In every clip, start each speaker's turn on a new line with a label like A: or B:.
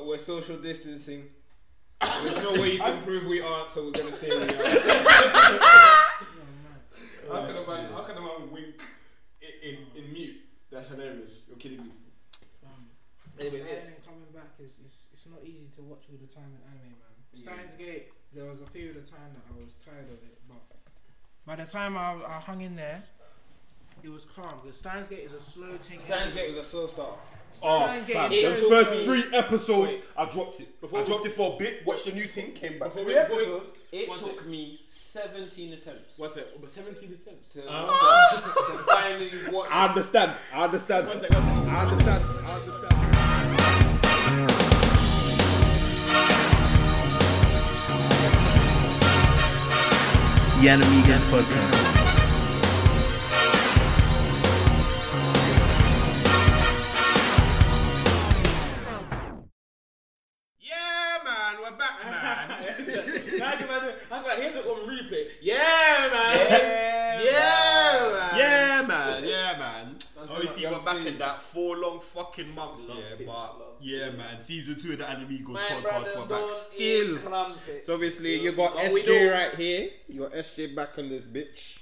A: we're social distancing. There's no way you can prove we aren't, so we're gonna say we are.
B: How can a man? How can a man wink in, in, in mute? That's hilarious. You're kidding me. Anyways, yeah.
C: Anime coming back is it's, it's not easy to watch all the time in anime, man. Steins Gate, there was a period of time that I was tired of it, but by the time I, I hung in there, it was calm. Because Steins Gate is a slow thing.
A: Steins Gate was a slow start.
D: Oh,
C: Steins Gate
D: fam.
C: is
D: The
C: so
D: first
C: good.
D: three episodes, I dropped it.
A: Before
D: I
A: we-
D: dropped it for a bit, watched the new thing, came back.
A: Before
D: Three
A: we-
D: episodes.
A: It
B: One
A: took
B: sec.
A: me 17 attempts
B: What's it? But 17 attempts.
A: to,
D: Ah.
A: to, to finally watch.
D: I understand. I understand.
B: One second, one
D: I understand. I understand.
E: Yanamigan Podcast.
B: Yeah, man, we're back, man.
A: How can I do? How can I? Here's it on replay. Yeah, man. Yeah,
D: Yeah.
A: man.
D: Yeah, man. Yeah, man. Obviously,
A: not
D: we're back
A: thing.
D: in that four long fucking months. Yeah, but yeah, man. Season two of the Anime Goes podcast. We're back still. So obviously, you got
A: But we
D: SJ
A: don't-
D: right here. You got SJ back on this bitch.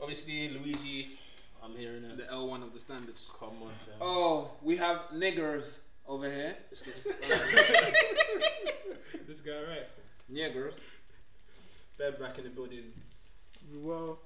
B: Obviously, Luigi. I'm hearing it. The L1 of the standards. Come on, fam.
A: Oh, we have niggers over here.
B: This guy, right?
A: Niggers.
B: They're back in the building.
C: Well,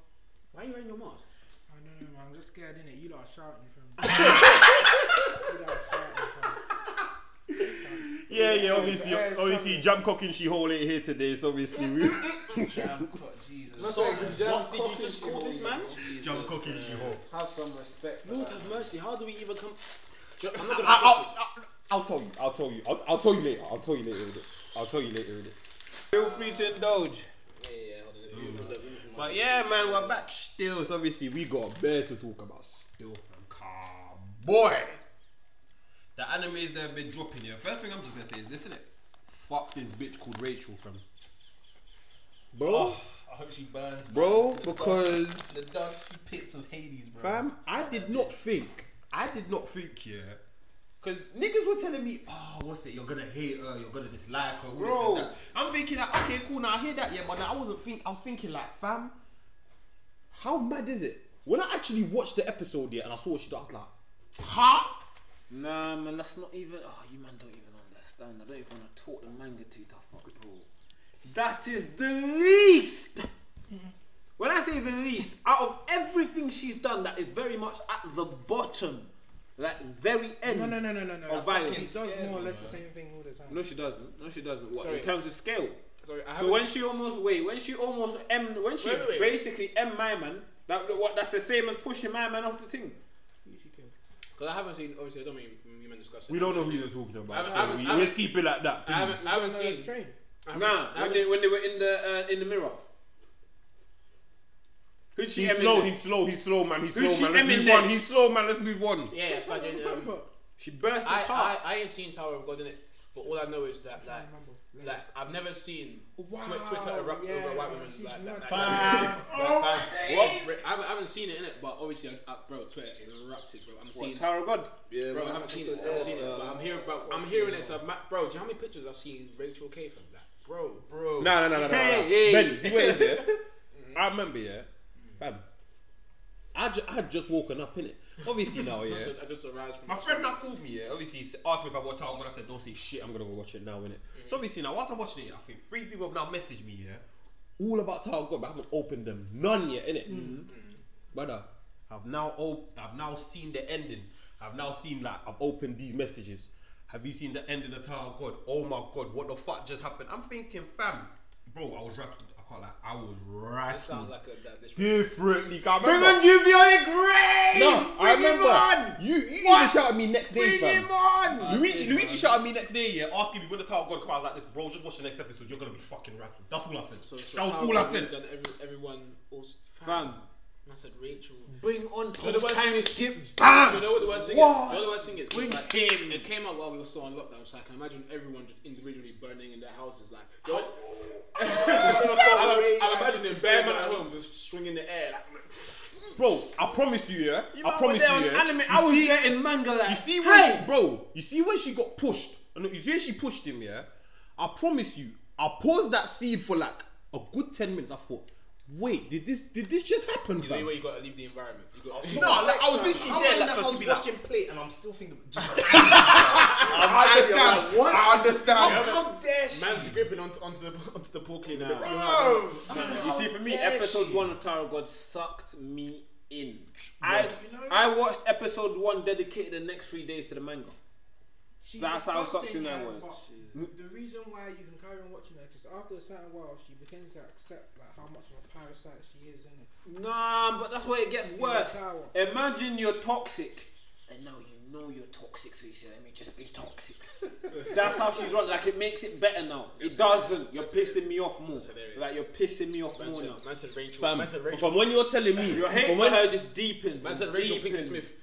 B: Why are you wearing your mask?
C: I don't know, man. I'm just scared, innit? You lot are shouting from me. you lot are shouting from me.
D: Yeah, yeah. Obviously,
C: Yeah, it's
D: obviously, jump cocking she hole ain't here today. So obviously, we
F: Jam cut, Jesus.
B: Sorry,
A: Jam
B: what did you
A: cock
B: just
A: is
B: call this
A: your-
B: man?
D: jump cocking she hole.
A: Have some respect. For
B: Lord
A: that.
B: have mercy. How do we even come? Do you- I'm not gonna.
D: I-
B: I,
D: I'll, I'll, I'll tell you. I'll tell you. I'll, I'll tell you later. I'll tell you later. With it. I'll tell you later. With it.
A: Feel free to indulge.
D: But yeah, man, we're back still. So obviously, we got bear to talk about still from Cowboy. The animes that have been dropping here. First thing I'm just gonna say is this, innit? Fuck this bitch called Rachel from. Bro,
F: Oh, I hope she burns.
D: bro, because
F: The dusty pits of Hades, bro.
D: Fam, I did not think. I did not think, yeah. Because niggas were telling me, oh, what's it? You're gonna hate her, you're gonna dislike her, all
A: Bro.
D: this and that. I'm thinking, like, okay, cool, now I hear that, yeah, but now I wasn't think. I was thinking, like, fam, how mad is it? When I actually watched the episode, yeah, and I saw what she did, I was like, huh?
A: Nah, man, that's not even. Oh, you man don't even understand. I don't even want to talk the manga too tough, but bro, that is the least. Mm-hmm. When I say the least, out of everything she's done, that is very much at the bottom, that very end.
C: No, no, no, no, no, no.
B: Oh,
A: Of violence.
C: He does
F: Scares
C: more or
F: me,
C: less
F: man.
C: the same thing all the time.
A: No, she doesn't. No, she doesn't. What
B: Sorry.
A: in terms of scale?
B: sorry, I
A: So when she almost wait, when she almost m, when she
B: Wait, wait, wait.
A: basically m my man, that what that's the same as pushing my man off the thing.
B: Because I haven't seen. Obviously, I don't mean you men discussing.
D: know who you're talking about.
B: I haven't- so I haven't- we- I haven't- let's
D: keep it like that.
B: I haven't. I haven't
C: No, no,
B: seen.
C: train.
B: I haven't-
A: Nah,
B: I
A: when
B: haven't-
A: they, when they were in the uh, in the mirror. Who'd she Eminem?
D: slow, he's slow, man, he's
A: Who's she Eminem?
D: he's slow, man, let's move on.
B: Yeah, yeah, fudging. Um,
A: She burst his
B: I,
A: heart.
B: I, I ain't seen Tower of God in it, but all I know is that like,
C: remember.
B: like I've never seen tw-
C: Wow,
B: Twitter erupt
C: yeah,
B: over white
C: man,
B: women's
C: she-
B: like
C: you
B: that.
C: must-
B: Like, that. Like, fam, what's re- I, haven't, I haven't seen it in it, but obviously, I, I, bro, Twitter erupted, bro. I'm
A: What,
B: seeing,
A: Tower of God.
B: bro, I haven't seen it. I haven't seen it, but I'm hearing, bro, I'm hearing it. So, ma- bro, do you know how many pictures I've seen Rachel K from? Like, bro, bro.
D: No, no, no, no, no.
A: Hey,
D: no.
A: hey.
D: Ben, see what it is, yeah? I remember, yeah? Fam, I, ju- I had just woken up, innit? Obviously now,
B: I
D: yeah?
B: just, I just arrived from
D: My friend that called me, yeah, obviously s- asked me if I watched Tower of God. I said, don't say shit, I'm gonna go watch it now, innit?
A: Mm.
D: So obviously now, whilst I'm watching it, I think three people have now messaged me, yeah? All about Tower of God, but I haven't opened them. None yet, innit?
A: Mm.
D: Brother, I've now op- I've now seen the ending. I've now seen like I've opened these messages. Have you seen the ending of Tower of God? Oh my god, what the fuck just happened? I'm thinking, fam, bro, I was rattled. I can't lie, I was
B: It sounds
D: rattled.
B: like a, that, this.
D: Differently, I
A: Bring on
D: remember.
A: Juvionic Grace!
D: No, I
A: Bring him
D: remember.
A: on!
D: You, you even
A: What?
D: shouted me next day,
A: Bring
D: fam.
A: him on!
D: Luigi, Luigi shouted me next day, yeah, asking me when the Tower of God come out. I was like, this, bro, just watch the next episode. You're gonna be fucking rattled. That's all I said.
B: So,
D: that was all I said.
B: And every, everyone, was
A: Fam.
B: And I said Rachel.
A: Bring on
B: you know the worst
A: post-time
B: thing is-
A: skip.
B: Do you know what the worst thing
A: What?
B: is? You know the worst thing is?
A: When
B: like,
A: came-
B: It came out while we were still on lockdown, so I can imagine everyone just individually burning in their houses. Like, yo, I, I imagine them bare man at home just swinging the air. Like,
D: Bro, I promise you, yeah. I
A: man
D: promise
A: were
D: you,
A: there on
D: yeah.
A: anime,
D: you
A: I was
D: see-
A: there in manga like,
D: You see when
A: hey!
D: she, bro, you see when she got pushed and Uzueshi pushed him, yeah, I promise you, I paused that seed for like a good 10 minutes. I thought, wait, did this did this just happen?
G: Either
D: fam?
G: way, you gotta leave the environment. You gotta.
D: No, like I was literally
G: I'm
D: there,
G: in
D: like,
G: the
D: for
G: house
D: to be like,
G: washing plate, and I'm still thinking.
D: I understand, I understand.
G: How dare she?
B: Man's gripping onto, onto the onto the pool cleaner now.
G: Bro.
A: You see, for me,
G: dare
A: episode
G: she?
A: one of Tower of God sucked me in. I I watched episode one dedicated the next three days to the manga.
C: She
A: That's how
C: disgusting,
A: sucked in I
C: yeah,
A: was.
C: but The reason why you can carry on watching her because after a certain while she begins to accept like how much of a parasite she is, innit?
A: Nah, but that's where it gets worse.
C: tower.
A: Imagine you're toxic, and now you know you're toxic, so you say, "Let me just be toxic." that's how she's run. Like it makes it better now. It doesn't. You're pissing me off more.
B: hilarious.
A: Like you're pissing me off
B: Man
A: more
B: said,
A: now.
B: man said Rachel.
D: Fam,
B: man said Rachel.
D: from when you're telling me,
A: Your hate
D: from
A: for
D: when
A: her just deepens.
B: man
A: and
B: said Rachel Pinkett
A: deepens.
B: Smith.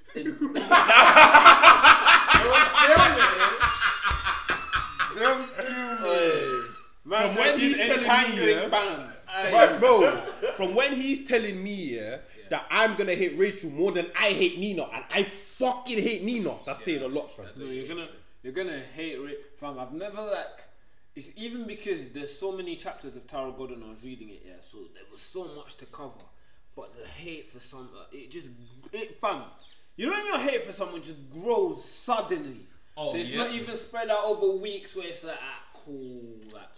A: Don't do me. Man,
D: From
A: said
D: when
A: she's
D: he's telling me,
A: entangling
D: yeah.
A: band.
D: Bro, bro, from when he's telling me yeah, that I'm gonna hate Rachel more than I hate Nina, and I fucking hate Nina, that's saying a lot, fam.
A: No, you're gonna you're gonna hate Ra- fam. I've never like it's even because there's so many chapters of Tower of God and I was reading it, yeah. So there was so much to cover, but the hate for some uh, it just it fam. You know when your hate for someone just grows suddenly,
D: Oh,
A: so it's
D: yeah.
A: not even spread out over weeks where it's like ah cool. Like,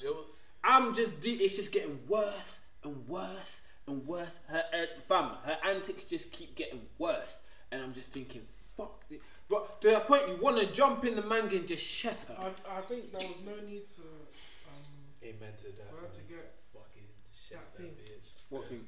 A: I'm just de- it's just getting worse and worse and worse. Her uh, fam, her antics just keep getting worse, and I'm just thinking, fuck. This. But to the point you want to jump in the manga and just chef her.
C: I, I think there was no need to um,
G: Amen to that.
C: for her to get
G: Fucking shit,
C: That
G: that
C: thing.
G: bitch.
A: What thing?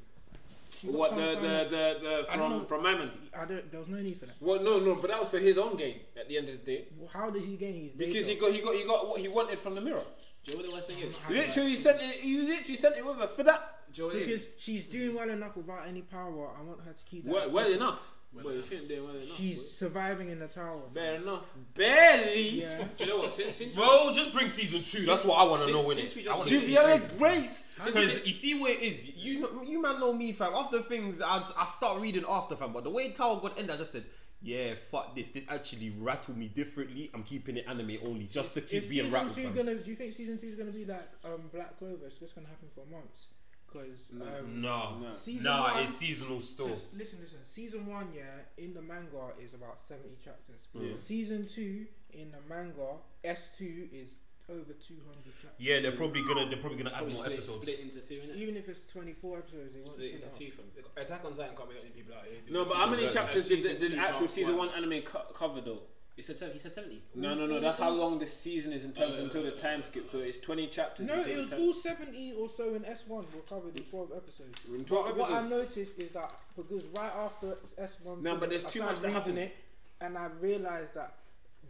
C: She got
A: What the
C: some kind of-
A: the, the, the
C: I don't
A: from
C: know.
A: from Mammon?
C: I don't. There was no need for that.
A: Well, no, no, but that was for his own gain. At the end of the day,
C: Well, How did he gain his data?
A: because he got he got he got what he wanted from the mirror.
G: Do you know what the worst thing is?
A: He literally sent it. He literally sent it with her for that.
G: Do you know what it is?
C: because she's doing well enough without any power. I want her to keep that.
A: Well,
C: aspect.
A: well enough. Well, you shouldn't do well enough.
C: She's
A: boy.
C: surviving in the tower.
A: Fair enough. Barely.
C: Yeah.
G: Do you know what? Since, since
D: Bro, just bring season two. That's what I want to
G: Since-
D: know,
G: since we
D: innit?
G: just-
A: Juliana Grace.
D: Because you see where it is. You know, you man know me, fam. After things, I, I start reading after, fam. But the way Tower God ended, I just said, yeah, fuck this. This actually rattled me differently. I'm keeping it anime only, just to keep
C: Is
D: being
C: season
D: rattled,
C: two
D: fam.
C: gonna? Do you think season two is gonna be like um, Black Clover? It's just gonna happen for months. Because um,
D: No,
A: No.
C: Season
D: nah,
C: one-
D: it's seasonal still.
C: Just Listen, listen. Season one, yeah, in the manga is about seventy chapters.
A: Yeah.
C: Season two in the manga, S two is over two hundred chapters.
D: Yeah, they're probably gonna they're probably gonna add
G: Probably
D: more
G: split,
D: episodes.
G: split into two, innit?
C: Even if it's twenty four episodes, they won't
G: Split
C: put
G: into
C: it
G: two
C: out.
G: from Attack on Titan can't be the only people out here. doing
A: No, but how
G: season
A: many
G: one.
A: chapters did
G: Season
A: the, did
G: two,
A: the actual
G: part
A: season
G: one.
A: one anime co- cover though?
G: He said seven- he said 70.
A: No, no, no. That's how long the season is in terms until the time skip. So it's twenty chapters.
C: No,
A: until
C: it was
A: the
C: all seventy or so in S one. Were covered in twelve episodes.
A: In 12
C: But What I
A: episodes.
C: noticed is that because right after S one,
A: No, but there's too much that happened.
C: it, and I realized that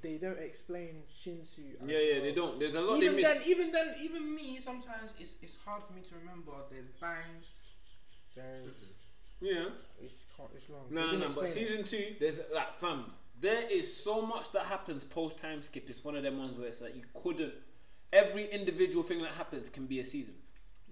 C: they don't explain Shinsu. and
A: Yeah, yeah. They
C: Toru.
A: don't. There's a lot
C: even
A: they miss.
C: then, even then, even me sometimes it's it's hard for me to remember. There's bangs, there's
A: Yeah.
C: it's hard, it's long.
A: No,
C: You
A: no,
C: can
A: no. But
C: explain it.
A: season two, there's like fam. There is so much that happens post time skip. It's one of them ones where it's like you couldn't. Every individual thing that happens can be a season.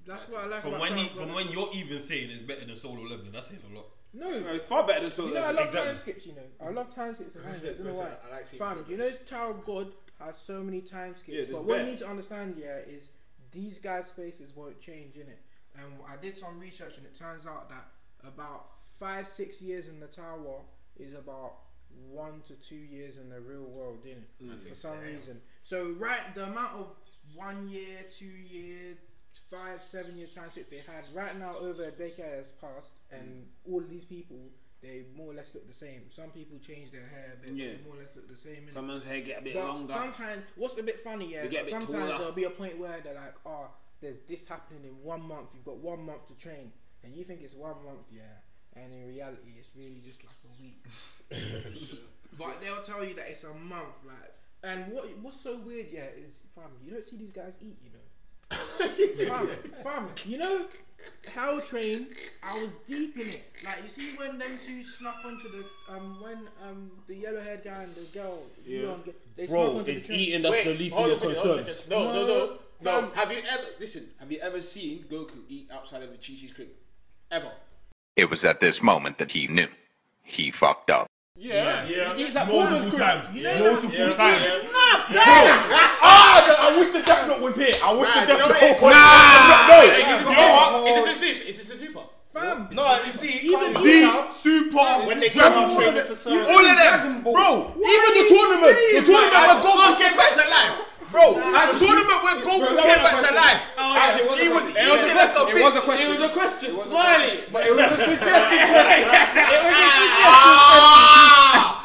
C: that's what I like.
D: From
C: about
D: when he,
C: Tower of
D: from
C: God.
D: when you're even saying it's better than solo leveling, that's saying a lot.
A: No,
C: no.
A: it's far better than so. uh,
C: You know, I love
D: Exactly.
C: time skips. You know, I love time skips. and
B: Man
C: manga,
B: said-
C: don't know
B: man
C: why.
B: said, I like seeing
C: Fam,
B: people
C: you know,
B: dance."
C: Tower of God has so many time
A: Yeah,
C: skips.
A: there's
C: but what
A: bare.
C: you need to understand, yeah, is these guys' faces won't change, in it. And I did some research, and it turns out that about five, six years in the tower is about one to two years in the real world, in it.
A: Mm.
C: For some reason, so right, the amount of one year, two year, five, seven year time skip they had right now, over a decade has passed, and
A: Mm.
C: all of these people. They more or less look the same. Some people change their hair a bit, but
A: Yeah.
C: they more or less look the same. innit?
A: Someone's hair get a bit
C: But
A: longer.
C: sometimes, what's a bit funny, yeah,
A: They get a
C: is
A: bit
C: sometimes
A: taller.
C: there'll be a point where they're like, oh, there's this happening in one month. You've got one month to train, and you think it's one month, yeah, and in reality, it's really just like a week. but they'll tell you that it's a month, like. And what what's so weird, yeah, is fam, you don't see these guys eat, you know. fam, fam, you know, Hell Train, I was deep in it. Like you see when them two snuck onto the um when um the yellow haired guy and the girl,
A: Yeah.
C: Leon, they snuck
D: Bro,
C: onto the
D: it's
C: train.
D: eating. That's the least of
B: hold
D: your
B: on a second, hold on a
D: concerns.
B: second. No, no, no,
C: No,
B: no.
C: fam.
B: Have you ever listen? Have you ever seen Goku eat outside of a Chi Chi's crib? Ever?
H: It was at this moment that he knew. He fucked up.
A: Yeah.
H: Yeah.
A: He was at Bournemouth
H: Multiple
A: group.
H: times.
C: You know
H: Multiple times.
D: Ah, no, I wish the death note was here. I wish
B: Nah,
D: the
B: you know
D: death
B: what it is?
D: note was here. No,
B: It's
D: you
B: a
D: know
B: super-
D: what?
B: It's just a super. It's just a super.
C: Fam,
F: No, you see, even
D: The super
F: when they came
D: Dragon
F: out
D: Ball.
F: training for some,
D: All of them, bro. Even the tournament, the tournament where Goku came back to life, bro. The tournament where Goku came back to life.
B: Actually,
D: He was, he was left a
A: It was a
D: bitch.
A: question. It was a
B: question.
A: Smiley. But it was a suggested
D: Ah,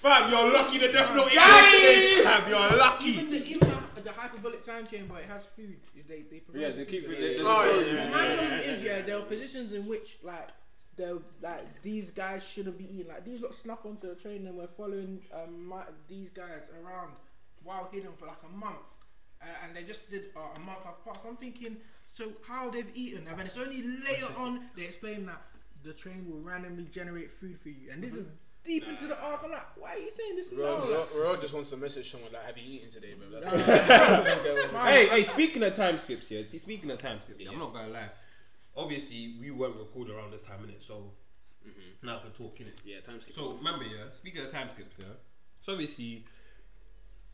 D: fam, you're lucky the death note is here today. Fam, you're lucky.
C: even the, even the, the hyperbolic time chamber, it has food. They, they provide
A: Yeah, they keep.
C: food.
A: There's a
B: Oh,
A: story.
B: yeah,
C: My problem is, yeah, there are positions in which, like, there, like these guys shouldn't be eating. Like these lot snuck onto the train and were following um, my, these guys around while hidden for like a month, uh, and they just did uh, a month have passed. I'm thinking, so how they've eaten, and then it's only later on they explain that the train will randomly generate food for you, and this is deep into the arc. I'm like, why are you saying this now?
G: Mm-hmm. Bro,
C: Like,
G: Ro- Ro just wants to message someone like, "Have you eaten today, bro?" That's Uh.
D: Hey, hey, speaking of time skips here, t- speaking of time skips, yeah, I'm not gonna lie. Obviously, we weren't recorded around this time, innit? So now I can talk, innit?
G: Mm-hmm. yeah, time skip.
D: So remember, yeah, speaking of time skips, yeah. So obviously,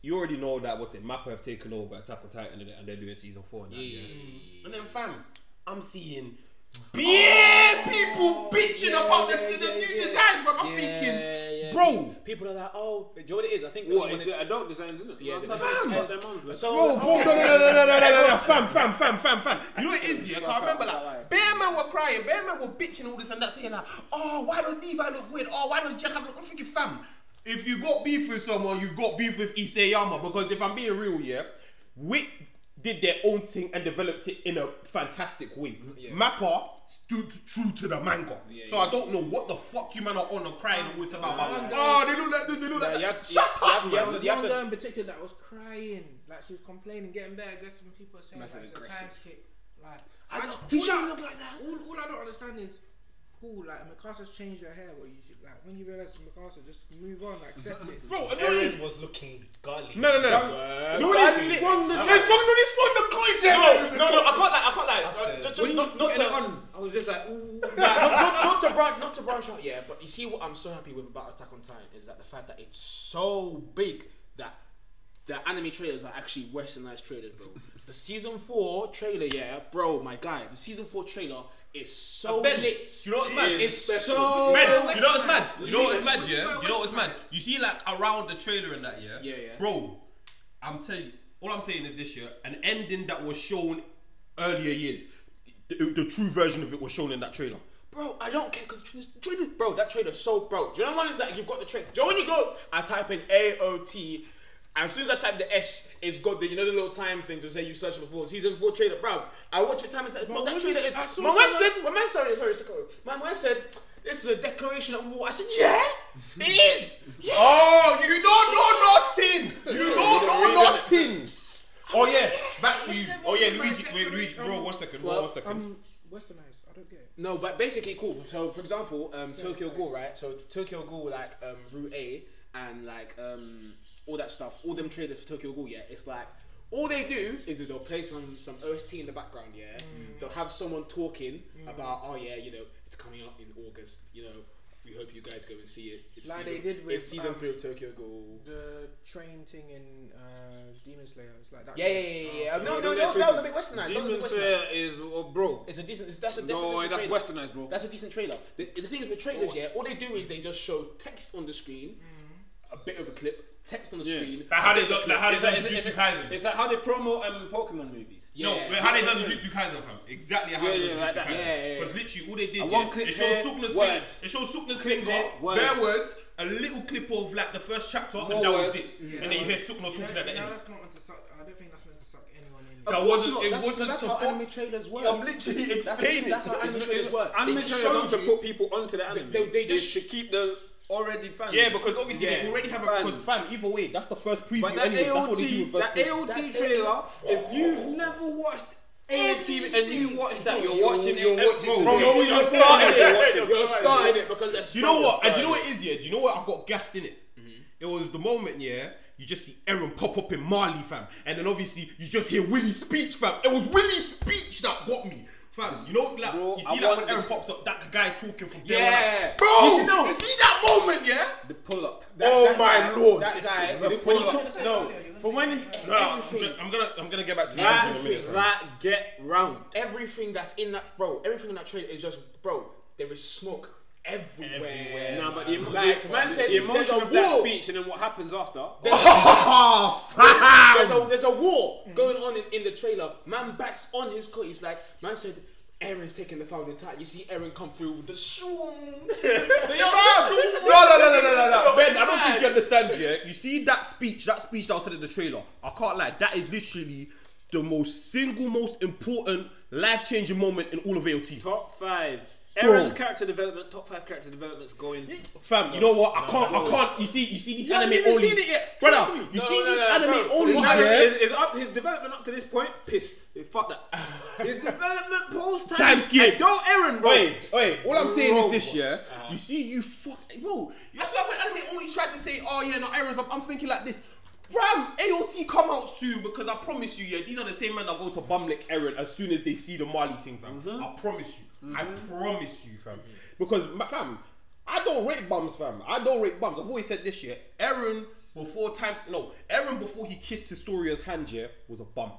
D: you already know that what's it, Mappa have taken over Attack on Titan innit, and they're doing season four now, yeah. And then, fam, I'm seeing.
G: Oh.
D: Yeah, people bitching about the, the, the new designs, fam. I'm thinking,
G: yeah.
D: bro,
G: People are like, "Oh, do you know what it is?" I think
A: What?
G: someone-
A: It's the adult designs, isn't it?
G: Yeah, the-
A: So
D: Bro, bro, no, no, no, no, no, no, no, no, no, fam, fam, fam, fam, fam. You know what it is, yeah? 'Cause I remember, like, bear men were crying, bear men were bitching all this and that, saying, like, oh, why does Levi look weird? Oh, why does Jack look... I'm thinking, fam, if you got beef with someone, you've got beef with Isayama, because if I'm being real, yeah, Wick did their own thing and developed it in a fantastic way.
G: Mm,
D: Mappa stood true to the manga. so I don't know what the fuck you man are on and crying all this about. like, oh, they look like this, they look like
G: you
D: that.
G: have-
D: Shut
G: you
D: up,
G: have- you
D: man.
G: have
C: There
G: to- you have
C: was one
G: to-
C: girl in particular that was crying, like she was complaining, getting better. I guess some people are saying
G: That's
C: like, it's a
G: aggressive.
C: time skip. Like,
D: I know.
C: all
D: He
C: I-
D: shouldn't look like that.
C: All, all I don't understand is, cool, like Mikasa's changed her hair. What you should, like when you realize it's Mikasa, just move on, like, accept it.
D: Bro, and then-
F: Aaron was looking gully.
D: Oh, No, no, no. no, it's one that it's one that it's one that coined
B: No,
D: them.
B: no, no, I can't lie, I can't lie.
F: That's
B: Uh,
F: it.
B: Just, just not, not to, nah,
A: I was just like, ooh.
B: not, not, not to branch, not to branch out. Yeah, but you see what I'm so happy with about Attack on Titan is that the fact that it's so big that the anime trailers are actually westernized trailers, bro. the season four trailer, yeah, bro, my guy, the season four trailer is so
D: Ben,
B: lit.
D: you know what's mad?
B: It's
D: So
B: so
D: Men, you know what's mad? You know what's mad, yeah? You know what's mad? You see, like, around the trailer and that, yeah?
G: Yeah, yeah.
D: Bro, I'm telling you, all I'm saying is this, yeah? An ending that was shown earlier years, the, the true version of it was shown in that trailer.
B: Bro, I don't care because trailer, bro, that trailer's so bro. Do you know what is that you've got the trailer? Do you know when you go, I type in AOT, and as soon as I type the S, it's got the you know the little time thing to say you searched before season four trailer, bro. I watch it time and time. Bro, that trailer is.
C: saw
B: My man
C: someone-
B: said, my man, sorry, sorry, sorry, my man said, this is a declaration of war. I said, yeah, it is. Yeah.
D: Oh, you don't know nothing! You don't know nothing! Oh, yeah, back to you. Oh, yeah, Luigi, wait, Luigi, bro, one second, bro, one second.
C: Um, westernized. I don't get it.
B: No, but basically, cool. So, for example, um, Tokyo Ghoul, right? So, Tokyo Ghoul, like um, Route A and like um, all that stuff, all them trailers for Tokyo Ghoul, yeah, it's like all they do is that they'll play some some OST in the background, yeah. They'll have someone talking about, oh yeah, you know, it's coming out in August, you know. We hope you guys go and see it. It's
C: Like
B: season,
C: they did with,
B: it's season
C: um,
B: three of Tokyo Ghoul.
C: The train thing in uh, Demon Slayer, it's like that. Oh.
B: Yeah, yeah, yeah, yeah. yeah. No, no,
A: Yeah,
B: that was, that was a bit westernized. That was a bit
A: Demon
B: westernized.
A: Slayer is, oh, bro.
B: It's a decent. It's, that's a, that's a
A: No,
B: decent
A: that's
B: trailer.
A: westernized, bro.
B: That's a decent trailer. The, the thing is with trailers, yeah, all they do is they just show text on the screen, a bit of a clip, text on the
A: Yeah.
B: screen.
H: Like how they do- like how they
A: It's like- it's-
H: introduce
A: it's-
H: Kaisen.
A: It's like how they promote um, Pokemon movies.
B: Yeah.
H: No, wait, how they done Jujutsu Kaisen, fam? Exactly how
A: Yeah,
H: they
A: yeah,
H: done
A: like
H: Jujutsu
A: that. Yeah,
H: Kaisen.
A: yeah, yeah.
H: Because literally all they did,
A: And
H: yeah,
A: one clip
H: they showed
A: here,
H: Sukna's finger.
A: words.
H: They showed Sukna's
A: Clip
H: finger,
A: there, words.
H: bare words, a little clip of like the first chapter,
A: More
H: and that was
A: words.
H: it.
C: Yeah.
H: And then you hear Sukna
C: You know,
H: talking at the
C: no,
H: end.
C: that's not meant to suck. I don't think that's meant to suck anyone in.
H: That
B: Of course
H: wasn't.
B: not.
H: It
B: That's-
H: wasn't.
B: That's
H: to
B: how
H: put-
B: anime trailers work.
D: I'm literally
B: that's,
D: explaining.
B: That's how anime trailers work.
A: Anime
B: they just
A: trailers
B: showed
A: want to
B: you-
A: put people onto the anime.
B: they- they just-
A: should keep the already fans.
H: Yeah, because obviously they
A: Yeah.
H: already have a.
A: Fans.
H: Because fam, either way, that's the first preview
A: But that
H: anyway. that's what they do
A: AOT,
H: with first
A: that
H: preview.
A: AOT
B: That's it.
A: trailer, if you've never watched AOT and you watch that, you're watching it.
B: You're watching it.
A: Bro,
B: You're,
A: you're
B: starting
A: starting
B: it.
A: it.
B: You're starting it because that's.
D: Do you know what? And do you know what it is, yeah? Do you know what? I got gassed in it. It was the moment, yeah. You just see Aaron pop up in Marley, fam, and then obviously you just hear Willie's speech, fam. It was Willie's speech that got me,
H: Fam, you know, like,
A: Bro,
H: you
A: I
H: see that
A: want
H: when Aaron
A: this-
H: pops up, that guy talking from there.
A: Yeah,
D: Bro, you see that moment, yeah?
A: the pull up.
B: That-
D: Oh
B: that
D: my
B: guy-
D: lord.
B: That guy, when he
D: pull up.
B: talks, no, from when he,
H: No, I'm,
B: everything,
H: I'm gonna, I'm gonna get back to
B: That
H: you in a minute. fam.
B: that get round. Everything that's in that bro, everything in that trailer is just bro. There is smoke everywhere.
H: Everywhere,
B: Nah,
A: Nah, but the, emo-
B: Like,
A: the-
B: man said
A: the emotion
B: there's a
A: of that
B: war.
A: speech and then what happens after.
B: There's a, there's a war
A: Mm.
B: going on in, in the trailer. Man backs on his coat. He's like, man said, Aaron's taking the foul in time. You see Aaron come through with the shroom.
D: No, no, no, no, no, no, no. Ben, I don't think you understand, yeah? You see that speech, that speech that was said in the trailer. I can't lie, that is literally the most single, most important, life changing moment in all of AOT.
A: Top five. Aaron's
D: Bro.
A: character development, top five character developments going.
D: Fam, you know what? I can't, I can't. You see, you see these anime
A: haven't even
D: only.
A: seen it yet.
D: Brother,
A: Trust me.
D: you
A: No,
D: see
A: no,
D: these
A: no,
D: anime
A: bro.
D: only.
A: His, his,
D: yeah?
A: his up, his development up to this point, piss. Fuck that. His development post time.
D: Time skip.
A: And Don't Aaron, bro.
D: Wait, wait. All I'm saying is this, yeah. You see, you fuck, bro. Uh-huh. That's why when anime only tried to say, "Oh yeah, no, Aaron's up," I'm thinking like this. Ram, AOT come out soon because I promise you, yeah, these are the same men that go to Bumlick Aaron as soon as they see the Marley thing, fam. I promise you. I promise you, fam. Because, ma- fam, I don't rate bums, fam. I don't rate bums. I've always said this, yeah. Aaron before times, no, Aaron before he kissed Historia's hand, yeah, was a bum.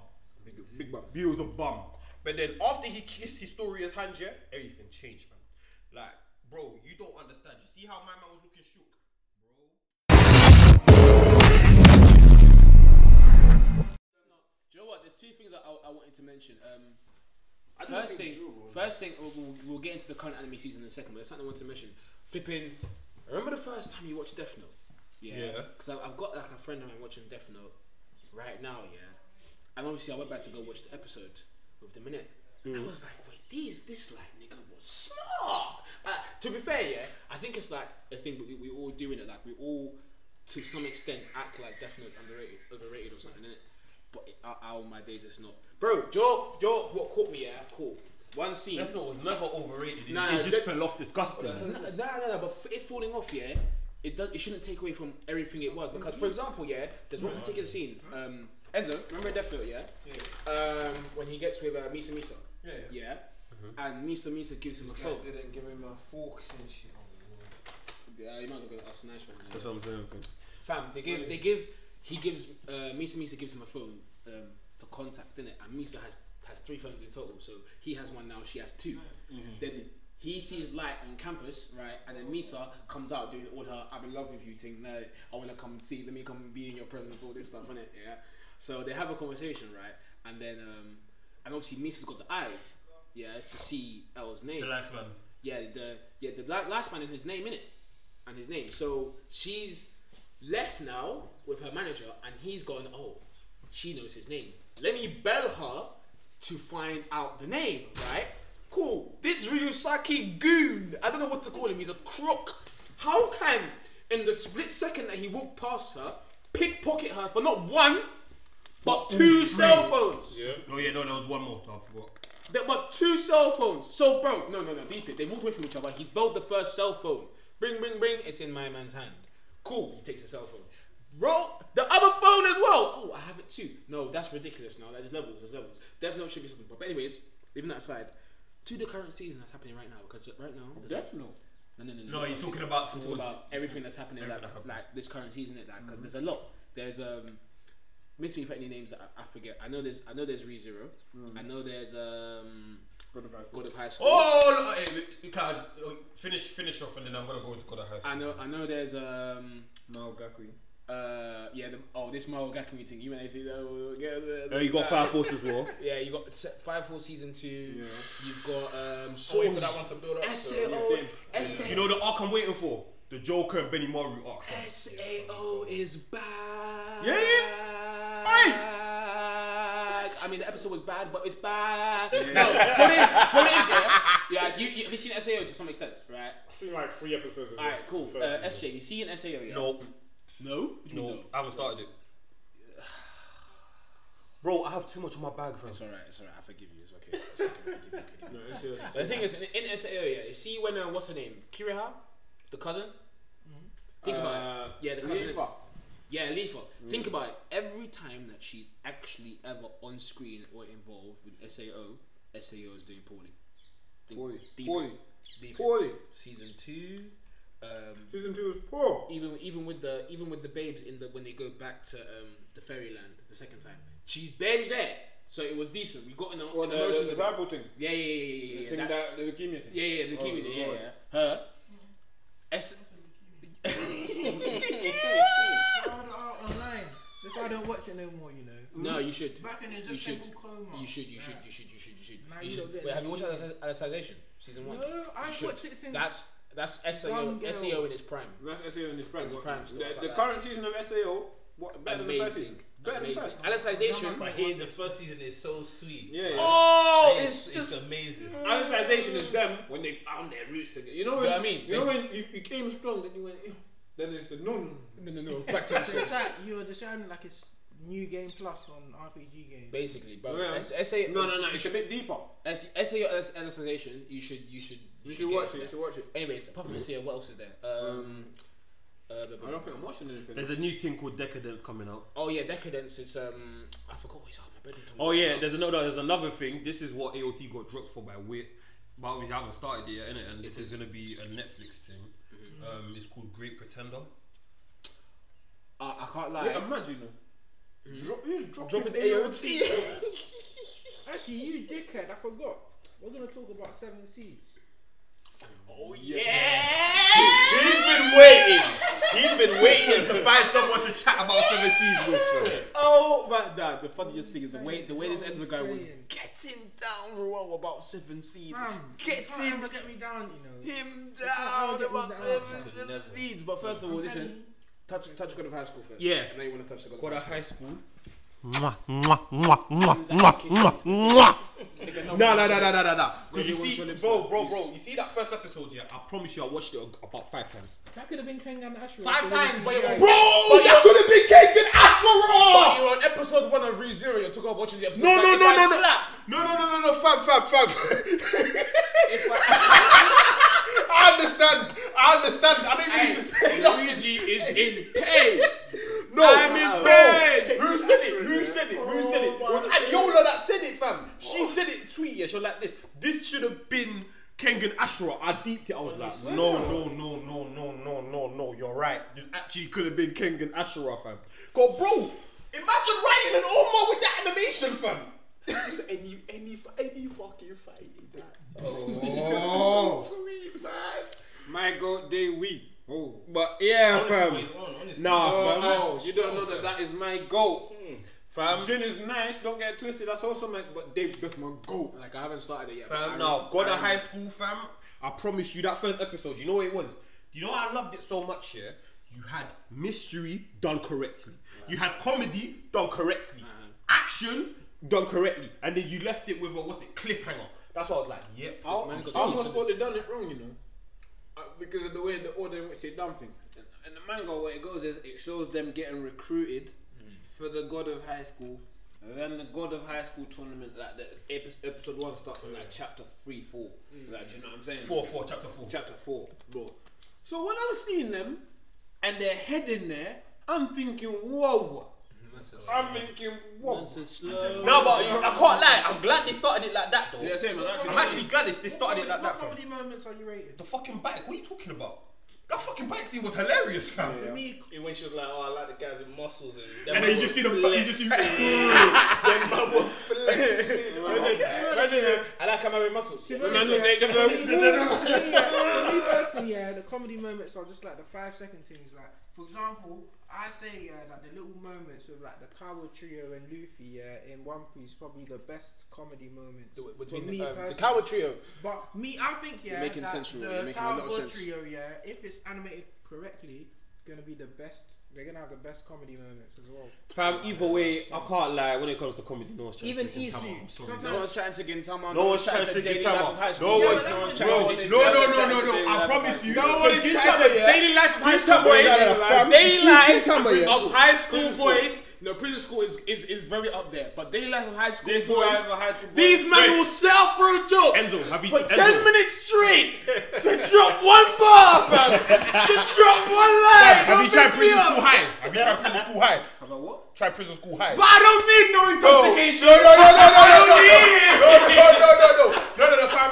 D: Big bum. He was a bum. But then after he kissed Historia's hand, yeah, everything changed, fam. Like, bro, you don't understand. You see how my man was looking shook? Bro.
B: Do you know what? There's two things that I, I wanted to mention. Um, first thing, first thing, we'll, we'll, we'll get into the current anime season in a second, but there's something I want to mention. Flipping, remember the first time you watched Death Note? Yeah.
H: Yeah.
B: Because I've got like a friend and I'm watching Death Note right now, yeah. And obviously, I went back to go watch the episode with the minute. I was like, wait, this this like nigga was smart. Uh, to be fair, yeah, I think it's like a thing we, we all doing it. Like we all, to some extent, act like Death Note's underrated, overrated or something, innit? But it, out, out of my days, it's not. Bro, Joe, Joe, what caught me? Yeah, cool. One scene.
H: Death Note was never overrated. It,
B: Nah,
H: it just
B: Death-
H: fell off disgusting.
B: No, no, no, no, but f- it falling off, yeah, it does. It shouldn't take away from everything it was because, for example, yeah, there's one particular scene. Um, Enzo, remember Death Note, yeah? Yeah. Um, when he gets with uh, Misa Misa. Yeah. Yeah. Mm-hmm. And Misa Misa gives him a phone.
A: didn't give him a forks and shit.
B: Yeah, you might as well go to us Nash one.
H: That's what I'm saying.
B: Fam, they give, they give, he gives, uh, Misa Misa gives him a phone um, to contact, innit? And Misa has has three phones in total, so he has one now, she has 2
H: Mm-hmm.
B: Then he sees light on campus, right? And then Misa comes out doing all her "I'm in love with you" thing. No, I want to come see. Let me come be in your presence. All this stuff, innit? Yeah. So they have a conversation, right? And then, um, and obviously Misa's got the eyes, yeah, to see L's name.
H: The last man.
B: Yeah, the yeah the la- last man in his name in it, and his name. So she's left now with her manager, and he's gone. Oh, she knows his name. Let me bell her to find out the name. Right? Cool. This Ryusaki goon. I don't know what to call him. He's a crook. How can in the split second that he walked past her, pickpocket her for not one, but two cell phones?
H: Oh yeah, no, there was one more. I forgot.
B: They but two cell phones. So, bro, no, no, no, deep it. They walked away from each other. He's belled the first cell phone. Bring, bring, bring. It's in my man's hand. Cool. He takes the cell phone. Roll the other phone as well. Oh, I have it too. No, that's ridiculous. Now there's levels. There's levels. Death Note should be something. But anyways, leaving that aside, to the current season that's happening right now because right now there's
A: Death Note.
B: no, no, no, no.
H: No, he's talking about
B: I'm
H: towards. Mm-hmm.
B: talking about everything that's happening like,
H: Everything that happened.
B: like this current season, it like because there's a lot. There's um, miss me for any names that I, I forget. I know there's I know there's ReZero.
H: Mm.
B: I know there's um, God of High School.
H: Oh, look, hey, we- we can uh, finish finish off, and then I'm gonna go into God of High School.
B: I know I know there's um.
A: Malgakui.
B: Uh, yeah, the, oh, this Marvel Gakumi thing. You may see that.
D: Oh, you got Fire Force as well.
B: Yeah, you got Se- Fire Force season two. You've got um,
G: I'll wait for that
B: Source,
G: one to build up.
B: SAO,
H: You know the arc I'm waiting for, the Joker and Benny Maru arc. fam.
B: SAO is back.
A: Yeah,
B: I mean, the episode was bad, but it's bad. No, do you know what it is? Do you know what it is, yeah? Yeah, like, you, you, have you seen SAO to some extent, right?
I: I've seen like three episodes of
B: All right,
I: this
B: cool. Uh,
I: first season.
B: SJ, you see an SAO, yeah?
H: Nope,
B: No? What do you mean
H: nope. I haven't started it. Bro, I have too much in my bag, fam.
B: It's alright, it's alright. I forgive you. It's okay. It's okay. I forgive you, I forgive you. the thing is, in, in SAO, yeah, you see when, uh, what's her name? Kiriha? The cousin?
I: Mm-hmm.
B: Think about it. Yeah, the cousin. Yeah, Lethal. Think about it. Every time that she's actually ever on screen or involved with SAO, SAO is doing poorly. Think
A: Poorly.
B: deep,
A: Poorly.
B: deep.
A: Poorly.
B: Season two. Um,
A: Season two is poor.
B: even even with the even with the babes in the when they go back to um, the fairyland the second time, she's barely there. So it was decent. We got in our
A: Or
B: in
A: the,
B: our
A: the,
B: emotions
A: the
B: about-
A: Bible thing.
B: Yeah, yeah, yeah, yeah, yeah,
A: The
B: yeah.
A: thing
B: that-
A: that, the leukemia thing.
B: yeah, yeah, the leukemia.
A: Oh,
B: yeah,
A: Lord.
B: yeah, her. S-
C: Found out online. That's why I don't watch it no more. You know.
B: no, you should.
C: Back in it's
B: You
C: just
B: should.
C: single coma.
B: You should, you should, you should, you should, you should.
C: Now
B: You
C: you
B: should.
C: don't get
B: Wait, have
C: that
B: you watched
C: either.
B: Alicization season one?
C: No,
B: You
C: I've
B: should.
C: watched it since.
B: That's that's E SEO
C: Gone Girl.
B: SEO in its prime.
A: That's SAO in its prime.
B: It's
A: What-
B: prime,
A: The,
B: stuff like
A: the
B: that.
A: current season of SAO, what, better than the first
B: Amazing,
A: season. Better
B: amazing.
A: than the first.
B: Alicization.
F: I hear the first season is so sweet.
A: Yeah. yeah.
B: Oh,
F: It's, it's amazing.
A: Alicization is them when they found their roots again. You know when
B: Do you know what I mean?
A: You know when you, you came strong, then you went. "Eh." Then they said no, no, no.
B: No, no, no. Back to E the
C: It's
B: source.
C: like you're describing like it's new game plus on RPG game.
B: Basically, bro.
A: Yeah.
B: S- SEO.
A: No, no, no. It's a bit deeper.
B: S- E SEO as Alicization. You should. You should.
A: You should watch it.
B: get
A: You should watch it.
B: Anyways, apart from SEO, what else is there? Um. uh, blah, blah,
A: I don't
B: blah.
A: think I'm watching anything.
D: There's a new thing called Decadence coming out.
B: Oh yeah, decadence is um. I forgot what it's on my bedroom.
D: Oh yeah, there's another there's another thing. This is what AOT got dropped for by Wit, but obviously I haven't started it yet, innit? And this is gonna be a Netflix thing. Um, it's called Great Pretender.
B: Uh, I can't lie.
A: Yeah, imagine. though. Dro- who's dropping,
B: Dropping
A: AOT?
C: Actually, you dickhead, I forgot. We're gonna talk about Seven Seas.
D: He's been waiting. He's been waiting to find someone to chat about Seven Seas with.
B: Oh my god, the funniest thing is the way the way this
C: What
B: ends
C: I'm
B: guy was
C: saying.
B: getting down Ruel about seven seeds.
C: Fam, you
B: Get
C: can't
B: him
C: ever get me down, you know.
B: him
C: how
B: down
C: they
B: about
C: get me down.
B: seven, seven seeds. But first of all, listen, touch touch God of High School first.
D: Yeah.
B: And then you want to touch the God
D: Got
B: of
D: a
B: High
D: high school.
B: School.
D: No, no, no, no, no, no, no. Because
B: Everyone
D: you see,
B: show
D: bro,
B: themselves,
D: bro, bro.
B: please.
D: You see that first episode, yeah? I promise you, I watched it about five times.
C: That could have been Kengan Ashura.
B: Five times, but you're
C: Bro!
B: Bro, that could have been cake and Asmara! You're on episode one of ReZero, you're talking about watching the episode.
D: No,
B: Like,
D: no,
B: if
D: no,
B: I
D: no, no.
B: slap-
D: No, no, no, no, no. Fab, fab, fab.
B: If I-
D: I understand. I understand. I don't even need to say that.
A: Luigi is in pain.
D: No,
A: I'm in bed. Oh
D: Who said it? Who said it? Who said it? It was Adiola that said it, fam. She said it. Tweet yeah. She was like this. This should have been Kengan Ashura. I deeped it. I was like, no, no, no, no, no, no, no, no. You're right. This actually could have been Kengan Ashura, fam. God, bro. Imagine writing an Omo with that animation, fam.
B: Just any any any fucking fight in that.
D: Oh.
B: Sweet man.
A: My God, they we. Oh.
D: But yeah, fam.
F: Honestly, it's on, honestly.
D: Nah,
A: Oh,
D: fam.
A: I- you don't know that that is my goal.
D: Fam.
A: Jin is nice, don't get it twisted. That's also my, but Dave, that's my goal.
B: Like I haven't started it yet. but I
D: Fam, now, go to
B: remember-
D: high school, fam. I promise you that first episode, you know what it was? You know why I loved it so much, yeah? You had mystery done correctly. You had comedy done correctly. Action done correctly. And then you left it with a, what's it, cliffhanger. That's why I was like, yep.
A: I
B: man got
A: Oh, I almost
B: cheese.
A: thought they done it wrong, you know, uh, because of the way the order in which they done things. And, and the manga, where it goes is it shows them getting recruited
D: Mm.
A: for the God of High School. And then the God of High School tournament, like the epi- episode one starts in like chapter three, four.
D: Mm.
A: Like, do you know what I'm saying?
D: 4 4, chapter 4.
A: chapter four, bro. So when I'm seeing them and they're heading there, I'm thinking, whoa. I'm thinking, whoa.
D: No, but you, I can't lie. I'm glad they started it like that, though.
A: Yeah, same, man. Actually,
D: I'm actually glad they- they started it
C: What
D: like that, fam.
C: comedy moments are you rated?
D: The fucking bike, what are you talking about? That fucking bike scene was hilarious, fam.
C: Me,
F: And when she was like, "Oh, I like the guys with muscles," and, that
D: And then
F: man
D: you just see
F: would
D: the you just see.
F: flex. That man would flex.
B: I like how my muscles.
C: No, no, no, to me, yeah, for me personally, yeah, the comedy moments are just like the five second things. Like, for example, I say yeah, like the little moments with like the power trio and Luffy yeah, in One Piece probably the best comedy moments.
B: Between
C: for me
B: the, um, the
C: personally.
B: Coward Trio,
C: But me, I think yeah,
B: making
C: that
B: sense, Roo.
C: the
B: You're making a
C: Tower
B: lot of
C: Boy
B: sense.
C: Trio, yeah, if it's animated correctly, gonna be the best. They're gonna have the best comedy moments as well.
D: Fam, either way, I can't lie. When it comes to comedy, no one's trying
C: Even
D: to take
C: Izu.
D: Gintama, I'm sorry.
C: Sometimes-
B: no one's chatting to Gintama. No,
D: one's chatting to
B: daily
D: Gintama.
B: life of high school.
D: No
C: one's-
B: but
C: no
B: that's what
C: one's chatting
B: I'm
D: Bro,
B: saying.
D: no, no, no, no, no. I promise you.
B: No one's
D: Gintama,
B: chatting to
D: yeah.
B: daily life of high school
D: Gintama, yeah,
B: boys.
D: yeah, fam.
B: Daily
D: You see
B: life
D: Gintama, yeah.
B: of high school boys. No, prison school is, is, is very up there, but daily life of high school
A: Daily
B: boys.
A: life of high school boys.
B: These men
D: Wait.
B: will sell for a joke
D: Enzo, have you-
B: for
D: Enzo.
B: ten minutes straight to drop one bar, fam. to drop one line.
D: Have you
B: Don't
D: tried
B: mess me
D: prison
B: up.
D: school high? Have you tried prison school high?
A: Have I what?
D: Try prison school high.
B: But I don't need no
D: No, no, no,
B: intoxication.
D: no, no, no, no, no, no, no, no, no, no,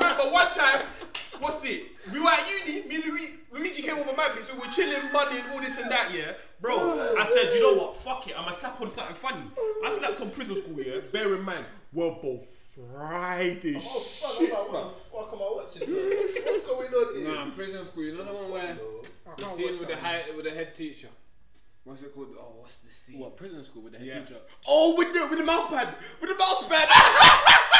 D: bear in mind, Wobble Friday.
F: Oh fuck! I'm like, what the fuck am I watching? bro? What's what's going on here?
A: Nah, prison school. You know the one where
F: Bro.
A: the scene with the high, with the head teacher. What's it called? Oh, what's the scene?
B: What prison school with the head
A: Yeah.
B: teacher? Oh, with the with the mouse pad, with the mouse pad.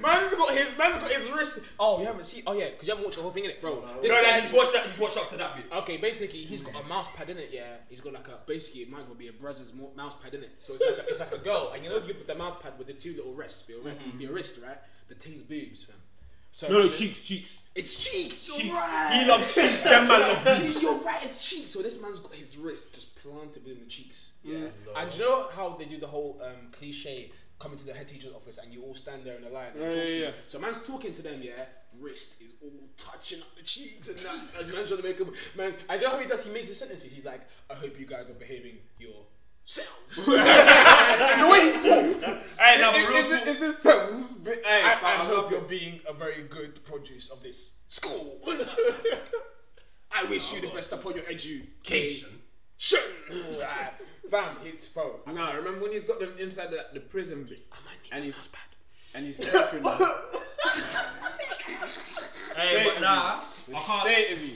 B: man's got his man's got his wrist. Oh, you haven't seen? Oh yeah, because you haven't watched the whole thing in it, bro. This
H: No, no,
B: guy's
H: he's watched that. He's watched up to that bit.
B: Okay, basically he's got a mouse pad in it. Yeah, he's got like a basically it might as well be a brother's mo- mouse pad in it. So it's like a, it's like a girl, and you know you put the mouse pad with the two little wrists for your, wrist- for your wrist, right? The thing's boobs, fam. So
D: No, no, cheeks, cheeks.
B: It's cheeks. You're
D: Cheeks.
B: right.
D: He loves cheeks. Them man love beef.
B: You're right, it's cheeks. So this man's got his wrist just planted within the cheeks. Yeah. And you know how they do the whole um, cliche coming to the head teacher's office and you all stand there in a line and
A: Yeah,
B: talk to
A: yeah,
B: you.
A: yeah.
B: So man's talking to them, yeah. Wrist is all touching up the cheeks and that. And man's trying to make him man. I know how he does. He makes his sentences. He's like, I hope you guys are behaving yourselves. and the way he talks,
H: Hey, now,
B: Is-
H: but real
B: is-
H: talk-
B: is this term? Hey, I, I
A: fam, I
B: hope
A: love
B: you're being a very good produce of this school. I wish you the best upon your education. Right. Fam, it's bro. Oh,
A: Nah, remember when he's got them inside the, the prison bit
B: I might need
A: and
B: a
A: he's
B: mouse pad.
A: and he's pressuring them.
H: Hey, but nah, I can't.
A: State of you.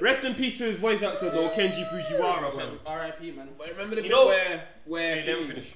D: Rest in peace to his voice actor though, Kenji Fujiwara. fam.
B: R.I.P. Man.
A: But remember the bit
H: know-
A: where where
H: Hey, let me
A: thing-
H: finish.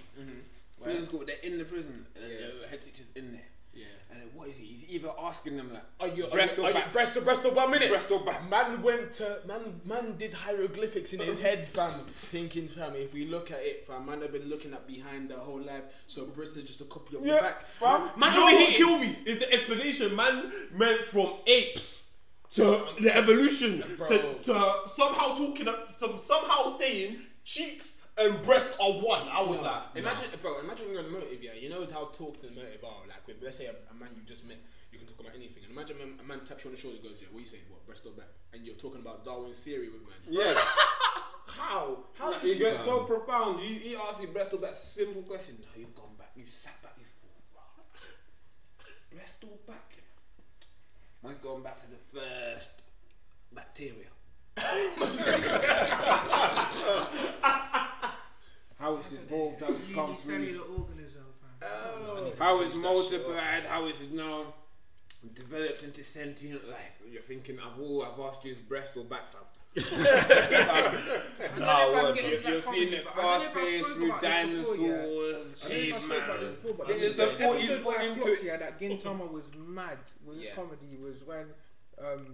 A: prison school, they're in the prison and the head teacher's in there. Yeah. And then what is he? He's either asking them like,
B: Are you, are
A: Breast
B: you,
A: or
B: are you
A: back?
B: breast or breast or one minute?
A: Breast or back?
B: Man went to man man did hieroglyphics in his head, fam. Thinking, fam, if we look at it, fam, man have been looking at behind their whole life. So breast is just a copy of the back. Man, man
D: You know what
B: overheated.
D: killed me is the explanation man meant from apes to the evolution to,
B: Bro.
D: to somehow talking up some somehow saying cheeks and breasts are one. I was like,
B: Imagine, bro. Imagine you're on motive, yeah. You know how talk to the motive are. Like, with, let's say a, a man you just met, you can talk about anything. And imagine a man, a man taps you on the shoulder, goes, "Yeah, what you saying? What breast or back?" And you're talking about Darwin's theory with man.
A: Yes.
B: How? How do
A: It
B: you?
A: gets so profound. You, you ask your breast that simple question. Now you've gone back. You've sat back. You've thought, right. Breast all back. Mine's gone back to the first bacteria. how it's evolved, how it's come through,
C: Unicellular organism, fam.
B: Oh.
A: how it's multiplied, how it's now developed into sentient life. You're thinking, I've all I've asked you is breast or back, fam.
C: I don't know if I'm getting
A: If
C: to that
A: you're seeing
C: comedy,
A: it
C: but I
A: fast
C: don't know if I
A: paced
C: spoke
A: through
C: about this before, yeah.
A: dinosaurs,
C: I don't know if I spoke about
A: caveman.
C: this before, but
A: This
C: this
A: is the
C: episode
A: 40s
C: where I
A: put into
C: clocked,
A: it.
C: Yeah, that Gintama was mad with his
B: Yeah.
C: comedy was when um,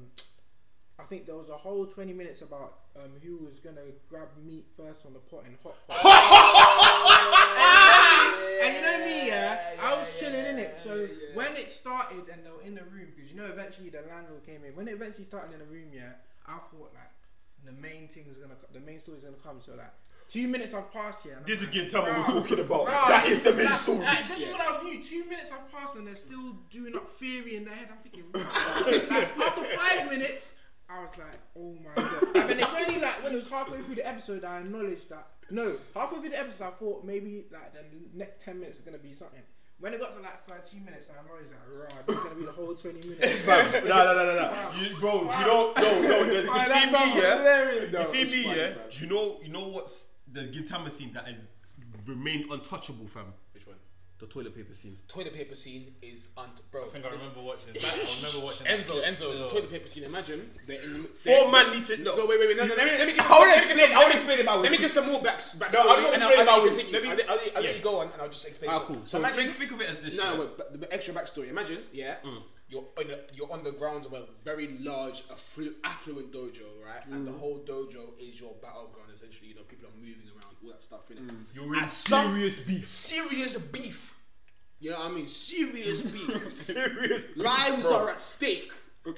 C: I think there was a whole 20 minutes about um, who was gonna grab meat first on the pot and hot pot. and you know me, yeah, I was chilling in it. So when it started and they were in the room, because you know eventually the landlord came in. When it eventually started in the room, yeah, I thought like the main thing is gonna, co- the main story is gonna come. So like. Two minutes have passed here. and I'm
D: this is
C: like,
D: Gintama
C: "Bruh,
D: we're talking about.
C: Bruh,
D: that is the main
C: that-
D: story.
C: that- this is what I knew. Two minutes have passed and they're still doing up theory in their head. I'm thinking, "Bruh." after five minutes, I was like, oh my god. And then it's only like when it was halfway through the episode, I acknowledged that. No, halfway through the episode, I thought maybe like the next 10 minutes is going to be something. When it got to like 13 minutes, I acknowledged that, right, this is going to be the whole 20 minutes.
D: Fam, no, no, no, no, no. You, bro, you don't, no, no. There's, you see me, yeah. You see me, yeah. Do you know, you know what's the Gintama scene that has remained untouchable, fam?
B: Which one?
D: The toilet paper scene.
B: Toilet paper scene is unt, bro.
H: I think I remember watching. That. I remember watching. that.
B: Enzo, Enzo,
H: Still.
B: toilet paper scene. Imagine they're in.
D: Four
B: they're-
D: man need to
B: No, wait, wait, wait. No, no, let me, let me give.
D: I
B: let
D: would
B: me give
D: explain.
B: some-
D: I would explain about.
B: Let me give some more back backstory.
D: No, I'll just
B: and
D: explain
B: I'll, I'll
D: about it.
B: continue.
D: Let me-
B: I'll, I'll, I'll
D: Yeah.
B: let you go on, and I'll just explain.
D: Ah,
B: some.
D: cool.
B: So
D: So
B: imagine,
D: think, think of it as this.
B: no,
D: yeah.
B: no, wait, but the extra backstory. Imagine, yeah, you're on a, you're on the grounds of a very large, afflu- affluent dojo, right? And the whole dojo is your battleground. Essentially, you know, people are moving around, all that stuff. In it,
D: You're in
B: At some-
D: serious beef.
B: serious beef. You know what I mean? Serious beef.
D: Serious.
B: Lives are at stake.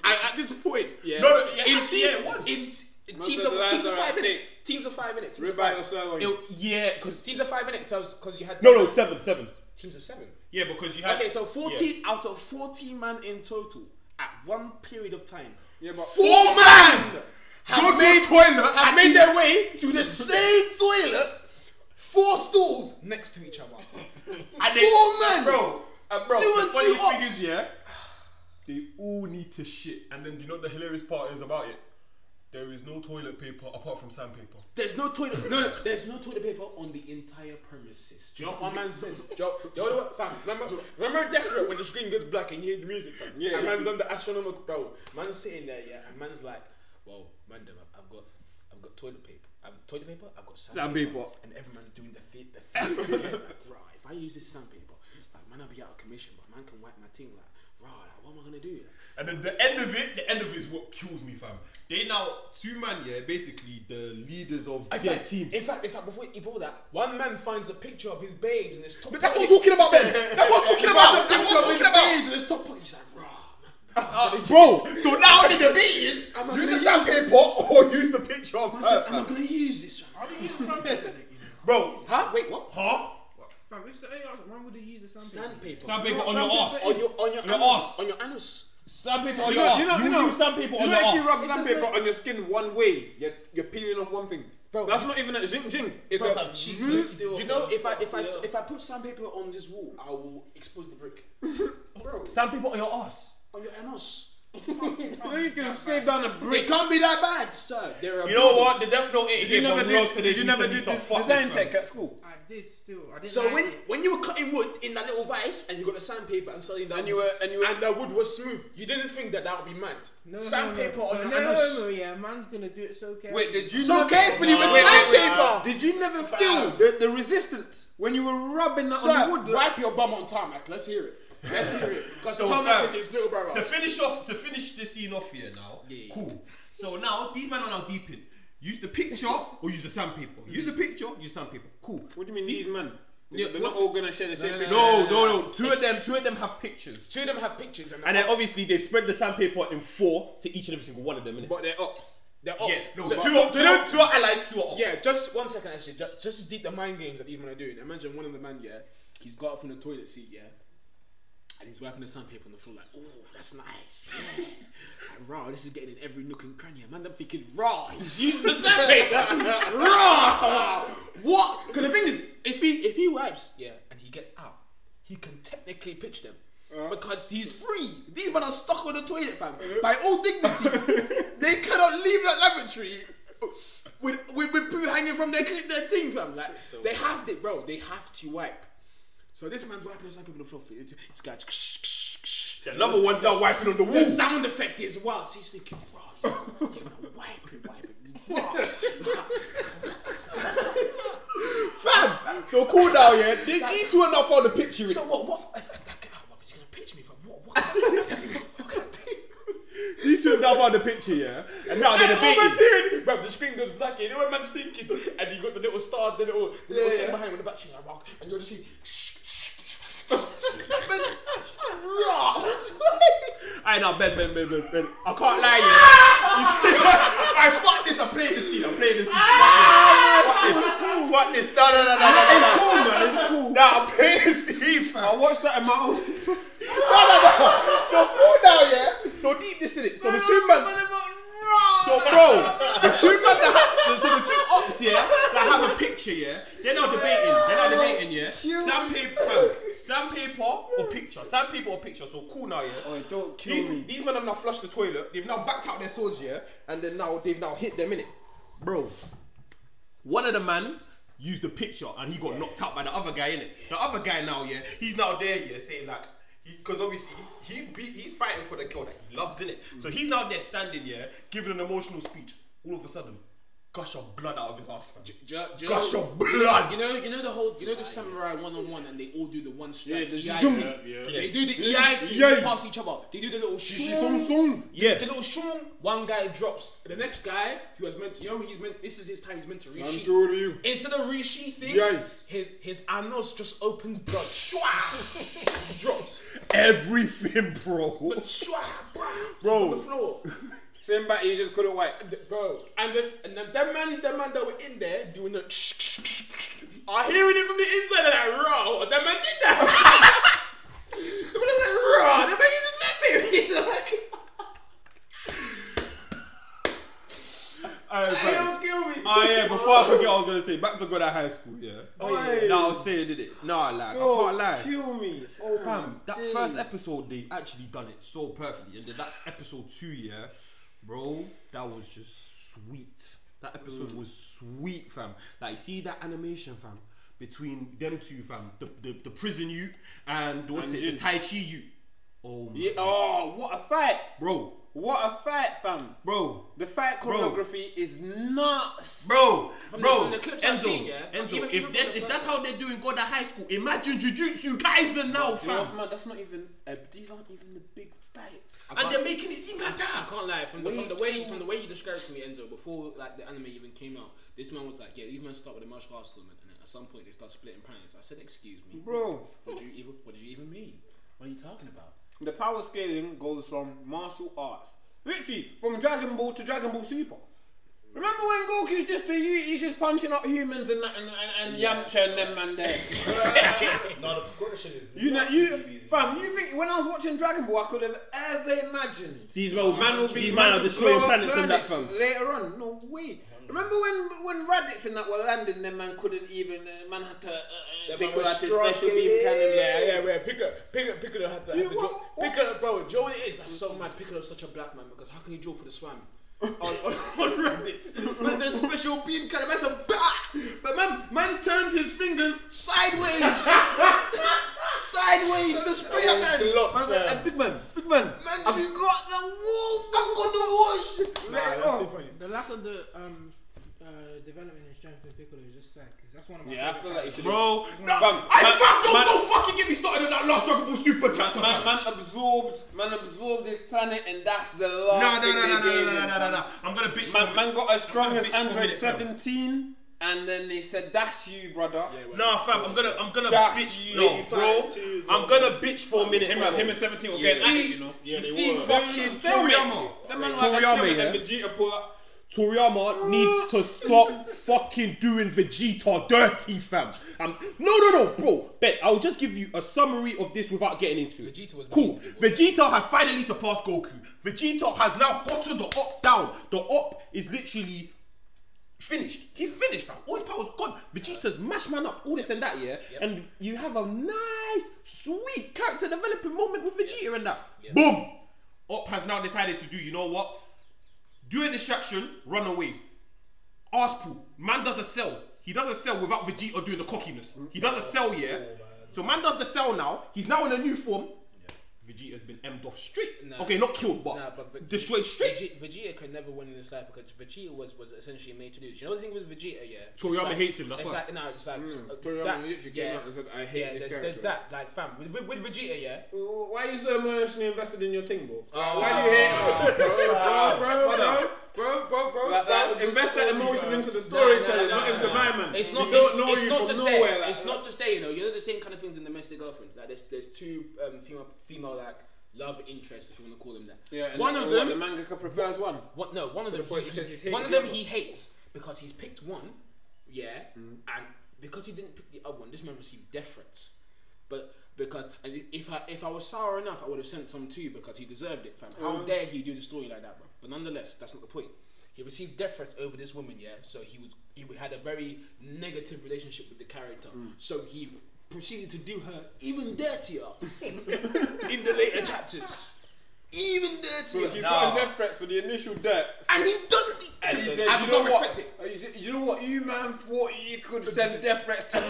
B: I, at this point, yeah.
D: No, no, yeah,
B: in
D: actually,
B: teams,
D: yeah, it was.
B: in t- teams
A: of
B: of
A: the lives
B: teams of
A: are at
B: five minutes. Teams of five minutes. Teams of
A: Revive
B: five.
A: yourself.
B: It'll-
D: Yeah, because
B: Teams of five minutes because you had
D: no, no, seven, seven.
B: teams of seven.
D: Yeah, because you have.
B: Okay, so fourteen out of fourteen man in total at one period of time.
A: Yeah, but
B: Four man
D: Go
B: have
D: to
B: made,
D: the toilet
B: have
D: and
B: made
D: eat.
B: their way to the same toilet, four stools next to each other.
D: and
B: four men.
D: bro.
H: uh,
D: And bro,
B: Two
D: the
B: and two
D: funniest thing
B: ups.
D: is, yeah, they all need to shit, and then you know the hilarious part is about it.
H: There is no toilet paper apart from sandpaper.
B: There's no toilet. No, no, there's no toilet paper on the entire premises. Do you know what my man says? Do you know, do you know what, fam? Remember, remember Death Row when the screen goes black and you hear the music, fam? Yeah. And man's done the astronomical, bro. Man's sitting there, yeah, and man's like, well, man, them, I've, I've got, I've got toilet paper. I've toilet paper. I've got sandpaper.
D: Sandpaper.
B: And every man's doing the fit. The fit. yeah, like, rah, if I use this sandpaper, like, man, I'll be out of commission, but man can wipe my team. Like, rah, like, what am I gonna do? Like,
H: And then the end of it, the end of it is what kills me, fam. They now two man, yeah, basically the leaders of
B: In
H: their
B: fact-
H: teams.
B: In fact, in fact, before, before that, one man finds a picture of his babes and his top.
D: But that's what I'm talking about, Ben. That's what I'm talking about. That's what I'm talking about.
B: Babes and his top. pocket. He's like, rah, man.
D: Bro, so now in the meeting,
B: Am I
D: use the
B: gonna
D: sandpaper or use the picture of
B: I
D: her.
B: said, am I gonna use this? Right?
C: How do you use a sandpaper? Nick, you know?
D: Bro,
B: Huh? Wait, what?
H: huh?
C: Fam, if it's the only option, why would they use a sandpaper?
B: Sandpaper.
H: Sandpaper on your ass.
B: On your on your
H: Your
B: anus.
H: ass.
B: On your anus.
H: Sandpaper on
A: You
H: your
A: know-
H: ass.
A: you know- you
H: You
A: know-
H: use sandpaper
A: You
H: on
A: know
H: your
A: if you
H: ass.
A: rub sandpaper on your skin one way, you're, you're peeling off one thing.
B: Bro,
A: that's
B: you-
A: not even a zing zing. It's
F: Plus
A: a
F: our cheeks are still.
B: hmm? You know, if I if I if I put sandpaper on this wall, I will expose the brick. Bro,
D: sandpaper on your ass.
B: on your anus.
A: You know you can shave down a
B: It
A: brick.
B: can't be that bad, sir. There are
H: You know
B: buildings.
H: what? The Death Note ain't
A: You
H: here,
A: never
H: but
A: did.
H: Rose today.
A: Did you never did
H: some
A: this
H: fuck
A: design
H: this, fam.
A: tech at school?
C: I did still. I did.
B: So
C: like
B: when
C: it.
B: when you were cutting wood in that little vice and you got the sandpaper and suddenly that
A: And you were and you were
B: and the wood was smooth, you didn't think that that would be mad.
C: No,
B: sandpaper
C: no, no,
B: on
C: no,
B: your
C: no,
B: anus.
C: no, no, yeah, man's gonna do it so carefully.
A: Wait, did you
B: So
A: never-
B: carefully with
A: Wait, wait, wait. uh,
B: sandpaper.
A: Did you never feel the, the resistance when you were rubbing that on
B: Sir,
A: the wood?
B: wipe your bum on tarmac. Let's hear it. Let's hear it. Because
H: So,
B: tarmac
H: fam,
B: is his little brother.
H: to finish off to finish this scene off here now.
B: yeah.
H: Cool. So now these men are now deep in. Use the picture or use the sandpaper. Use the picture, use sandpaper. Cool.
A: What do you mean these men?
H: Yeah,
A: They're not
H: what's-
A: all gonna share the same picture.
H: No, no, no. Two of them, two of them have pictures.
B: Two of them have pictures and,
D: And then obviously they've spread the sandpaper in four to each and every single one of them, innit?
A: But they're ops.
B: they're
D: Oh,
B: ops.
H: Yes, no,
B: So-
H: two,
B: but-
H: are, two, are, two are allies, two are ops.
B: Yeah, just one second actually. Just, just to deep the mind games that these men are doing. Imagine one of the men, yeah, he's got up from the toilet seat, yeah, and he's wiping the sandpaper on the floor, like, oh, that's nice. Yeah. Like, raw, this is getting in every nook and cranny. Man, I'm thinking, raw, he's using the sandpaper. raw! What? Because the thing is, if he if he wipes, yeah, and he gets out, he can technically pitch them. Because he's free. These men are stuck on the toilet, fam. By all dignity, they cannot leave that lavatory with with, with poo hanging from their cli- their thing, fam. Like they have to, bro. They have to wipe. So this man's wiping his people on the floor. It's, it's guys.
H: Another one's now wiping on the
B: The
H: wall.
B: sound effect is wild. So he's thinking, bro, he's, he's gonna wipe it, wipe it, raw.
D: So cool now, yeah. They, these two are now found the picture.
B: Fam. So what? What? If, if I get out, what, is he gonna pitch me? Fam? What? What? Can I, what can I do?
D: These two have now found the picture, yeah. And now they're debating.
B: Bro, the screen goes black. You know what man's thinking, and you got the little star, the little, the little thing behind with the battery, like, rock, and you're just seeing.
D: Alright now, Ben, Ben, Ben, Ben, Ben. I can't lie, yeah. I fuck this. I'm playing this scene. I'm playing this scene. Fuck this. Fuck this. No, no, no, no, no, no.
A: Cool man, it's cool.
D: Nah, I'm playing this scene, fam.
A: I watched that in my own.
D: So cool now, yeah. So deep this in it. So the two man. So bro, the two man that have, so the two ops yeah that have a picture yeah.
H: They're now debating. They're now debating, yeah. Sandpaper, sandpaper or picture. Sandpaper or picture. So cool now, yeah.
A: Don't kill
D: These, these men have now flushed the toilet. They've now backed out their swords yeah, and then now they've now hit them in it. Bro, one of the man used the picture and he got knocked out by the other guy in it.
H: The other guy now, yeah, he's now there, yeah, saying like, because obviously he's be, he's fighting for the girl that he loves, in it. So he's now there standing, yeah, giving an emotional speech. All of a sudden, gush of blood out of his ass, fam. Gush of blood.
B: You know, you know the whole, you know the samurai one on one, and they all do the one strike.
A: the
B: EI
A: zoom.
B: team. They do the EI team,
A: Yeah.
B: pass each other. They do the little
A: Zoom
B: shoom.
A: zoom.
D: Yeah.
B: The little shoom. One guy drops. The next guy who was meant to, you know, he's meant. This is his time. He's meant to resheath.
A: you.
B: Instead of resheathing,
A: Yeah.
B: his his anus just opens blood. Shwa! drops.
D: Everything, bro.
B: But shwa,
D: Bro.
B: On the floor.
A: Same back, you just couldn't wipe.
B: Bro, and the, and the, them man, them man that were in there doing the are hearing it from the inside. They're like, raw, that man did that. the man is like, raw, that man used the same
D: Alright,
B: They
D: fam.
B: don't kill me.
D: Oh yeah, before I forget, I was gonna say back to God at high school. Yeah. Oh yeah. Now I was saying, did it? Nah, like I can't lie.
A: Kill me. Oh
D: Fam, that first episode they actually done it so perfectly, and then that's episode two, yeah, bro, that was just sweet. That episode was sweet, fam. Like, you see that animation, fam, between them two, fam, the the, the prison you and what's it, the Tai Chi you. Oh my,
A: Yeah, oh, what a fight!
D: bro,
A: What a fight, fam!
D: bro,
A: The fight choreography is nuts.
D: bro, bro.
B: from the clips
D: Enzo,
B: I've seen, yeah,
D: Enzo,
B: even- even
D: if that's
B: from the
D: if that's how they're doing God at High School, imagine Jujutsu Kaisen now,
A: You know
D: fam.
A: what's mad? That's not even. Uh, these aren't even the big fights.
D: And they're making it seem like that.
B: I can't lie. From the,
A: Way
B: from the way
A: too-
B: from the way you described it to me, Enzo, before like the anime even came out, this man was like, "Yeah, these men start with a martial arts tournament, and then at some point they start splitting pants." I said, "Excuse me,
A: Bro,
B: What do you even What did you even mean? What are you talking about?"
A: the power scaling goes from martial arts, literally from Dragon Ball to Dragon Ball Super. Remember when Goku's just a, he's just punching up humans and that and, and, and Yamcha and them and there.
F: no, the progression is.
A: You know,
F: nuts in
A: you
F: DBZ.
A: fam, you think when I was watching Dragon Ball, I could have ever imagined
D: These man,
A: man will be
D: these man are destroying planets, and that, fam.
A: Later on, no way. Remember when when Raditz and that were landing, them man couldn't even uh, man had to uh, uh,
F: Them
A: pick
F: man
A: out his
F: was
A: special beam
F: struggling.
A: kind of
B: Yeah, yeah, yeah. Piccolo, Piccolo, Piccolo had to.
A: You
B: Have to draw.
A: what- what-
B: Piccolo, bro, do you know what it is? That's so mad. Piccolo's such a black man because how can you draw for the swam? on, on, on Reddit, man's a special beam kind of man's a bah! But man, man turned his fingers sideways, sideways to spray at man.
A: Man, uh, big man, big man. I've got the wall. I've got the wash. Let it
F: that's
A: on.
F: so funny.
C: The lack of the um, uh, development and strength in Piccolo is just sad because that's one of my
A: Yeah, I
C: favorite
A: feel like you
C: characters.
A: should.
D: Bro, no,
A: Fam,
D: I
A: man-
D: fam, don't,
A: man-
D: don't fucking get me started on that last Dragon Ball Super chapter.
A: Man,
D: fam.
A: man absorbed, man absorbed his planet, and that's the last.
D: Nah, nah,
A: thing
D: nah,
A: they
D: nah, nah,
A: gave
D: nah,
A: him,
D: nah, nah, nah,
A: fam.
D: nah. I'm gonna bitch. for a
A: Man,
D: minute.
A: man got as
D: I'm
A: strong
D: gonna
A: as
D: bitch for a
A: Android
D: minute,
A: 17,
D: fam.
A: and then they said, "That's you, brother."
D: Nah, fam, I'm gonna, I'm gonna
A: That's
D: bitch.
A: you,
D: No,
A: 85
D: bro,
F: twos,
D: I'm gonna bitch for a minute.
A: Him, and- him and 17 were getting at it, you know.
D: you
F: they
D: see,
F: were.
D: fucking Toriyama.
A: That man was
D: Toriyama,
A: and
D: yeah.
A: Vegeta pull up.
D: Toriyama needs to stop fucking doing Vegeta dirty, fam. Um, no, no, no, bro. Bet I'll just give you a summary of this without getting into it. Vegeta was cool. Vegeta has finally surpassed Goku. Vegeta has now gotten the up down. The up is literally finished. He's finished, fam. All his power's gone. Vegeta's mashed man up, all this and that, yeah. And you have a nice, sweet character developing moment with Vegeta and that. Boom. Up has now decided to do. You know what? Do a distraction, run away. Arsenal, man does a sell. He does a sell without Vegeta doing the cockiness. He does a sell,
A: Oh,
D: yeah. So man does the sell now. He's now in a new form. Vegeta's been emmed off straight.
B: Nah.
D: Okay, not killed, but,
B: Nah, but Veg-
D: destroyed straight.
B: Vegeta, Vegeta could never win in this life because Vegeta was, was essentially made to lose. You know the thing with Vegeta, yeah. It's
D: Toriyama
B: like-
D: hates him, that's
B: it's
D: why.
B: Like, nah, it's like uh,
G: Mm. Toriyama
B: that-
G: literally came out and said, "I hate
B: yeah,
G: this
B: there's, there's that, like, fam, with, with, with Vegeta, yeah.
G: Why are you so emotionally invested in your thing, bro?
B: Why
G: Why you hate bro, bro, bro, bro, bro, bro?
A: Like, like,
G: invest that emotion into the storytelling, not into my man.
B: It's not.
G: We
B: It's,
G: don't know
B: it's
G: you
B: not
G: from
B: just
G: nowhere.
B: there.
G: like
B: it's
G: that.
B: not just there. You know, you know the same kind of things in domestic girlfriend. Like there's there's two um, female female like love interests if you want to call them that.
A: Yeah,
B: One of them.
A: The mangaka prefers one.
B: What? No. One of them.
G: point he
B: he-
G: says he's hating
B: one of
G: the
B: them
G: other.
B: he hates because he's picked one. Yeah.
G: Mm.
B: And because he didn't pick the other one, this man received death threats. But because and i- if I if I was sour enough, I would have sent some too because he deserved it, fam. How dare he do the story like that, bro? But nonetheless, that's not the point. He received death threats over this woman, yeah. So he was he had a very negative relationship with the character.
G: Mm.
B: So he proceeded to do her even dirtier in the later chapters. Even dirtier.
A: He's got death threats for the initial dirt.
B: And he's done
A: He
B: it.
A: said,
B: I
A: you know
B: don't
A: what?
B: respect it.
A: Uh, he said, You know what? You man thought you could send death threats to me.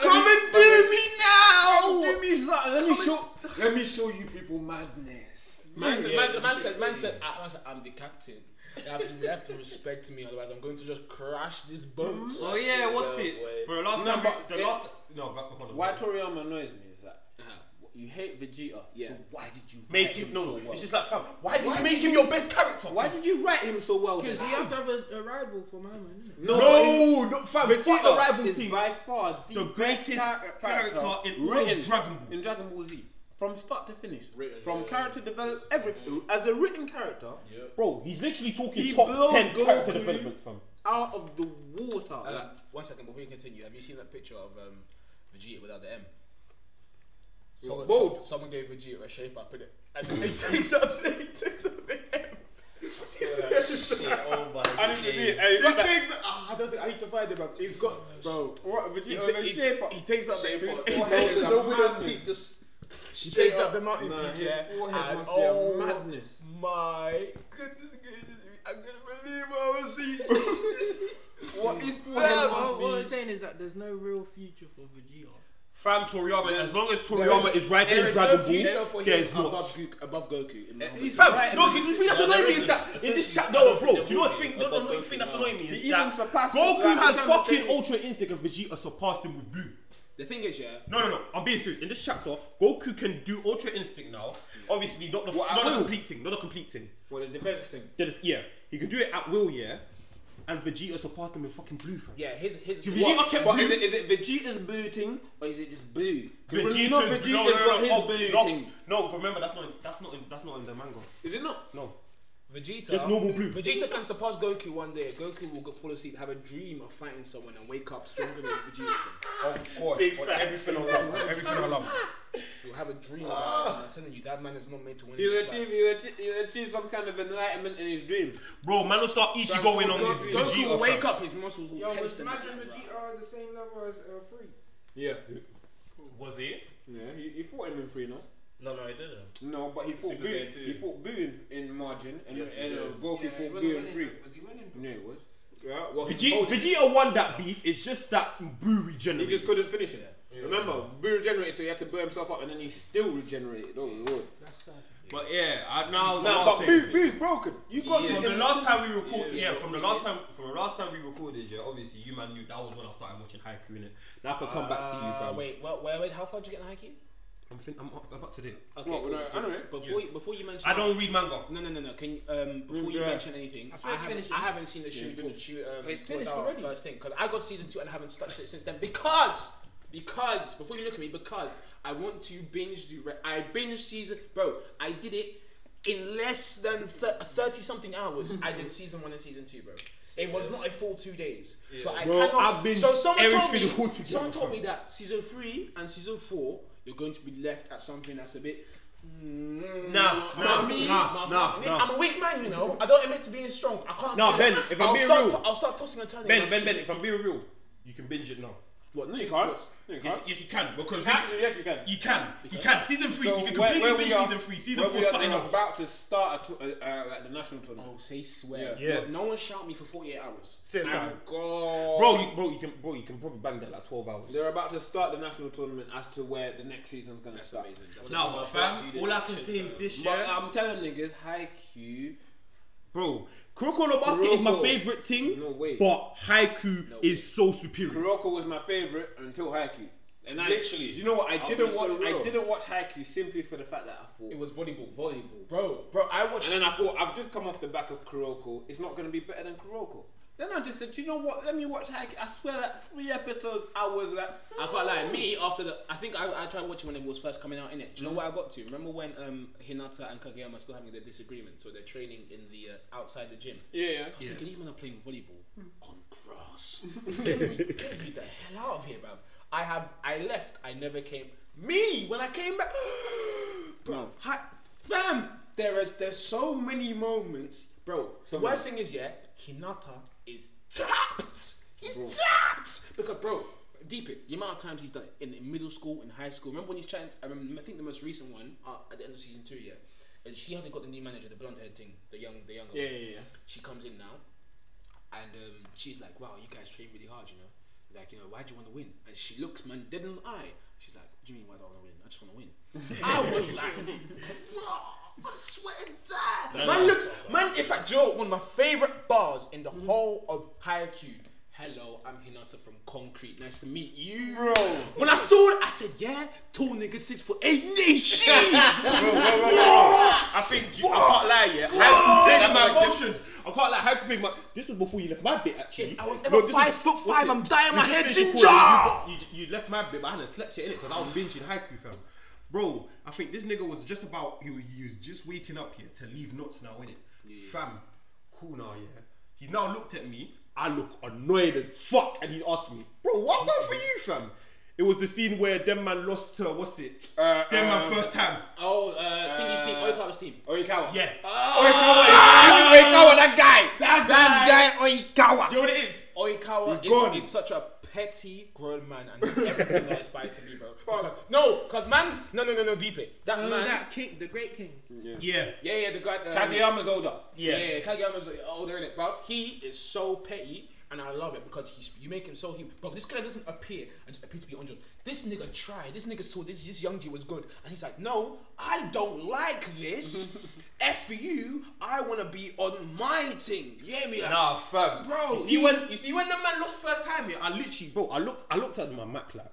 A: Come and do me now. Do me something. Let me show. Let me show you people madness.
B: Man said, man, said- man said, man said, I- man said, I'm the captain. You have, you have to respect me, otherwise I'm going to just crash this boat. uh,
D: Oh yeah, what's
F: Yeah,
D: it?
F: boy.
D: For the last
A: No,
D: time,
A: but
D: the
A: it-
D: last no, but hold on.
A: Why
D: hold on.
A: Toriyama annoys me is that
B: Uh-huh.
A: you hate Vegeta. So why did you
D: make
A: write
D: him
A: him
D: no?
A: so well?
D: It's just like fam. Why did you make him your best character?
A: Why did you write him so well?
C: Because
A: then?
C: you have to have a, a rival for my man. innit?
A: No,
D: No, no fam. Fuck the
A: Vegeta
D: rival
A: is
D: team.
A: by far the,
D: The
A: best
D: greatest
A: char-
D: character in all of
A: written
D: Dragon Ball.
A: in Dragon Ball Z. From start to finish,
F: Written,
A: from
F: yeah.
A: character develop everything as a written character
D: Bro, he's literally talking
A: He
D: top
A: blows
D: ten character
A: Goku.
D: developments, fam.
A: out of the water.
B: Uh, one second before you continue, have you seen that picture of um, Vegeta without the M? Someone, so, someone gave Vegeta a shape up in it. And he takes up, he takes up the M.
F: Yeah, shit, oh my
A: I need to see it.
F: days.
A: Hey, you got that-
G: Takes, ah, I don't think I need to find it, bro. He's got, bro.
A: What
G: He,
A: Vegeta? oh,
G: ta- he,
A: shape
G: he takes up the
F: Shape
G: image.
F: up.
G: He
F: Oh,
G: takes
F: it's
G: up
F: a widow's
A: madness.
F: peak, just
B: She
D: Straight
B: takes up
D: up.
B: the mountain
A: Nah,
B: peak,
A: his
B: yeah.
A: forehead
B: and
A: must be
B: oh
A: a madness.
B: my goodness gracious, I couldn't believe what I was seeing.
A: What is forehead
C: Well,
A: must
C: what, what I'm
A: be?
C: saying is that there's no real future for Vegeta.
D: Fam Toriyama, as long as Toriyama is, writing Dragon Ball, there is not.
B: above, Goku, above Goku. In my opinion.
A: He's
D: Fam,
A: right
D: no,
A: in the-
D: can you think that's
F: No,
D: annoying
F: there
D: me? Is that
F: isn't.
D: in this
F: Essentially,
D: chat? No,
F: above
D: bro.
F: the
D: Do you know what's
F: movie,
D: thing? No, no,
F: above
D: no. You
F: the
D: think that's
F: movie.
D: annoying me? Is
A: He
D: that
A: even surpassed
D: Goku
A: Goku
D: has
A: in terms of
D: fucking
A: dating.
D: Ultra Instinct and Vegeta surpassed him with blue.
B: The thing is, yeah.
D: No, no, no. I'm being serious. In this chapter, Goku can do Ultra Instinct now. Obviously, not the
A: What, at
D: not the
A: will?
D: complete thing. Not the complete thing.
A: Well, the defense thing.
D: That is, yeah, he can do it at will. Yeah, and Vegeta surpassed him with fucking blue. Fam.
B: Yeah, his his.
D: Do Vegeta kept
A: But
D: blue.
A: is it, is it Vegeta's booting or is it just blue? 'Cause
D: Vegeta's-
A: you know
D: no,
A: Vegeta's
D: no, no,
A: got
D: no,
A: his
D: oh, no,
A: booting.
D: no, remember that's not in, that's not in, that's not in the manga.
A: Is it not?
D: No,
B: Vegeta.
D: just normal blue.
B: Vegeta can surpass Goku one day. Goku will go fall asleep, have a dream of fighting someone, and wake up stronger than Vegeta.
D: Oh God,
F: Big
D: on
F: facts.
D: everything I love, everything I love.
B: You'll have a dream about it. and I'm telling you, that man is not made to win.
A: You
B: this
A: achieve,
B: fight.
A: you achieve, you achieve some kind of enlightenment in his dream.
D: Bro, man will start Ichigo in on
B: Goku,
D: Vegeta.
B: Goku will
D: fam.
B: wake up, his muscles will
C: Yo,
B: tense
C: imagine
B: them.
C: Vegeta on the same level as uh, Free.
A: Yeah.
H: Was it?
A: Yeah, he, he fought him in three, no?
H: No, no, it didn't.
A: No, but he fought
H: Super
A: Boo.
H: Saiyan two.
A: He fought Boo in, in margin, and,
H: Yes, he
A: and uh,
H: did.
A: Goku
C: Yeah, he
A: fought
C: wasn't
A: Boo in
C: winning,
A: three.
C: Was he winning?
A: Yeah, it was. Yeah, well, he,
D: Vegeta,
A: told him.
D: Vegeta won that beef. It's just that blue
A: he
D: regenerated.
A: just couldn't finish it. Remember, Boo regenerated, so he had to burn himself up, and then he still regenerated. Oh lord!
C: That's sad.
D: But yeah, I, now
A: Nah, but Boo, Boo's broken. You got
D: From the
A: to.
D: last time we recorded, yeah, from the last time, from the last time we recorded, yeah, obviously you man knew that was when I started watching Haiku innit? Now I can come back to you,
B: Uh,
D: fam.
B: wait, well, where, wait, how far did you get in Haikyuu?
D: I'm, fin- I'm up- I'm up to date.
B: Okay,
A: What,
B: cool.
A: no, anyway?
B: Before, you, before you mention,
D: I don't read manga.
B: No, no, no, no. Can you, um, before
A: Remember
B: you
A: that?
B: mention anything,
C: I saw
B: I,
C: it's
B: haven't,
C: finishing.
B: I haven't seen the shoe
A: it's
B: yeah, shoot, um,
C: It's finished
B: towards our
C: already.
B: First thing, because I got season two and I haven't touched it since then. Because, because before you look at me, because I want to binge the. Re- I binge season, bro. I did it in less than thirty something hours. I did season one and season two, bro. It was not a full two days, so I
D: Bro,
B: cannot.
D: I binged
B: so someone told me,
D: everything altogether,
B: someone told
D: fam.
B: me that season three and season four, you're going to be left at something that's a bit. Mm,
D: Nah, nah,
B: Mummy,
D: nah,
B: mummy.
D: nah, nah.
B: I'm a weak man, you know. I don't admit to being strong. I can't.
D: Nah,
B: do
D: Ben,
B: that.
D: if I'm
B: I'll
D: being
B: start,
D: real-
B: I'll start tossing and turning.
D: Ben,
B: I'll-
D: Ben, Ben, if I'm being real, you can binge it now.
B: What?
A: No,
B: two
A: you can't.
B: plus?
A: No, you
D: Yes,
A: can't.
D: yes, you can because you,
A: Actually, yes, you can.
D: you can, you can. Season three,
A: So
D: you can
A: where-
D: completely
A: where we
D: binge
A: are-
D: season three. Season
A: where
D: four,
A: we are
D: something else.
A: about to start a to- uh, uh, like the national tournament.
B: Oh, say swear.
D: Yeah.
B: No- No one shout me for 48 hours.
D: Same
B: And
D: time.
B: God.
D: Bro, you, bro, you can, bro, you can probably bang that like twelve hours.
A: They're about to start the national tournament as to where the next season's gonna
B: That's
A: start.
B: amazing. That's
D: Now, but fam,
F: do
D: all I
F: that
D: can
F: shit,
D: say is this
A: But
D: year,
A: I'm telling niggas, Haikyuu.
D: bro. Kuroko no Basket is my
A: Kuroko.
D: favorite thing,
A: No way.
D: but Haiku is so superior.
A: Kuroko was my favorite until Haikyuu. And I,
F: Literally.
A: you know what? I
F: I'll
A: didn't
F: be
A: watch.
F: so
A: I
F: real.
A: didn't watch Haikyuu simply for the fact that I thought.
B: It was volleyball. Volleyball. Bro, bro, I watched.
A: And then I thought, I've just come off the back of Kuroko. It's not going to be better than Kuroko. Then I just said, you know what? Let me watch Haikyuu. I swear that three episodes, I was like,
B: I can't lie. Me after the, I think I, I tried watching when it was first coming out. In it, do you know what I got to? Remember when um, Hinata and Kageyama are still having their disagreement, so they're training in the uh, outside the gym.
A: yeah, yeah.
B: I was thinking these men are playing volleyball on grass. get, me, get me the hell out of here, bruv. I have I left, I never came. Me when I came back Bro,
A: No.
B: hi, fam, there is there's so many moments. Bro, the worst thing is yeah, Hinata is tapped! He's tapped! Because bro, deep it, the amount of times he's done it in, in middle school and high school. Remember when he's trying I remember, I think the most recent one uh, at the end of season two, yeah. Is she had got the new manager, the blonde haired thing, the young the younger
A: Yeah,
B: one.
A: yeah, yeah.
B: She comes in now, and um, she's like, "Wow, you guys train really hard, you know? Like, you know, why do you want to win?" And she looks man dead in the eye. She's like, "What do you mean why do I want to win? I just want to win." I was like, "Whoa, I swear to God!" Man looks, man. In fact, Joe, one of my favorite bars in the whole of Haikyuu. Hello, I'm Hinata from Concrete. Nice to meet you, bro. When I saw it, I said, "Yeah, tall nigga, six foot eight, nation."
D: I think I can't lie, yeah. Haiku big my emotions. I can't lie, Haiku big my. This was before you left my bit, actually.
B: I was
D: No,
B: ever
D: this
B: five foot
D: what's
B: five.
D: it?
B: I'm dying my
D: You
B: head,
D: finished
B: ginger.
D: recording, You, you, you left my bit, but I hadn't slept yet in it because I was binging Haiku, fam. Bro, I think this nigga was just about. He was, he was just waking up here to leave nuts now, innit? Fam, cool now, yeah. He's now looked at me. I look annoyed as fuck, and he's asking me, bro, what going for you, fam? It was the scene where them man lost to what's it?
A: Uh,
D: them man
A: uh,
D: first time.
B: Oh, uh, thingy, see, Oikawa's team.
A: Oikawa.
D: Yeah.
A: Oikawa, that guy.
B: That guy.
A: That guy, Oikawa.
B: Do you know what it is? Oikawa
A: He's gone.
B: is, is such a petty grown man, and that's everything that inspired to me, bro. Because, no, cause man, no, no, no, no, deep it. That
C: Oh,
B: man,
C: that king, the great king.
H: Yeah.
B: yeah, yeah, the guy. Um,
A: Kageyama's older.
B: Yeah, yeah, Kageyama's older in it, bro. He is so petty, and I love it because he's you make him so human. Bro, this guy doesn't appear and just appear to be on This nigga tried. This nigga saw this this young G was good, and he's like, no, I don't like this. F you, I wanna be on my thing. You hear me? Like,
H: Nah, fam.
B: Bro,
H: you see
B: he-
H: when you see when the man lost first time, yeah, I literally,
D: Bro, I looked, I looked at my Mac like,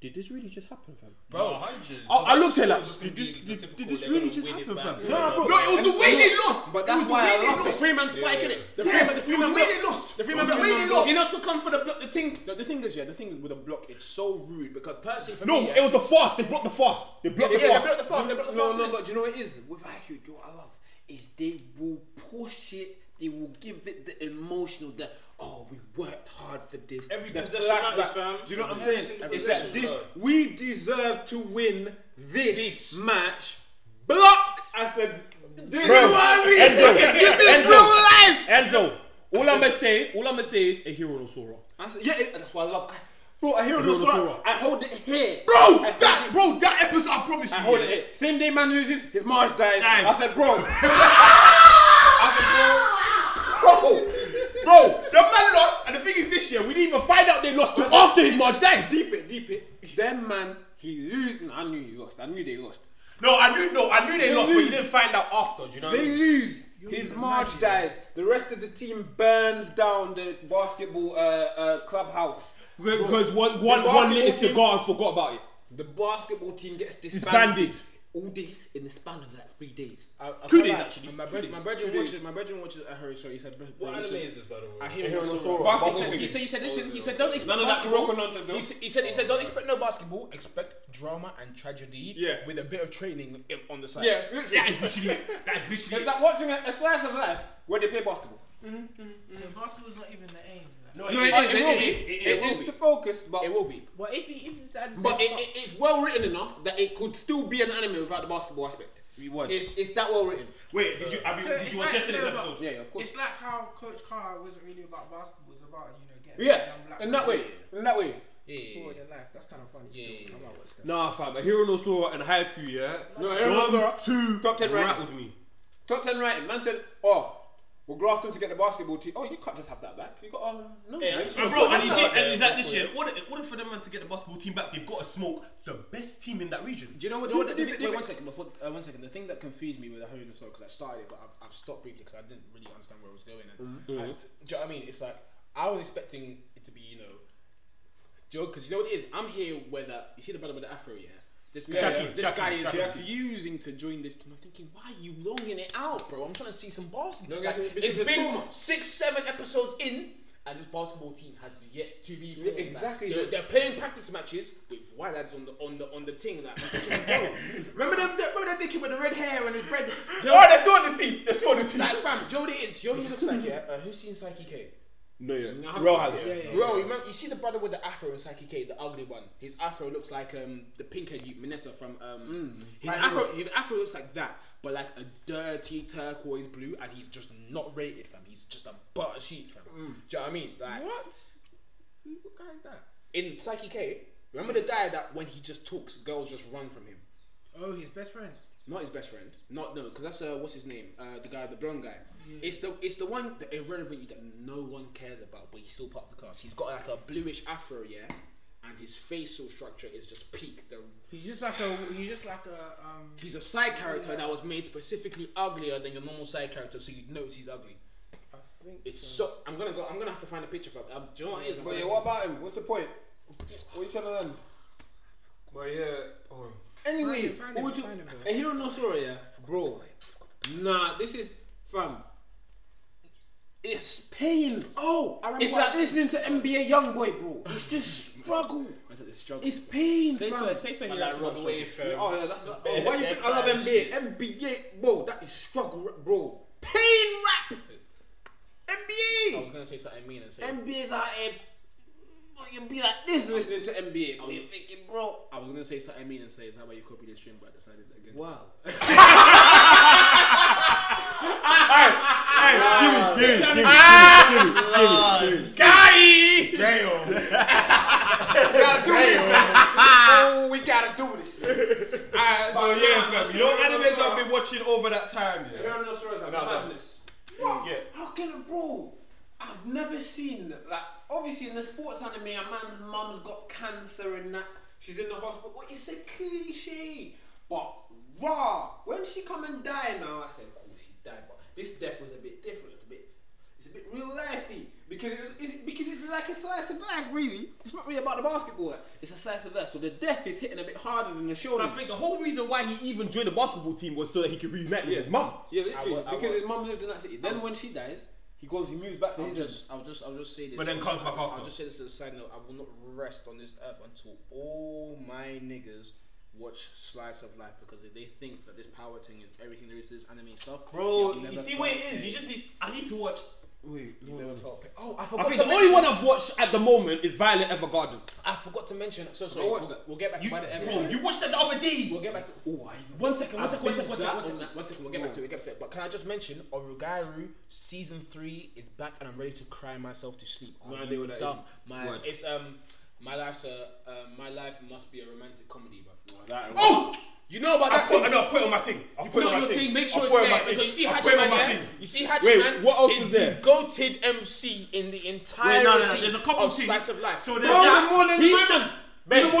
D: did this really just happen, fam?
H: bro, hundred.
D: I, I looked at it
H: Just
D: like,
H: gonna
D: did this,
H: be the
D: did,
H: typical,
D: did this
H: they're
D: really
H: gonna
D: just
H: win it
D: happen,
H: back.
D: fam?
H: Yeah.
D: Nah, bro.
H: No, it was the way they lost.
A: But that's
H: it was the way
A: why I
H: they
A: love it.
H: lost.
B: Free man spike in it. The free man, the free man
H: the way
B: block.
H: they lost.
B: The free man
H: The
B: block.
H: way they lost.
B: You know to come for the block. The thing, the, the thing is, yeah, the thing is with the block, it's so rude because personally for
D: No,
B: me, yeah,
D: it was the fast. They blocked the fast. They blocked
B: yeah,
D: the
B: they
D: fast.
B: blocked the fast. They blocked the
A: No,
B: fast.
A: no, but do you know what it is? With IQ, do you know what I love? Is they will push it, they will give it the emotional that, oh, we worked hard for this.
F: Every
A: The
F: possession
A: flashback.
F: matters, fam.
A: Do you know what I'm
F: Every
A: saying?
F: single
A: It's that
F: possession,
A: this,
F: bro.
A: we deserve to win this, match. Block! I said, do you know what I mean?
D: Enzo.
A: this is
D: Enzo.
A: real life!
D: Enzo, all I'm gonna say, all I'm gonna say is a hero no sorrow.
A: I said, yeah, it- that's what I love. I, bro, I hear it
D: Hero
A: on
D: no
A: the
D: sorrow.
A: I hold it here.
D: Bro,
A: I hold
D: that-
A: it-
D: bro, that episode, I promise you.
A: I hold it here. Same day man loses, his Marge dies.
D: Dies.
A: I said, bro.
D: Bro, bro, the man lost, and the thing is, this year we didn't even find out they lost till after his March died.
A: deep it, deep it. Then man, he lose. No, I knew he lost. I knew they lost.
H: No, I knew no, I knew they
A: They
H: lost, but you
A: lose.
H: didn't find out after. Do you know? What I
A: They
H: mean?
A: lose. His march dies. The rest of the team burns down the basketball uh, uh, clubhouse.
D: Because because one one
A: basketball
D: one little
A: team-
D: cigar and forgot about it.
A: The basketball team gets disbanded.
D: Disbanded.
A: All this in the span of like three days.
B: I, I
D: Two
B: feel
D: days,
B: like
D: actually.
B: My,
D: Two
B: brother,
D: days.
B: my brethren watches. My brethren watches a Harry show. He said, "What
F: anime is this, by the way?
B: I hear him.
A: Basketball
B: He said,
A: figure.
B: he said, he said, listen, he said, don't expect
A: None of that
B: basketball.
A: Kuroko nonsense, though.
B: He said, he said, he said, don't expect no basketball. Expect drama and tragedy.
A: Yeah.
B: with a bit of training in- on the side.
A: Yeah, literally.
H: That is literally. it. That is literally.
A: It's
H: it.
A: like watching a, a slice of life where they play basketball.
C: So basketball's not even the aim. Like.
H: No,
A: It,
H: it
A: will be.
H: is,
A: It,
H: It
A: is
H: is.
A: the focus, but
B: it will be.
C: But if he if he decided to
A: But
C: say
A: it,
C: fuck-
A: it, it's well written enough that it could still be an anime without the basketball aspect.
D: What?
A: It's, it's that well written.
H: Wait, did you have you
C: So
H: did
C: it's
H: you watch
C: like-
H: yesterday's
C: no, but-
H: episode?
A: Yeah, yeah, of course.
C: it's like how Coach Carr wasn't really about basketball. It's about you know getting
A: Yeah,
C: young black
A: in that way,
C: people
A: in that way.
C: forward in life. That's kind of funny. still. I might watch that.
D: Nah, fam, a hero no sorrow and Haiku, yeah.
A: No, Hero No
D: One,
A: Sorrow.
D: two,
A: Top ten ranked.
D: rattled me.
A: Top ten writing. Man said, "Oh, we'll graft him to get the basketball team. Oh, you can't just have that back. You got oh no. man.
H: And bro, and, you see, and it's like this year. In order, in order for the man to get the basketball team back, they've got to smoke the best team in that region.
B: Do you know what?
A: Do
B: what
A: it,
B: the-
A: do it,
B: wait,
A: do it.
B: one second. Before, uh, one second. The thing that confused me with the Harry Nassau because I started it, but I've, I've stopped briefly because I didn't really understand where I was going. And, and do you know what I mean? It's like I was expecting it to be, you know, Joe, because you know what it is. I'm here where the you see the brother with the afro, yeah. This guy,
H: Chucky,
B: this
H: Chucky,
B: guy is
H: Chucky.
B: refusing to join this team. I'm thinking, why are you longing it out, bro? I'm trying to see some basketball.
A: Don't
B: Like,
A: get me-
B: it's
A: it's
B: been
A: trauma.
B: six, seven episodes in, and this basketball team has yet to be formed. Like,
A: exactly.
B: they're, they're playing practice matches with white lads on the on the on the thing. Like, I'm thinking, bro, remember them? Remember that dickhead with the red hair and his red.
H: Oh, they're still on the team. They're still on the team.
B: Like fam, Joe, it is. Joe, he looks like yeah. Uh, who's seen Psyche K?
D: No, yeah.
A: No,
D: Real has
C: Yeah,
D: it.
C: yeah,
B: Bro, you, remember, you see the brother with the afro in Psyche K, the ugly one. His afro looks like um the pinkhead you Mineta from um.
C: Mm.
B: His afro, his afro looks like that, but like a dirty turquoise blue, and he's just not rated, fam. He's just a butter sheet, fam. Do you know what I mean? Like
C: Mm. What? Who what guy is that?
B: in Psyche K, remember the guy that when he just talks, girls just run from him.
C: Oh, his best friend.
B: Not his best friend. Not no, because that's uh, what's his name? Uh, the guy, the blonde guy. It's the it's the one the irrelevant that no one cares about, but he's still part of the cast. He's got like a bluish afro, yeah, and his facial structure is just peak. The,
C: He's just like a he's just like a um.
B: he's a side character that was made specifically uglier than your normal side character, so you notice he's ugly.
C: I think
B: It's so I'm gonna go. I'm gonna have to find a picture for. Um, do you know what it is? I'm
A: But yeah,
B: gonna-
A: what about him? What's the point? What are you trying to learn?
D: But yeah, oh.
A: Anyway,
C: Find him, find
A: what we
C: him,
A: do-
C: find him, bro.
A: a hero no story, yeah, bro. Nah, this is fam. It's pain.
B: Oh, I remember.
A: It's
B: what I
A: like listening to NBA YoungBoy, bro. It's just struggle.
B: I said, it's struggle.
A: It's pain,
B: Say so.
A: fam.
B: Say so. He
F: Like
B: likes
F: that
B: about
F: run away
B: struggle.
F: from.
A: Oh yeah, that's oh, why do you think I love NBA? NBA, bro, that is struggle, rap, bro. Pain rap.
B: I
A: NBA.
B: was gonna say something mean and say.
A: NBA's out here. You be like this listening to NBA, bro. You're thinking, bro.
B: I was gonna say something mean and say, is that why you copy this stream? But I decided it's against.
A: Wow.
D: Ah, Hey, give me, give me, give me, give me, give me, give me, give me, give me,
B: oh, we gotta do this.
D: Alright, so yeah, fam. You know what animes I've been watching over that time, yeah?
A: Tyrannosaurus and
D: No, no.
A: madness. What?
D: Yeah.
A: How can bro? I've never seen like obviously in the sports anime, a man's mum's got cancer and that she's in the hospital. Well, It's a cliche, but raw. When she come and die now, I said, cool, she died. But this death was a bit different, a bit. It's a bit real lifey because it was, it's, because it's like a slice of life, really. It's not really about the basketball. It's a slice of life. So the death is hitting a bit harder than the shoulder.
D: I think the whole reason why he even joined the basketball team was so that he could reunite with his mum.
A: Yeah, literally.
B: I wa- I
A: because
B: wa-
A: his mum lived in that city. Then when she dies, he goes, he moves back to
B: I'll
A: his
B: just, I'll just, I'll just say this.
D: But then comes back
B: I'll,
D: after.
B: I'll just say this as a side note. I will not rest on this earth until all my niggas watch Slice of Life because if they think that this power thing is everything there is to this anime stuff,
D: Bro,
B: you'll
D: you
B: never
D: see
B: felt-
D: what it is? You just need. I need to watch. Wait,
B: you'll never felt- Oh, I
D: I
B: forgot.
D: think
B: to
D: the only
B: mention-
D: one I've watched at the moment is Violet Evergarden.
B: I forgot to mention. So sorry.
A: I'll watch
B: We'll,
A: that.
B: we'll get back to
D: You,
B: by the end.
D: bro, you watched that the other day.
B: We'll get back to. Oh, one second, one second, one second, one second, one second, one second. We'll get back to it. We'll get back to it. But can I just mention, Orugairu season three is back, and I'm ready to cry myself to sleep. No
A: idea what that
B: dumb.
A: is.
B: My
D: Word.
B: it's um my life's a um, my life must be a romantic comedy, bro. That-
D: Oh!
B: you know about
H: I
B: that
H: put,
B: thing.
H: I know, I put it on my thing. I
B: You
H: put
B: put
H: it on
B: out
H: my
B: your
H: thing.
B: thing. Make
H: I
B: sure
H: put
B: it's
H: it on my
B: there
H: thing.
B: because you see
H: I put it on
B: Hachiman.
H: my
B: yeah?
H: thing.
B: You see Hachiman.
D: what else
B: is
D: is there?
B: The goated MC in the entirety
D: no, no, there's a couple
B: of
D: things.
B: slice of life.
D: So there's that.
A: more than
B: He's-
D: Ben,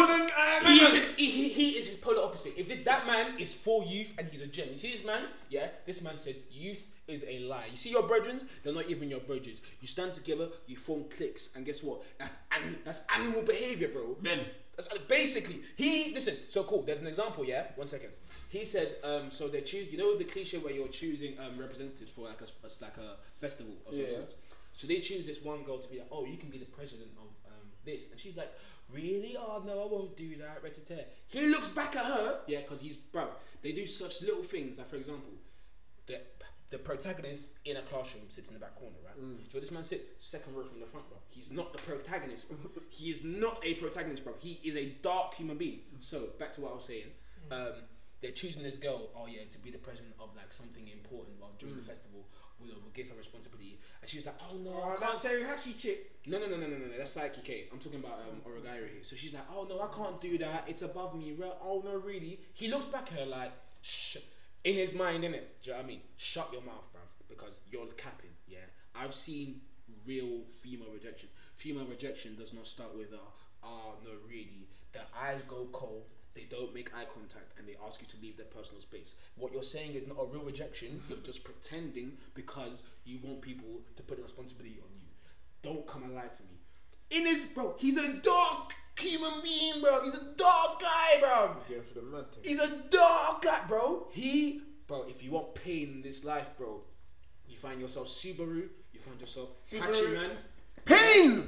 B: He is, his, he, he, he is his polar opposite. If th- that man is for youth and he's a gem, you see this man? Yeah, this man said youth is a lie. You see your brethren? They're not even your brethren. You stand together, you form cliques, and guess what? That's an, that's animal behavior, bro.
D: Ben.
B: That's uh, basically he. Listen, so cool. There's an example. Yeah, one second. He said, um, so they choose. You know the cliche where you're choosing um, representatives for like a, s- a s- like a festival of some sort. So they choose this one girl to be like, oh, you can be the president of um, this, and she's like, really? Oh no, I won't do that. Red-a-tat. He looks back at her. Yeah, because he's bro. They do such little things. Like for example, the the protagonist in a classroom sits in the back corner, right? So where this man sits second row from the front row. He's not the protagonist. bro. he is not a protagonist, bro. He is a dark human being. So back to what I was saying. Um, they're choosing this girl, oh yeah, to be the president of like something important while during the festival. We'll, we'll give her responsibility, and she's like, "Oh no, I can't
C: Terry chick.
B: no, no, no, no, no, no. That's Psyche Kate. I'm talking about um, Oragaira here. So she's like, oh no, I can't do that. It's above me. Re- oh no, really? He looks back at her like, shh, in his mind, innit? Do you know what I mean? Shut your mouth, bruv, because you're capping, yeah? I've seen real female rejection. Female rejection does not start with, uh, oh no, really? Their eyes go cold. They don't make eye contact and they ask you to leave their personal space. What you're saying is not a real rejection, you're just pretending because you want people to put the responsibility on you. Don't come and lie to me. In his bro, he's a dark human being, bro. He's a dark guy, bro.
G: Going for the mad thing.
B: He's a dark guy, bro. He, bro. If you want pain in this life, bro, you find yourself Subaru. You find yourself Hachiman.
A: Pain!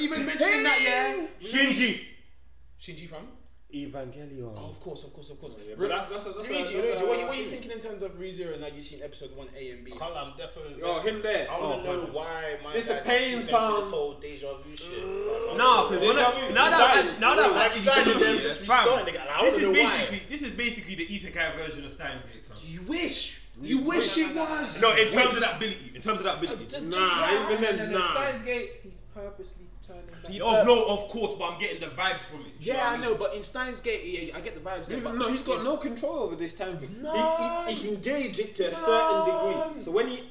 B: Even mentioning that, yeah.
D: Shinji.
B: Shinji from?
D: Evangelion.
B: Oh, of course, of course, of course.
A: But that's, that's, that's,
B: Luigi,
A: that's, uh,
B: Luigi,
A: that's,
B: what, you- what are you thinking in terms of ReZero now you've seen episode 1 A and B?
F: Carl, I'm definitely.
A: Oh, him there.
F: I want to know why my
A: This a
F: dad
A: pain
F: went through
A: song.
F: This whole deja vu shit.
D: Nah, because when I, now that I've actually, now that I've
F: Like,
D: actually
F: you guys
D: seen
F: are
D: them,
F: them just
D: fam,
F: restarting the guy. I
D: this is
F: wanna know why.
D: basically this is basically the isekai version of Steins Gate, fam.
B: You wish. You wish it was.
D: No, in terms of that ability, in terms of that ability.
A: Nah, even then, nah.
C: Steins Gate, he's purposely turning back.
D: Of no, of course, but I'm getting the vibes from it. Do you
B: Yeah, I
D: what
B: know, but in Steins Gate, yeah, I get the vibes. there,
A: Even-
B: but
A: No, he's got
B: it's-
A: no control over this time thing.
B: None.
A: He, he, he can gauge it to a certain degree. So when he,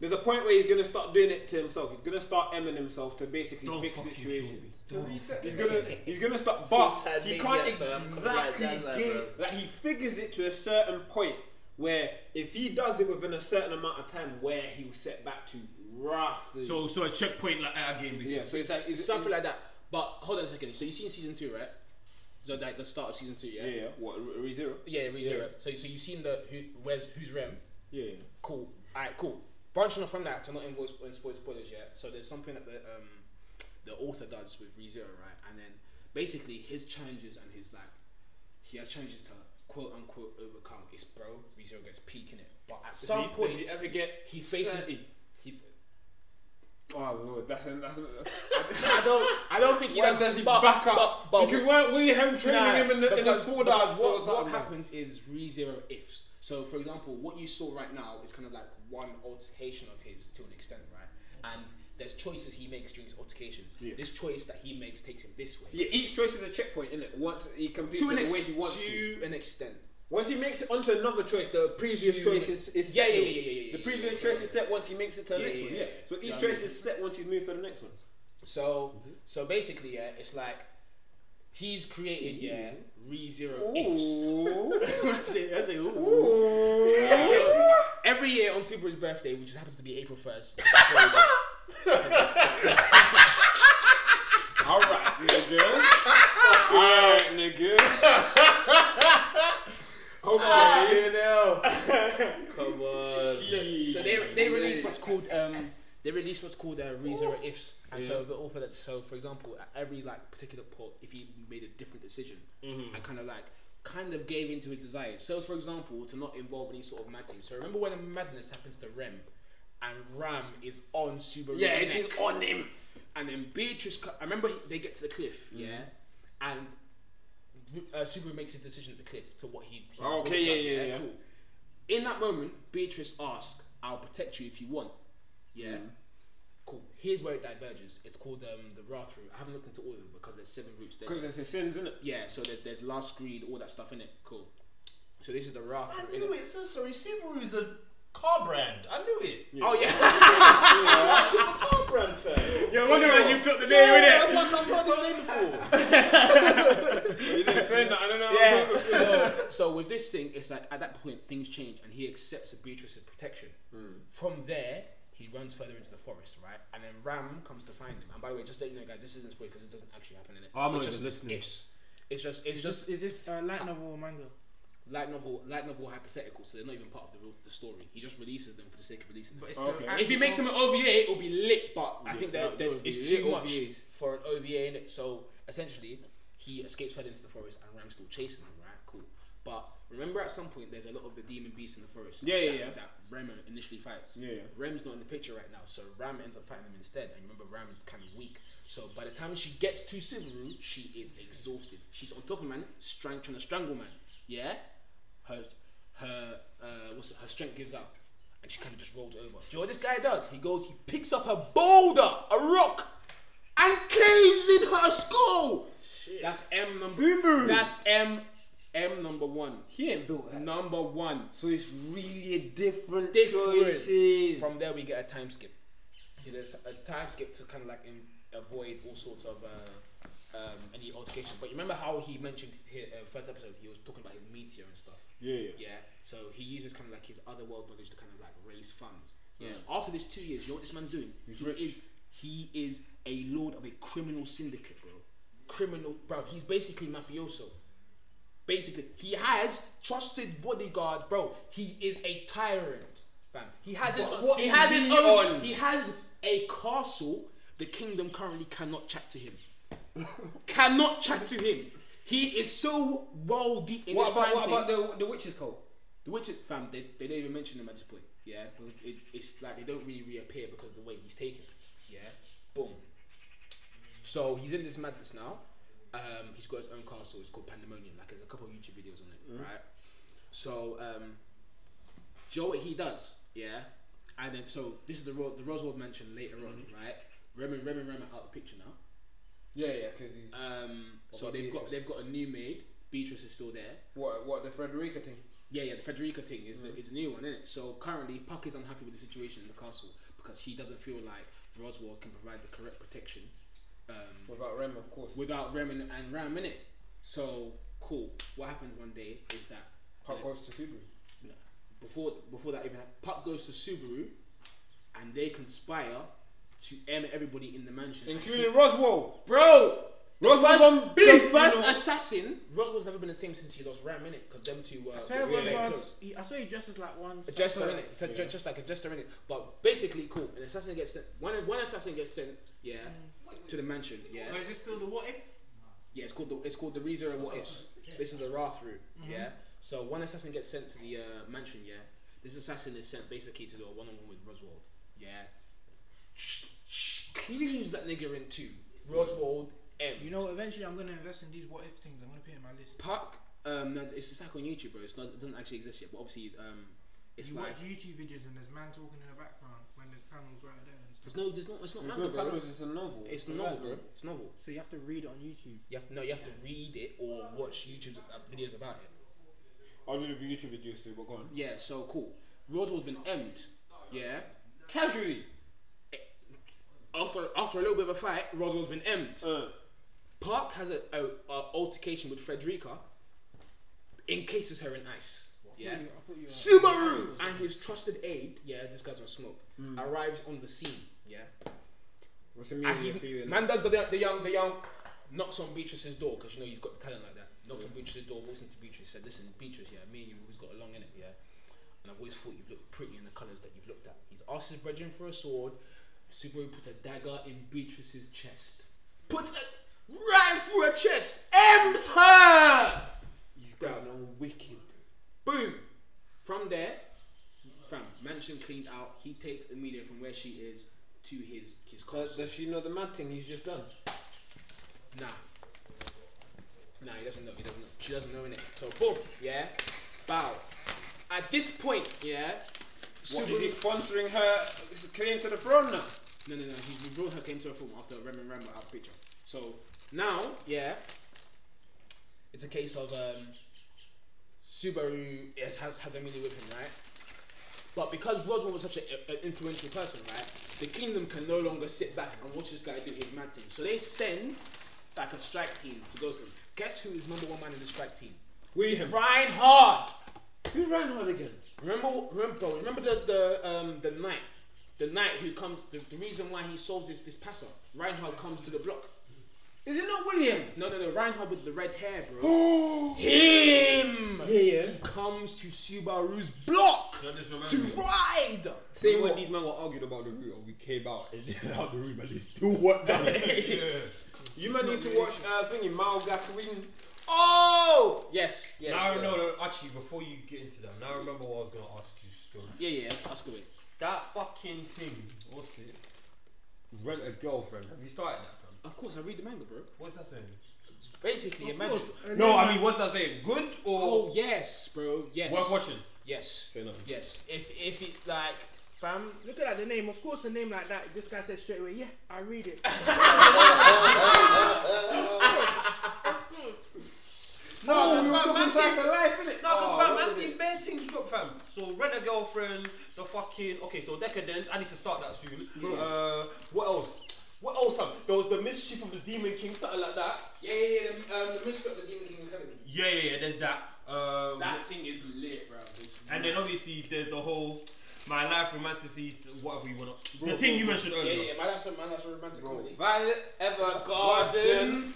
A: there's a point where he's gonna start doing it to himself. He's gonna start emming himself to basically
D: Don't
A: fix
D: fucking kill me.
A: situations.
C: To reset
A: He's gonna, he's gonna stop, but
F: Suicide
A: he
F: media,
A: can't
F: fam. Come on, like,
A: exactly
F: that's like,
A: get
F: bro.
A: like he figures it to a certain point where if he does it within a certain amount of time, where he'll set back to roughly.
D: So, so a checkpoint like at a game basically.
A: yeah, so it's
B: it's,
A: like
B: it's something like that. But hold on a second. So you seen season two, right? So like the start of season two, yeah.
A: yeah, yeah. What Re- ReZero?
B: Yeah, ReZero. So so you seen the who where's who's Rem?
A: Yeah, yeah.
B: Cool. Alright, cool. Branching off from that to not involve in spoil spoilers yet. So there's something that the um the author does with ReZero, right? And then basically his challenges and his like he has challenges to quote unquote overcome. It's bro, ReZero gets peak in it. But at some
A: Does he,
B: point
A: does he ever get?
B: he faces
A: Certainty.
B: he
A: Oh lord, that's that's.
B: I don't I don't think he
A: Why does he back up?
B: but-
A: because weren't we him training
B: Nah,
A: him in the, in the
B: because-
A: sword
B: because
A: arts or
B: What, what
A: something?
B: happens is ReZero ifs. So, for example, what you saw right now is kind of like one altercation of his to an extent, right? And There's choices he makes during his altercations.
A: Yeah.
B: This choice that he makes takes him this way.
A: Yeah, each choice is a checkpoint, isn't it? Once he completes
B: To
A: it
B: an,
A: the way
B: ex-
A: he wants to.
B: to an extent.
A: Once he makes it onto another choice, the previous
B: To-
A: choice is, is
B: Yeah, yeah,
A: settled.
B: yeah, yeah, yeah, yeah,
A: The
B: yeah,
A: previous
B: yeah.
A: choice is set once he makes it to the
B: Yeah,
A: next
B: yeah,
A: one.
B: yeah.
A: Yeah. So each choice is set once he moves to the next one.
B: So so basically, yeah, it's like he's created yeah re zero ifs. I say, I say, ooh. So, every year on Subaru's birthday, which just happens to be April first.
A: All right, nigga. All right, nigga. Okay.
B: Come on. So, so they, they release what's called um they release what's called uh, re zero ifs, and so the author that so for example at every like particular port, if he made a different decision and kind of like kind of gave into his desires. So for example, to not involve any sort of mad team. So remember when a madness happens to Rem, and Ram is on Subaru.
A: Yeah, she's on him.
B: And then Beatrice, co- I remember he- they get to the cliff, yeah,
A: Mm-hmm.
B: and uh, Subaru makes his decision at the cliff to what he. he
A: Oh, Okay, yeah,
B: like,
A: yeah, yeah.
B: Cool. In that moment, Beatrice asks, "I'll protect you if you want." Yeah.
A: Mm-hmm.
B: Cool. Here's where it diverges. It's called um, the Wrath Route. I haven't looked into all of them because there's seven routes there.
A: Because it's his sins, isn't it?
B: Yeah, so there's there's last greed, all that stuff in it. Cool. So this is the Wrath
F: I
B: Route.
F: knew
B: innit?
F: it. So sorry. Subaru is a car brand. I knew it.
B: Oh yeah.
F: Like, it's a car brand, fam.
B: You're wondering you got the
F: Yeah,
B: innit?
F: that's like I've heard his name before.
A: You didn't say that. I don't know.
B: Yeah. so, so with this thing, it's like at that point things change, and he accepts Beatrice's protection.
D: Hmm.
B: From there, he runs further into the forest, right? And then Ram comes to find him. And by the way, just let you know, guys, this isn't spoiled because it doesn't actually happen in it. it's
D: I'm not even
B: just
D: listening.
B: Ifs. It's just, it's just
C: Is this uh, light novel or manga?
B: light novel, light novel hypothetical. So they're not even part of the real, the story. He just releases them for the sake of releasing them.
A: Okay.
B: If he makes them an OVA, it'll be lit. But
A: Yeah,
B: I think that,
A: that
B: that
A: would be
B: it's
A: lit
B: too much
A: OVAs.
B: for an OVA in it. So essentially, he escapes further into the forest, and Ram's still chasing him. Right, cool. But remember, at some point, there's a lot of the demon beasts in the forest.
A: Yeah, yeah,
B: that,
A: yeah.
B: That Ram initially fights.
A: Yeah, yeah.
B: Rem's not in the picture right now, so Ram ends up fighting them instead. And remember, Ram is kind of weak. So by the time she gets to Subaru, she is exhausted. She's on top of man, strang- trying to strangle man. Yeah, her her uh, what's it? Her strength gives out, and she kind of just rolls over. Do you know what this guy does? He goes, he picks up a boulder, a rock, and caves in her skull. That's M number. That's M M number one.
A: He ain't built that.
B: Number one.
A: So it's really a different,
B: Different.
A: choices.
B: From there, we get a time skip. You know, a time skip to kind of like in, avoid all sorts of uh, um, any altercation. But you remember how he mentioned here, uh, first episode, he was talking about his meteor and stuff.
A: yeah, yeah.
B: Yeah. So he uses kind of like his other world knowledge to kind of like raise funds. Yeah. After this two years, you know what this man's doing? he
A: rich.
B: is he is a lord of a criminal syndicate, bro. Criminal, bro. He's basically mafioso. Basically, he has trusted bodyguards, bro. He is a tyrant, fam. He has his
A: But what
B: he
A: is
B: has his
A: he
B: own
A: on?
B: he has a castle. The kingdom currently cannot chat to him. cannot chat to him. He is so well deep in
A: What
B: his
A: about,
B: crime
A: what
B: team.
A: about the, the witch's cult?
B: The Witcher fam, they, they don't even mention him at this point. Yeah, because it, it's like they don't really reappear because of the way he's taken. Yeah, boom. So he's in this madness now. Um, he's got his own castle. It's called Pandemonium. Like there's a couple of YouTube videos on it, right? So um, Joe, what he does, yeah. And then so this is the Ro- the Roswell Mansion later on, right? Remen Remen Remen out the picture now.
A: Yeah, yeah, because he's.
B: Um, so
A: about
B: they've got
A: Beatrice?
B: they've got a new maid. Beatrice is still there.
A: What, what, the Frederica thing?
B: Yeah, yeah, the Federica thing is
A: Mm.
B: the is a new one, isn't it? So currently, Puck is unhappy with the situation in the castle because he doesn't feel like Roswell can provide the correct protection um,
A: Without Rem, of course.
B: without Rem and, and Ram in it. So cool. What happens one day is that
A: Puck
B: uh,
A: goes to Subaru.
B: no. before before that even hap- Puck goes to Subaru, and they conspire to aim everybody in the mansion,
A: Including Roswell.
B: Bro, the
A: Roswell's
B: first,
A: on beef,
B: the
A: you
B: first
A: know.
B: assassin. Roswell's never been the same since he lost Ram in it because them two were.
C: I swear,
B: were
C: was
B: very
C: was-
B: close.
C: he, I swear he dresses like one.
B: A jester in it, just, just like a jester in it. But basically, cool. An assassin gets sent. One, one assassin gets sent. Yeah, to the mansion. Yeah,
C: Or is it still the what if?
B: yeah. It's called the it's called the Rezero What Ifs. This is the Wrath route.
C: Mm-hmm.
B: Yeah. So one assassin gets sent to the uh, mansion. Yeah. This assassin is sent basically to do a one on one with Roswald. Yeah. Cleaves that nigger in two. Roswald M.
C: You know, what, eventually I'm gonna invest in these what if things. I'm gonna put it in my list.
B: Puck. Um, no, it's like on YouTube, bro. It's not, it doesn't actually exist yet, but obviously, um, it's
C: you
B: like
C: watch YouTube videos and there's man talking in the background when the panel's right there and
B: There's no, there's not, it's not
A: It's
B: manga,
A: not
B: bro.
A: panels, it's a novel.
B: It's novel, bro. It's novel.
C: So you have to read it on YouTube.
B: You have to, no, you have to read it or watch YouTube uh, videos about it.
A: I'll do the YouTube videos too, but go on.
B: Yeah, so cool. Roswell's been emmed. Yeah, casually. Eh, After after a little bit of a fight, Roswell's been emmed.
A: Uh,
B: Park has a, a, a altercation with Frederica. Encases her in ice. Yeah.
C: I thought you were.
B: Subaru Hmm. and his trusted aide. Yeah, this guy's on smoke. Arrives on the scene. Yeah.
A: what's the meaning of
B: And he,
A: feeling?
B: man does the, the young, the young, knocks on Beatrice's door because you know he's got the talent like that. Knocks on Beatrice's door, walks into Beatrice, said, "Listen, Beatrice, yeah, me and you've always got along in it, yeah, and I've always thought you've looked pretty in the colours that you've looked at." He's asked his brethren for a sword. Subaru puts a dagger in Beatrice's chest. Puts it right through her chest. M's her. He's down on wicked. Boom. From there, fam, mansion cleaned out. He takes Amelia from where she is to his
A: Does,
B: his castle.
A: does she know the mad thing he's just done?
B: Nah. Nah, he doesn't know. He doesn't know. She doesn't know in it. So boom, yeah. Bow. At this point, yeah.
A: What,
B: Subaru.
A: is he sponsoring her claim to the throne now?
B: No, no, no. He's withdrawn her claim to her form after Rem and Rambo out picture. So now, yeah. It's a case of um, Subaru is, has has Emily with him, right? But because Roswell was such a- a- an influential person, right, the kingdom can no longer sit back and watch this guy do his mad thing. So they send like a strike team to go through. Guess who is number one man in the strike team? William Reinhard.
A: Who's Reinhard again?
B: Remember, remember, bro, remember the the um the knight, the knight who comes. The, the reason why he solves this this passer, Reinhard comes to the block.
A: Is it not William?
B: No, no, no, Reinhard with the red hair, bro. Him.
A: yeah.
B: He comes to Subaru's block
D: Can I just remind
B: to
D: you?
B: ride.
A: Say
D: Remember
A: what?
D: when these men were arguing about the route and we came out and they out the room and they still worked out.
A: You might need to watch uh, thingy, Mao Gakuin.
B: Oh yes, yes.
D: Now,
B: sir.
D: no, no, actually, before you get into that, now I remember what I was going to ask you, still.
B: Yeah, yeah. Ask away.
D: That fucking thing, what's it? Rent a girlfriend. Have you started that, fam?
B: Of course, I read the manga, bro.
D: What's that saying?
B: Basically, imagine.
D: No, I mean, what's that saying? Good or
B: Oh yes, bro. Yes.
D: worth watching?
B: Yes.
D: Say nothing.
B: Yes. If if it like fam.
C: Look at that, the name. Of course, a name like that. This guy said straight away, yeah, I read it.
B: No,
D: we were talking slice of
B: life, innit?
D: No, oh, fam, man, seen bare things drop, fam. So rent a girlfriend, the fucking okay. So decadence, I need to start that soon. Uh, what else? What else, fam? There was the mischief of the demon king, something like that.
B: Yeah, yeah, yeah. Um, the misfit of the Demon King Academy.
D: Yeah, yeah, yeah. There's that. Um,
B: That thing is lit, bro. It's
D: and then obviously there's the whole my life romantices, whatever you wanna. the thing you mentioned
B: yeah,
D: earlier.
B: yeah, man, that's a man, that's a romantic comedy.
A: Violet Ever
B: Garden.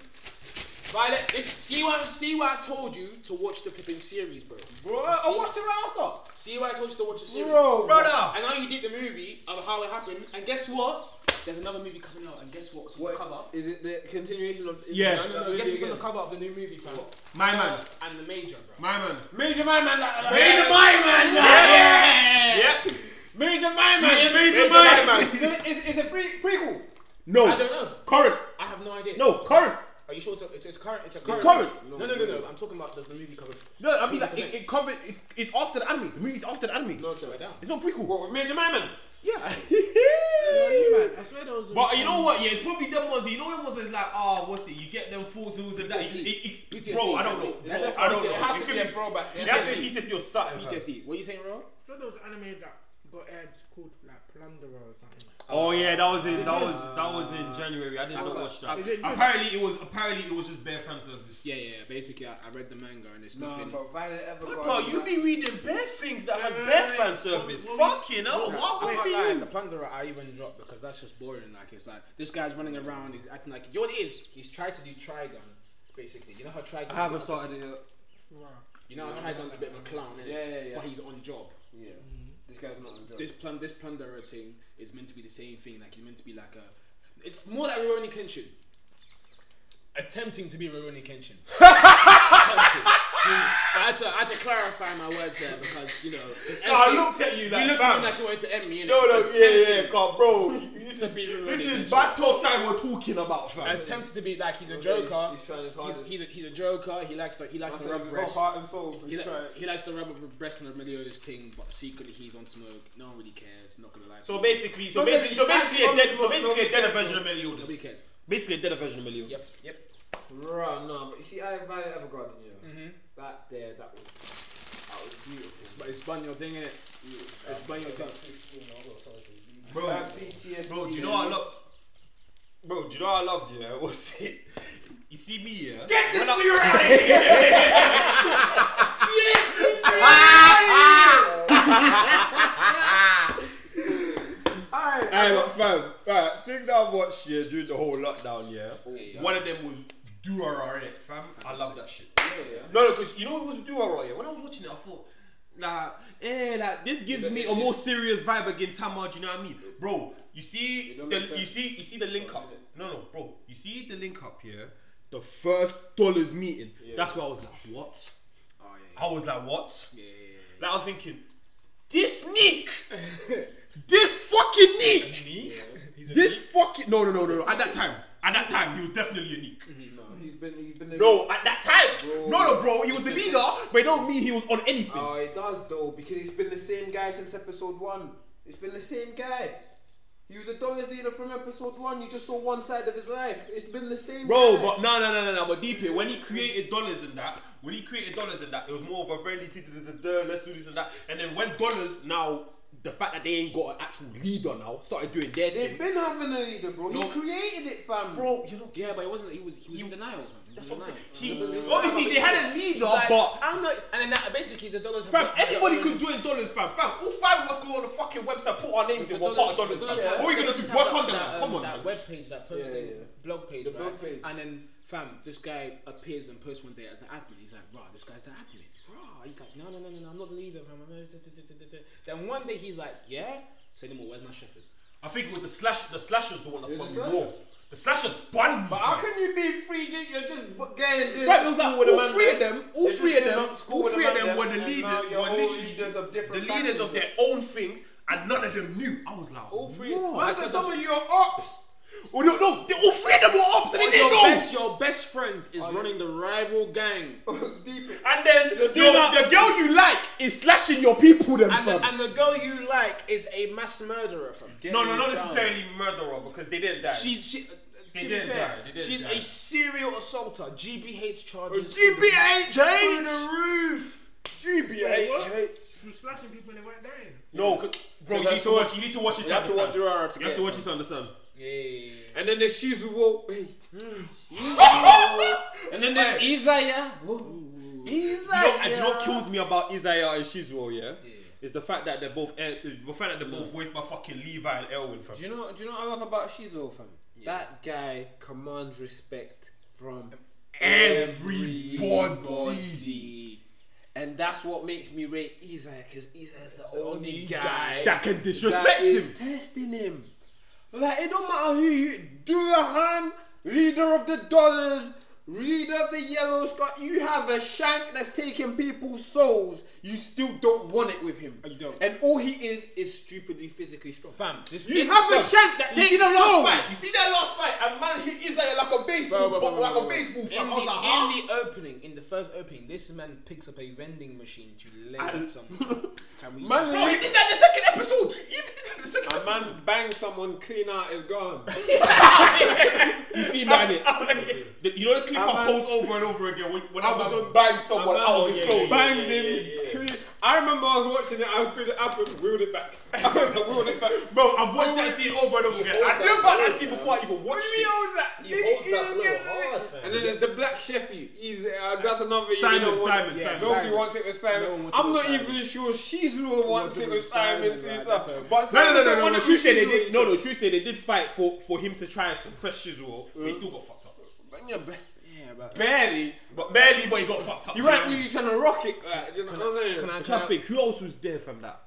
B: Violet, this, see why see why I told you to watch the flipping series, bro.
A: Bro,
B: See-
A: I watched it right after.
B: See why I told you to watch the series,
A: Bro,
D: Brother,
B: And now you did the movie of how it happened, and guess what? There's another movie coming out, and guess what's on the cover?
A: Is it the continuation of.
D: Yeah.
B: No, no,
A: That
B: no,
A: movie
B: guess what's on the
A: again?
B: cover of the new movie, fam?
D: my man,
B: And the Major, bro.
D: my man.
A: Major My Man. like, like,
D: Major
A: like,
D: my man. Yeah. Yep.
A: Major My Man.
D: Major my
A: Is it, is, is it pre- prequel?
D: No.
B: I don't know.
D: Current.
B: I have no idea.
D: No. Current.
B: Are you sure it's, a, it's, it's current? It's a current.
D: current.
B: No, no, no, no. I'm talking about does the movie cover?
D: No, I mean
B: That's
D: like, it,
B: next.
D: it covers. It, it's after the anime. The movie's after the anime.
B: No, it's way down.
D: It's not prequel. What, Major Man? Yeah.
C: Man, I swear there was a-
D: but you know what? Yeah, it's probably them ones. You know them ones that's like, oh, what's it? You get them fools who's and that. It, it, it,
B: PTSD.
D: Bro, I don't know.
B: That's
D: Bro,
B: a-
D: I don't
B: it has
D: know.
B: to
D: It
B: be a
D: could be bro back.
B: It
D: That's
B: has to
D: what
B: be.
D: PTSD or something. fam.
B: PTSD. What are you saying, Ro?
C: I thought there was an anime that got aired called like Plunderer or something.
D: Oh yeah, that was in that was that was in January. I did not
B: Uh,
D: watch that.
C: is it good?
D: Apparently it was apparently it was just bare fan service.
B: Yeah, yeah. yeah. Basically, I, I read the manga and it's
F: No,
B: nothing.
F: but Violet
D: Bro,
F: Evergarden.
D: you be reading bare things that has bare fan service. Fucking hell,
B: I'm
D: what about
B: not
D: for
B: lying,
D: you?
B: the plunderer I even dropped because that's just boring. Like it's like this guy's running around, he's acting like you know what it is? He's tried to do Trigon, basically. You know how Trigon
D: started it yet.
C: Wow.
B: You know how Trigon's a bit of a clown, innit?
F: Yeah, yeah, yeah.
B: But he's on job.
F: Yeah. This guy's not on drugs.
B: This plun this plunderer thing is meant to be the same thing, like he's meant to be like a it's more like Rurouni Kenshin. Attempting to be Rurouni Kenshin. Attempting. I had to, I had to clarify my words there because you know.
D: I
B: MC
D: looked at you Oh, like,
B: you looked at
D: fam.
B: me like you wanted to end me. You
D: No,
B: know,
D: no,
B: but
D: yeah, yeah,
B: tempted-
D: yeah, God, bro. This is,
B: Speaking
D: this
B: relationship.
D: is bad talk side we're talking about, fam.
B: I'm tempted to be like he's a joker.
G: He's trying
B: He's,
G: his hardest.
B: he's, a, he's a joker. He likes to he likes to
G: That's
B: rub
G: his whole
B: breasts.
G: heart and soul.
B: He,
G: He's
B: li-
G: trying.
B: he likes to rub breasts in the middle of this thing, but secretly he's on smoke. No one really cares. Not gonna lie.
D: So basically, so
G: No,
D: basically, so
G: no,
D: basically, a
G: no,
D: dead,
G: no,
D: so
G: no,
D: basically, a
G: no,
D: deader
G: no.
D: version of
B: nobody
D: Meliodas.
B: cares.
D: Basically, a deader version of Meliodas.
B: Yep. Yep.
G: Right, no, but you see, I value Evergarden, you know.
B: Mm-hmm.
G: That there, that was, that was beautiful.
B: But it's spun your thing, innit? It's spun your thing.
D: Bro,
G: That PTSD.
D: Bro, do you know what I love? Bro, do you know what I loved? Yeah, was it? You see me, yeah. Get this when I, I look, fam. Right, things that I watched yeah during the whole lockdown, yeah. One of them was Durara, innit, fam. I love that shit. No, no, because you know it was Durara. Yeah, when I was watching it, I thought. Like, eh, like this gives me a more serious vibe again, Tamar. Do you know what I mean, bro? You see, the, you see, you see the link up. No, no, bro. You see the link up here. The first dollars meeting. That's why I was like, what?
B: Oh,
D: I was like, what? Like, I was thinking, this Nick, this fucking Nick, this fucking no, no, no, no, no. At that time, at that time, he was definitely a Nick.
G: He's been, he's been. in-
D: No, at that time, no, no, bro, he was the leader, but it don't mean he was on anything.
G: Oh, it does though, because it's been the same guy since episode one. It's been the same guy. He was a dollars leader from episode one. You just saw one side of his life. It's been the same.
D: Bro,
G: guy.
D: but no, no, no, no, no. But deep here, when he created dollars and that, when he created dollars and that, it was more of a friendly, d- d- d- d- let's do this and that. And then when dollars now, the fact that they ain't got an actual leader now, started doing their
G: they've
D: thing.
G: been having a leader, bro.
D: No.
G: He created it, fam.
D: Bro, you know,
B: Yeah, but it wasn't. He was he was in denial. man. He was
D: that's
B: in
D: what I'm
B: denial.
D: saying. He, obviously, they had a leader,
B: Like,
D: but
B: I'm not. And then that, basically the dollars. have
D: Fam,
B: got-
D: anybody could join Dollars, fam. Fam, all five of us go on the fucking website, put our names in, we're part of Dollars, fam. What are we gonna do? Work on
B: that,
D: them?
B: um,
D: Come on,
B: that
D: man.
B: web page, that posting
G: yeah.
B: blog page, right?
G: blog page.
B: And then, fam, this guy appears and posts one day as the admin. He's like, "Rah, this guy's the admin." Rah, he's like, "No, no, no, no, no I'm not the leader, fam." I'm not- da, da, da, da, da." Then one day he's like, "Yeah, send him all. Where's my shepherds?"
D: I think it was the slash. The slasher's the one that spun
G: the
D: me
G: slasher.
D: raw. The slasher spun me.
G: How
D: fam.
G: can you be free? ju- You're just b- getting this.
D: Right, it was like
G: school with a
D: all
G: man
D: three of
G: there.
D: them, all
G: They
D: three of
G: just
D: them,
G: been up school
D: all
G: with
D: three
G: a
D: of
G: man
D: them were the
G: there, and
D: leaders,
G: now you're
D: were
G: all
D: literally
G: leaders of
D: the
G: different
D: leaders of
G: factions.
D: their own things, and none of them knew. I was like, all three.
G: Man said some of you are ops.
D: Oh, no, no, they, all three of them were ops, and they
B: your
D: didn't know.
B: best, your best friend is running the rival gang,
G: Deep.
D: And then your,
B: that-
D: the girl you like is slashing your people, then
B: and
D: fam.
B: the, and the girl you like is a mass murderer. Fam.
D: no, no, not necessarily murderer because they didn't die.
B: She's she.
D: They
B: to be
D: didn't
B: fair,
D: die, they didn't
B: she's
D: die. Oh,
B: a serial assaulter. GBH charges.
D: GBH
B: through the roof.
D: GBH.
C: She was slashing people and they weren't dying.
D: No, c- bro, you need to watch. You need to watch it.
B: You have to watch
D: understand.
B: Durara to
D: You have
B: get
D: to
B: it.
D: watch it to understand.
B: And then there's Shizuo. Hey. and then there's Izaya.
D: Do you know, and do you know what kills me about Isaiah and Shizuo, yeah? Is the fact that they're both eh, the fact that they're both voiced by fucking Levi and Elwin fam.
B: Do you know? Do you know what I love about Shizuo, fam? That guy commands respect from
D: Everybody
B: and that's what makes me rate Isaiah because Isaiah's the only, guy,
D: that can disrespect
B: that is
D: him.
B: testing him. Like it don't matter who you Durahan, leader of the dollars, leader of the yellow scarf. You have a shank that's taking people's souls. You still don't want it with him. You
A: don't.
B: And all he is is stupidly physically strong.
A: Fam, this
B: You have a shank that takes souls.
D: You see that last fight, and man hit Isaiah like a baseball,
B: Bro, bro, bro,
D: like
B: bro,
D: a
B: bro.
D: baseball.
B: In the,
D: fam. I was like, huh?
B: in the opening, in the first opening, this man picks up a vending machine to
D: And-
B: lend something. Can we
A: Man-
D: No, he did that in the second episode. He even did that in the second.
A: A man bang someone, clean out is gone.
D: You see, man, it. You know the clip I
A: man-
D: post over and over again when, when I
A: man-
D: would bang someone
A: man-
D: out of his clothes.
A: Banged him. Clean. I remember I was watching it. I feel it up and reeled it back. I reeled it back.
D: Bro, I've watched that scene over and over again. I knew about that scene before I even watched
A: He
D: it.
A: owns that.
F: He holds that blow hard,
A: And
F: fam.
A: then there's the black Sheffy. He's uh, that's another. you
D: Simon,
A: don't want-
D: Simon,
A: yeah,
D: Simon.
A: Nobody wants it with
B: No
A: Simon.
B: one wants it
A: I'm
B: with
A: not
B: Simon.
A: even sure Shizuru wants it with Simon.
B: Simon,
A: too,
B: right,
A: tough.
B: that's a-
A: But
D: No, no, no,
A: Simon
D: no, no, no.
A: wanted
D: True say they
A: Shizuru.
D: did. No, no. True say they did fight for for him to try and suppress Shizuo, but he still got fucked up.
B: But yeah, but, yeah, but
A: Barely.
D: But barely, but he got fucked up.
A: You weren't really trying to rock it. Like, do you know what I'm saying?
B: can I Oh,
D: I'm
B: try?
D: trying to think who else was there from that.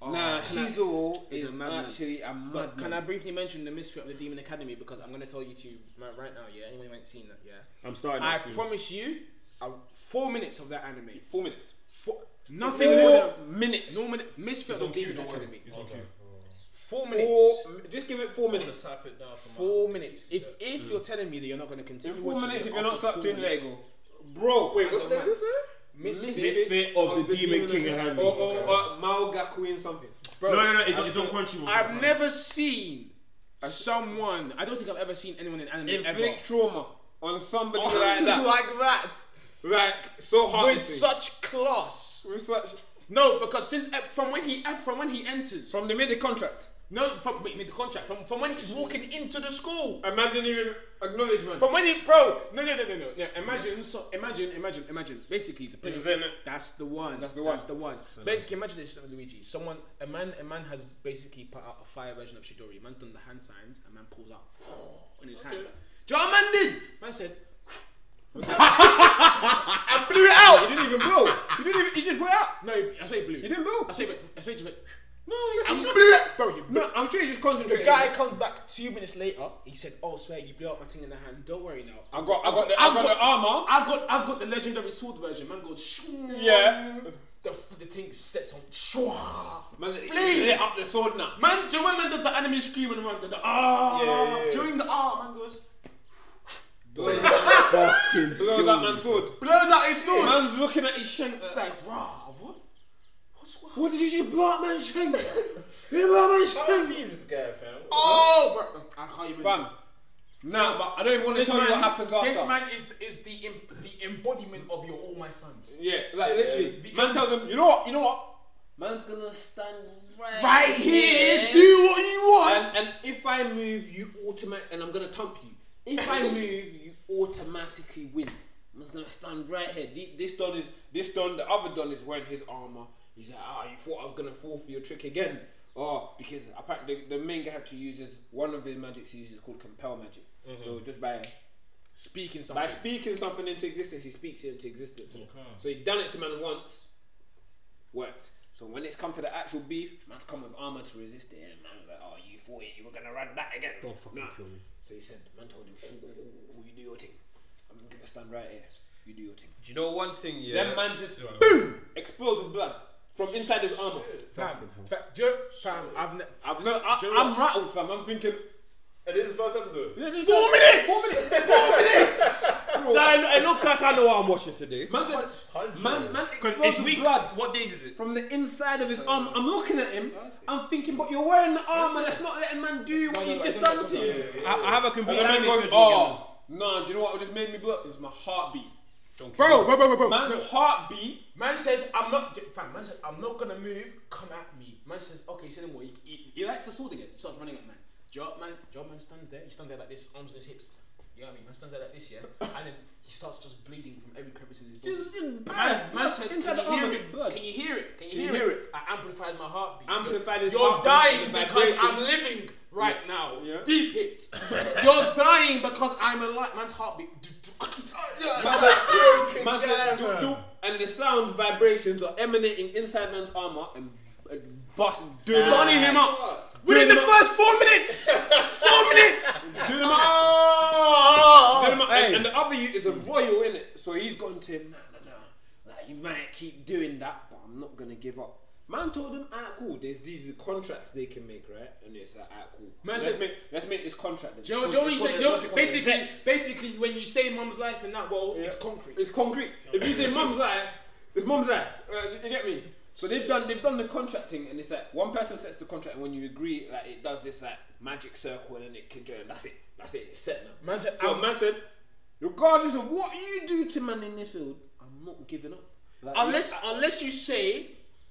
B: Nah, Shizuo
C: He's
B: is
C: a madman.
B: actually a madman.
C: madman.
B: Can I briefly mention the misfit of the Demon Academy because I'm gonna tell you two right right now. Yeah, anyone who ain't seen that, yeah.
D: I'm starting.
B: I
D: that soon.
B: promise you, uh, four minutes of that anime.
A: Four minutes.
B: Four,
A: Four
B: nothing more.
A: minutes.
B: No minute. Misfit of Demon Academy. Four
A: Four,
B: minutes.
A: just give it four minutes.
F: Type it down for
B: Four minutes. If if you're telling me that you're not going to continue,
A: In four
B: watching
A: minutes,
B: it
A: if you're not
B: after
A: stuck
B: four
A: to
B: minutes-
A: Lego, bro. Wait,
G: What's the name of this, man?
B: Misfit.
D: Misfit of, the, Demon, King of Hand.
A: Or, or, or Maoga Queen something.
B: Bro,
D: no, no, no, it's, it's on Crunchyroll.
B: I've
D: it's on-
B: never seen someone. I don't think I've ever seen anyone in anime ever.
A: Inflict trauma on somebody like that.
B: like that.
A: Like so hard.
B: with such class.
A: with such
B: No, because since ep- from when he ep- from when he enters,
A: from the mid contract.
B: no, from wait, made the contract, from from when he's walking into the school,
A: A man didn't even acknowledge man.
B: Uh, from when he bro, no, no, no, no, no. no. Imagine, so imagine, imagine, imagine. Basically, to play.
D: This is it, innit?
B: That's the one. That's the one. That's the one. Basically, imagine this, Luigi. Someone, a man, a man has basically put out a fire version of Shidori. Man's done the hand signs. A man pulls out on his hand. Do you know what man did? Man said. and blew it out. You didn't even blow. You didn't even. You just blew it out. No, I swear he blew. You
A: didn't blow?
B: I swear. he- I swear he just went. No,
A: you
B: and
A: didn't.
B: blew it, bro. He blew
A: No, I'm sure he's just
B: the
A: concentrating.
B: guy comes back two minutes later. He said, "Oh, swear you blew out my thing in the hand. Don't worry now. I got, I got, the, I got, the armor. I've got, I've got the legendary sword version. Man goes, shoo,
A: Yeah.
B: The, f- the thing sets on, shwa,
A: Man,
B: flames.
A: lit up the sword now.
B: Man, do you know when man does the anime scream and man does the ah
F: yeah, yeah.
B: during the ah man goes
D: Fucking
A: Blows out man's sword.
B: blows out his sword.
A: Man's looking at his shank. uh,
B: Like rah, what? What's what?
A: What did you do? Blow out man's shank. You blow out man's
F: How
A: shank.
F: is this guy, fam?
B: Oh, bro, I can't even.
A: Fam. Nah, but I don't even want to
B: This
A: tell you
B: man,
A: what happens after.
B: this man is is the em- the embodiment of your all my sons.
A: Yes. Like literally, man tells him, you know what, you know what? Man's gonna stand right,
B: Right here, do what you want.
A: And, and if I move, you automatic, and I'm gonna thump you. If I move, you automatically win. Man's gonna stand right here. The- This don is this don. The other don is wearing his armor. He's like, ah, you thought I was gonna fall for your trick again. Oh, because apparently the, the main guy had to use is one of the magics he uses called compel magic. So just by
B: Speaking
A: by
B: something.
A: speaking something into existence, he speaks it into existence. So he done it to man once, worked. So when it's come to the actual beef, man's come with armor to resist it, and man's like, "Oh, you thought you were gonna run that again?" Don't fucking kill me. So he said, man told him, "Cool, cool, cool, cool, cool, "You do your thing. I'm gonna stand right here. You do your thing."
D: Do you know one thing? Yeah.
A: Then man just
D: Yeah.
A: boom explodes with blood from inside his armor.
B: Fam, fam, do you, fam, I've ne-
A: I've no, I,
B: Do you know
A: I'm rattled, fam. I'm thinking.
F: And this is the first episode.
A: Four minutes.
B: minutes!
A: Four minutes.
D: So I- it looks like I know what I'm watching today.
A: Man, said, man, man
D: Because
A: explodes
D: it's
A: with
D: week.
A: blood.
D: What days is it?
A: from the inside of his arm. I'm looking at him. I'm thinking, but you're wearing the armor that's not letting man do what he's just done to you.
D: I, I have a complete
A: And then
D: anime
A: he goes,
D: schedule.
A: oh, no, do you know what just made me blow? It was my heartbeat.
B: Bro, bro, bro, bro, bro.
A: Man's heartbeat.
B: Man said, I'm not. Fam, man said, I'm not gonna move. Come at me. Man says, okay, so then what? He, he, he likes the sword again. He starts running at man. Job man, job man stands there. He stands there like this, arms on his hips. You know what I mean? Man stands there like this, yeah. and then he starts just bleeding from every crevice in his body. Man, man said, can
A: Inside
B: you
A: the arm
B: hear
A: is
B: it?
A: blood.
B: Can you hear it? Can you,
A: you
B: hear,
A: hear
B: it? I amplified my heartbeat.
A: Amplified his
B: You're
A: heartbeat,
B: dying
A: the
B: because
A: vibration.
B: I'm living right now.
A: Yeah.
B: Deep hit. You're dying because I'm alive. Man's heartbeat.
A: Man says, "Doop, doop," and the sound vibrations are emanating inside man's armor and, and bust, doing
B: Burning him up. Within the first four minutes! four minutes!
A: Doing him up. Tell him- and, and the other you is a royal in it, so he's gone to him. Nah, nah, nah. Like you might keep doing that, but I'm not gonna give up. Man told him, ah, cool. There's these contracts they can make, right? And it's like, ah, cool. Man let's
B: said-
A: make let's make this contract. then."
B: Joe,
A: It's
B: Joe,
A: called-
B: you
A: it's
B: say,
A: called-
B: Joe,
A: what's it called?
B: basically,
A: Debt.
B: basically, when you say mom's life in that world, it's concrete.
A: it's concrete. If you say mum's life, it's mum's life. Uh, you- you get me? So they've done they've done the contracting, and it's like one person sets the contract, and when you agree, like it does this like magic circle, and then it can join. That's it. That's it. It's set now.
B: Man said,
A: So
B: "I'm-
A: man said, regardless of what you do to man in this field, I'm not giving up. Like,
B: unless, unless you say,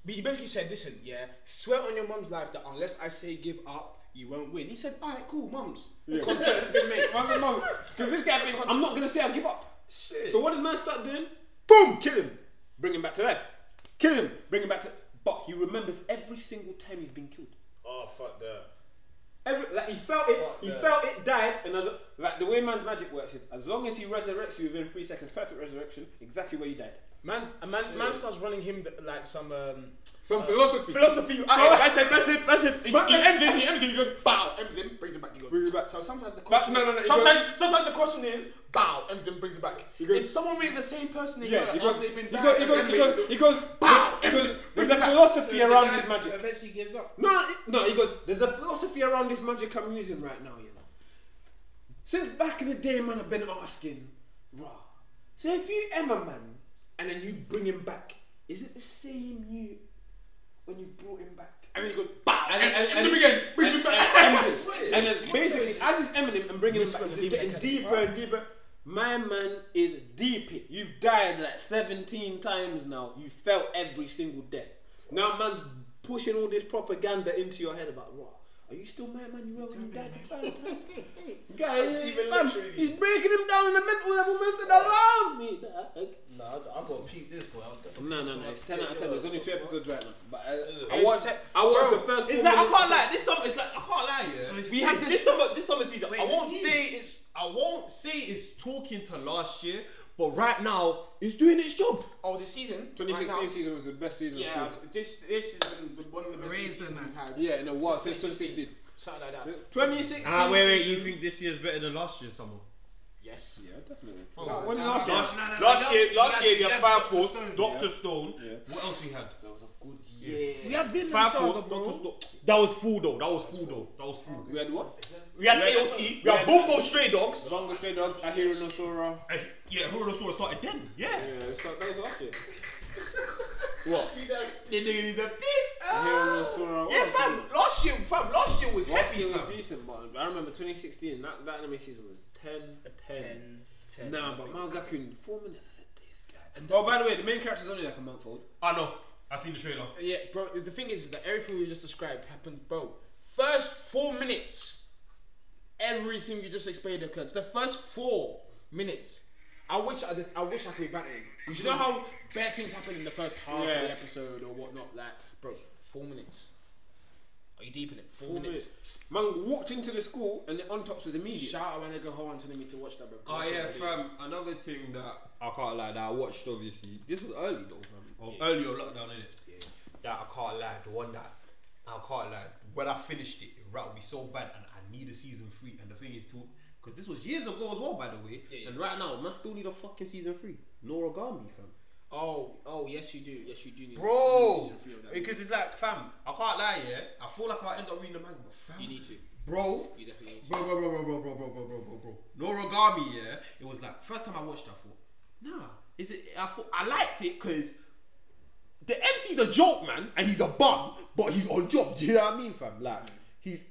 B: but he basically said, listen, yeah, swear on your mom's life that unless I say give up, you won't win. He said, all right, cool, mums. The contract has been made.
A: man, no, because this guy, been- I'm not gonna say I give up. So what does man start doing?
B: Boom, kill him.
A: Bring him back to life. Kill him. Bring him back to. But he remembers every single time he's been killed.
F: Oh, fuck that.
A: Every like he felt it.
F: Fuck
A: he
F: that.
A: felt it died, and as a, like the way man's magic works is as long as he resurrects you within three seconds, perfect resurrection, exactly where you died.
B: Man's, a man, man starts running him th- like some um,
J: Some philosophy.
B: philosophy. I, I said, I said, I said. He, he ends him, he ends him, he goes, bow, ends him, brings him back. He goes,
K: Brings him back.
B: So sometimes the
J: But
B: question.
J: no, no, no. it
B: Sometimes, sometimes the question is, bow, ends him, brings him back.
K: goes-
B: is someone really the same person they
A: Yeah,
B: yeah,
A: he
B: were
A: goes,
B: after they've been
A: he goes, he
B: and
A: goes,
B: then
A: he
B: they-
A: goes, he goes,
B: Pow!
A: he goes- There's a
B: Brings it back.
A: philosophy around his
C: Magic.
A: magic.
C: Eventually gives up.
A: No, it- no, he goes, there's a philosophy around this magic I'm using right now, you know. Since back in the day, man, I've been asking, raw. So if you am a man and then you bring him back, is it the same you when you brought him back?
B: And then he goes, bow,
A: And- and-
B: ends
A: and-
B: him again, brings him
A: and,
B: back.
A: and then basically, as he's Eminem and bringing him back, he's getting deeper and deeper. My man is deep. You've died like 17 times now. You felt every single death. Now, man's pushing all this propaganda into your head about what? Are you still my man? You were when you died the first time. Guys,
L: Even
A: man,
L: literally.
A: he's breaking him down on a mental level. Man said, "Allow me." dog."
L: Nah, I- I'm gonna peep this, boy. I'm definitely-
A: No, no, no. It's 10 out of 10. There's only two episodes right now. But I, I
B: It's
A: watched.
B: te-
A: I watched the first.
D: It's
A: four
D: like I
A: minutes.
D: can't lie. This summer, it's like I can't lie. Yeah,
C: it's-
D: we
C: it's
D: had
C: a-
D: this summer. This summer season, I
C: it's
D: won't
C: huge.
D: say it's. I won't say it's talking to last year, but right now it's doing its job.
B: Oh, this season?
A: 2016
B: right now-
A: season was the best season.
B: Yeah,
A: still.
B: this this is the, the- one of the best
C: Raised
B: seasons
C: in
B: we've had.
A: Yeah, no, wow, since
B: 2016.
A: 2016.
B: Something like that.
A: 2016.
D: Ah, think this year's better than last year's summer?
B: Yes.
A: Yeah, definitely.
B: No,
A: when
B: no,
A: did last year?
D: Last,
C: No, no, no,
D: last
C: no,
D: year,
C: no,
D: last
C: no,
D: year we
C: no,
D: had
C: no,
D: Fire
C: Dr.
D: Force,
C: Stone.
D: Doctor Stone.
A: Yeah.
D: What else we had?
L: That was a good year.
B: Yeah.
C: We had Vinland
D: Fire
C: Saga,
D: Force,
C: bro.
D: Doctor Stone. That was full though. That was full though. That was full.
A: We had what?
D: We had
A: We had-
D: AOT. We had Bongo Stray Dogs.
A: Zongo Stray Dogs, Ahira no Sora.
D: Eh, Yeah, Horosaurus started then. Yeah.
A: Yeah, it's like, that was last year.
D: They did the piss.
A: Ahira no Sora.
D: Yeah, fam. Last year, fam. Last year was
A: Last
D: heavy,
A: year was
D: fam.
A: decent, but I remember 2016, that, that anime season was 10, 10.
B: 10.
A: Nah, but Mangakun, four minutes, I said, this guy. oh, by the way, the main character's only like a month old.
D: I know. Ah, I seen the trailer.
B: Yeah, bro. The thing is that everything you just described happened, bro. First four minutes, everything you just explained occurs. The first four minutes, I wish I, did, I wish I could be bantering. Do you know how bad things happen in the first half
A: Yeah.
B: of the episode or whatnot? Like, bro, four minutes. Are you deep in it? Four,
A: Four
B: minutes.
A: minutes. Man walked into the school and the on tops was immediate.
B: Shout out my nigga Hoan telling me to watch that, bro.
J: Oh yeah, fam. Another thing that I can't lie that I watched obviously. This was early though, fam. Oh,
D: Earlier lockdown, innit? Yeah. That I can't lie. The one that I can't lie. When I finished it, it rattled me so bad, and I need a season three. And the thing is, too, because this was years ago as well, by the way. And right now, man, still need a fucking season three. Noragami, fam.
B: Oh, oh yes, you do. Yes, you do. Need
D: Bro,
B: season three of that.
D: because it's like, fam. I can't lie. Yeah, I feel like I end up reading the manga, but fam.
B: you need to.
D: Bro,
B: You definitely need to.
D: Bro, bro, bro, bro, bro, bro, bro, bro, bro, bro, bro. Noragami, yeah. It was like first time I watched, it, I thought, nah. Is it? I thought I liked it because the MC's a joke, man, and he's a bum, but he's on job. Do you know what I mean, fam? Like he's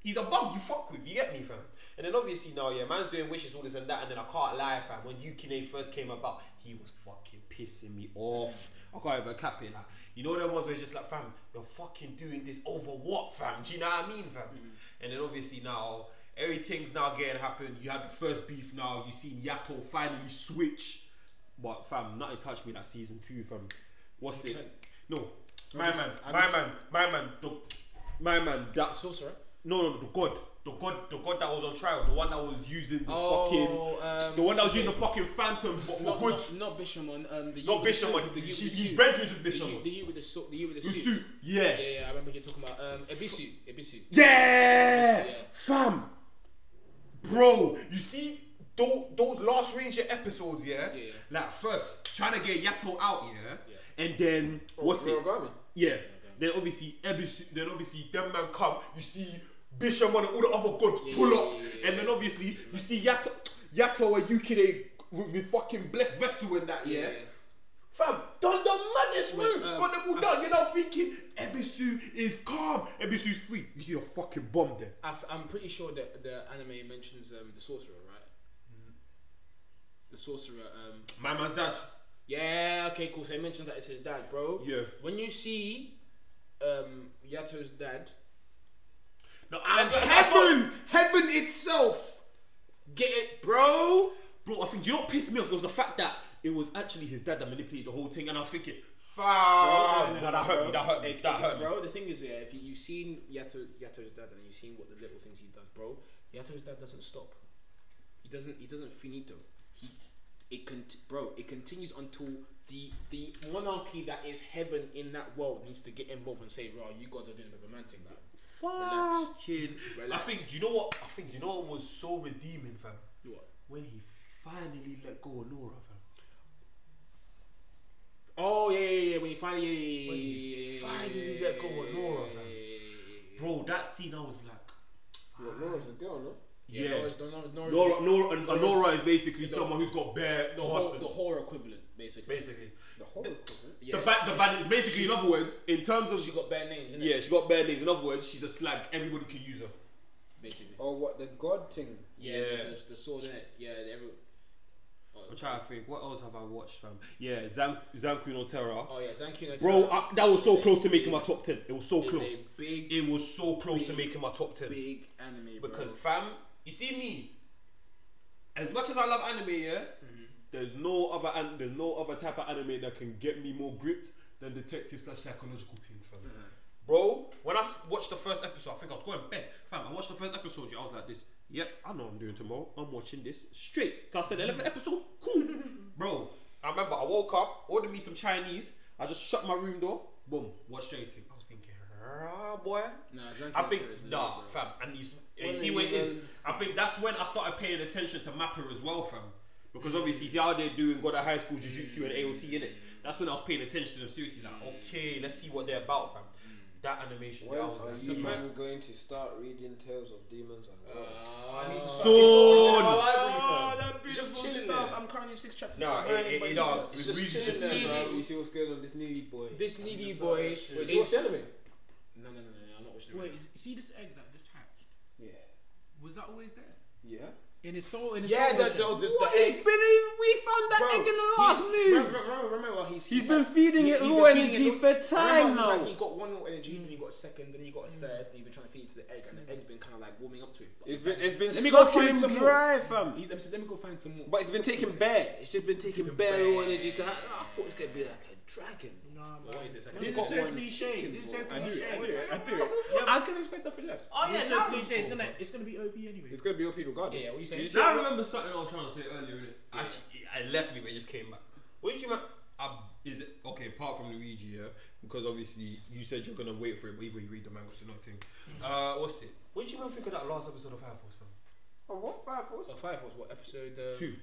D: he's a bum. You fuck with. You get me, fam? And then obviously now, yeah, man's doing wishes, all this and that, and then I can't lie, fam. When Yukine first came about, he was fucking pissing me off. I can't even cap it, like you know them ones where it's just like, fam, you're fucking doing this over what, fam? Do you know what I mean, fam? And then obviously now everything's now getting happened. You had the first beef now. You seen Yato finally switch, but fam, nothing touched me that season two, fam. What's it? No, my man, my man, my man, the, my man. That
B: Sorcerer.
D: no, no, the god, the god, the god that was on trial, the one that was using the
B: Oh,
D: fucking,
B: um,
D: the one
B: what's
D: that was
B: his
D: using the fucking phantom, but for
B: Not,
D: good.
B: not, not Bishamon. Um, the
D: Not
B: Bishop.
D: Bishamon,
B: The
D: he-
B: youth with
D: he-
B: the
D: he
B: suit.
D: bredrens with
B: The
D: Bishamon.
B: youth- The you with the suit. The you with the
D: The
B: suit.
D: suit,
B: Yeah,
D: yeah,
B: yeah, I remember you're talking about um, Ebisu. Ebisu.
D: yeah,
B: Yeah.
D: fam, bro, you see those, those last Ranger episodes, yeah,
B: Yeah.
D: like first trying to get Yato out, yeah, and then
B: Oh,
D: what's it? Yeah. Then obviously, Ebisu, then obviously, them man come. You see Bishamon and all the other gods pull up, and then obviously you see Yato, Yato and Yukine with, with fucking blessed vessel and that. Yeah. um, Fam, done the maddest move, got them all done. You're now thinking Ebisu is calm, Ebisu's free. You see a fucking bomb there.
B: I f- I'm pretty sure that the anime mentions um, the sorcerer, right?
D: Mm.
B: The sorcerer. Um,
D: My man's dad.
B: yeah, okay, cool. So they mentioned that it's his dad, bro.
D: Yeah.
B: When you see um, Yato's dad,
D: No,
B: and heaven, heaven itself, get it, bro.
D: bro. I think do you know what pissed me off? It was the fact that it was actually his dad that manipulated the whole thing, and I'm thinking, fam, no, that hurt me. That hurt me.
B: Hey,
D: That
B: hey,
D: hurt me.
B: Bro, the thing is, yeah, if you, you've seen Yato, Yato's dad and you've seen what the little things he's done, bro, Yato's dad doesn't stop. He doesn't. He doesn't finito. He it con- bro. It continues until the the monarchy that is heaven in that world needs to get involved and say, "Bro, you guys are doing a romantic now."
D: Fucking.
H: I
B: Relax.
H: think. Do you know what? I think. Do you know what was so redeeming, fam?
B: What?
H: When he finally let go of Nora, fam.
B: Oh yeah, yeah, yeah. When you finally, yeah, yeah,
H: When
B: yeah,
H: he
B: yeah,
H: finally
B: yeah,
H: let go of Nora,
B: yeah,
H: fam.
B: yeah, yeah, yeah.
H: Bro, that scene, I was like,
B: Well, Nora's the girl, no?
H: yeah.
B: Nora's, no, Nora's, Nora's,
H: Nora, Nora, and, and
B: Nora's-
H: Nora is basically someone who's got bare
B: the, whole,
H: masters,
B: the horror equivalent, basically.
H: basically.
B: The horror equivalent. Yeah.
H: The ba- the bad, basically, in other words, in terms of
B: she got bad names, innit?
H: yeah, she got bare names. In other words, she's a slag. Everybody can use her.
B: Basically.
G: Oh, what the god thing?
B: Yeah.
H: Yeah.
B: The, the, the sword, innit? Yeah. Every,
D: I'm trying to think. What else have I watched, fam? Yeah, Zan Zanku no Terra.
B: oh yeah, Zancuno.
D: Bro, I, that was so close to making my top ten. It was so
B: is
D: close.
B: a big,
D: It was so close to
B: big-
D: making my top ten.
B: big anime. Bro.
D: Because fam, you see me. As much as I love anime, yeah, there's no other an- there's no other type of anime that can get me more gripped than detective slash psychological things, fam. Bro, when I s- watched the first episode, I think I was going to bed. Fam, I watched the first episode, yeah, I was like this. Yep, I know what I'm doing tomorrow. I'm watching this straight. 'Cause I said 11 episodes, cool. Bro, I remember I woke up, ordered me some Chinese. I just shut my room door. Boom, watched straight I was thinking, ah, boy.
B: nah,
D: I
B: Zancudo
D: think
B: is legit,
D: nah,
B: bro.
D: fam, and you, s- you see where it is. I think that's when I started paying attention to Mapper as well, fam. Because obviously, see how they're doing, got a high school jujutsu and AOT in it. That's when I was paying attention to them seriously. Like, okay, let's see what they're about, fam. That animation,
G: When
D: that
G: are
D: was
G: you
D: like,
G: man going to start reading tales of demons and gods?
D: sword.
B: Oh, that beautiful stuff. I'm currently six chapters.
D: No,
B: behind,
D: it, it,
B: but
D: it,
B: it's
D: nah,
B: just-
D: it's really
B: chilling
D: just
B: there,
D: easy.
B: bro.
A: Ah.
G: You see what's going on with this needy boy?
B: This needy boy.
G: Wait,
B: is-
G: you watch the anime?
B: No, no, no, no, no, I'm not watching it.
C: Wait, is, see this egg that just hatched?
G: Yeah.
C: Was that always there?
G: Yeah.
C: In his soul, in his
B: Yeah,
C: soul.
B: the,
C: ocean?
B: the, the, the egg.
A: we found that egg in the last
B: he's-
A: move.
B: Remember, remember, remember he's,
A: He's been feeding it
B: he's
A: raw
B: been
A: energy
B: raw-
A: for
B: remember
A: time
B: he's
A: now.
B: Like, he got one raw energy, then he got a second, then he got a third, and he's been trying to feed it to the egg, and the egg's been kind of like warming up to it. But
A: It's
B: he's
A: been,
B: like,
A: it's been
B: Let me go
A: sucking
B: find
A: him
B: some more.
A: dry, fam.
B: he- let me say, let me go find some more.
A: But it's been taking bare. It's just been taking bare
B: bare.
A: low energy to. Ha- I thought it's gonna be like a dragon.
C: Nah, man.
B: What is this? I
C: This
B: just
C: is
B: got
C: so
B: one
C: cliche.
B: chicken,
C: This is
B: bro.
C: so
B: I knew it, I knew
C: cliche.
B: it, I knew it. I couldn't expect nothing less.
C: Oh yeah, so cliche. It's gonna, it's gonna be OP anyway.
G: It's gonna be OP regardless.
B: Yeah, what you saying?
G: Did
D: Now I remember something I was trying to say earlier, innit? Actually, I left me, but it just came back. What did you mean? Uh, is it okay? Apart from Luigi, yeah, because obviously you said you're gonna wait for it, but either you read the manga, so nothing. Uh, what's it? What did you man think of that last episode of Fire Force? Fam?
G: Oh, what five was?
B: So five was what episode? Uh,
D: Two.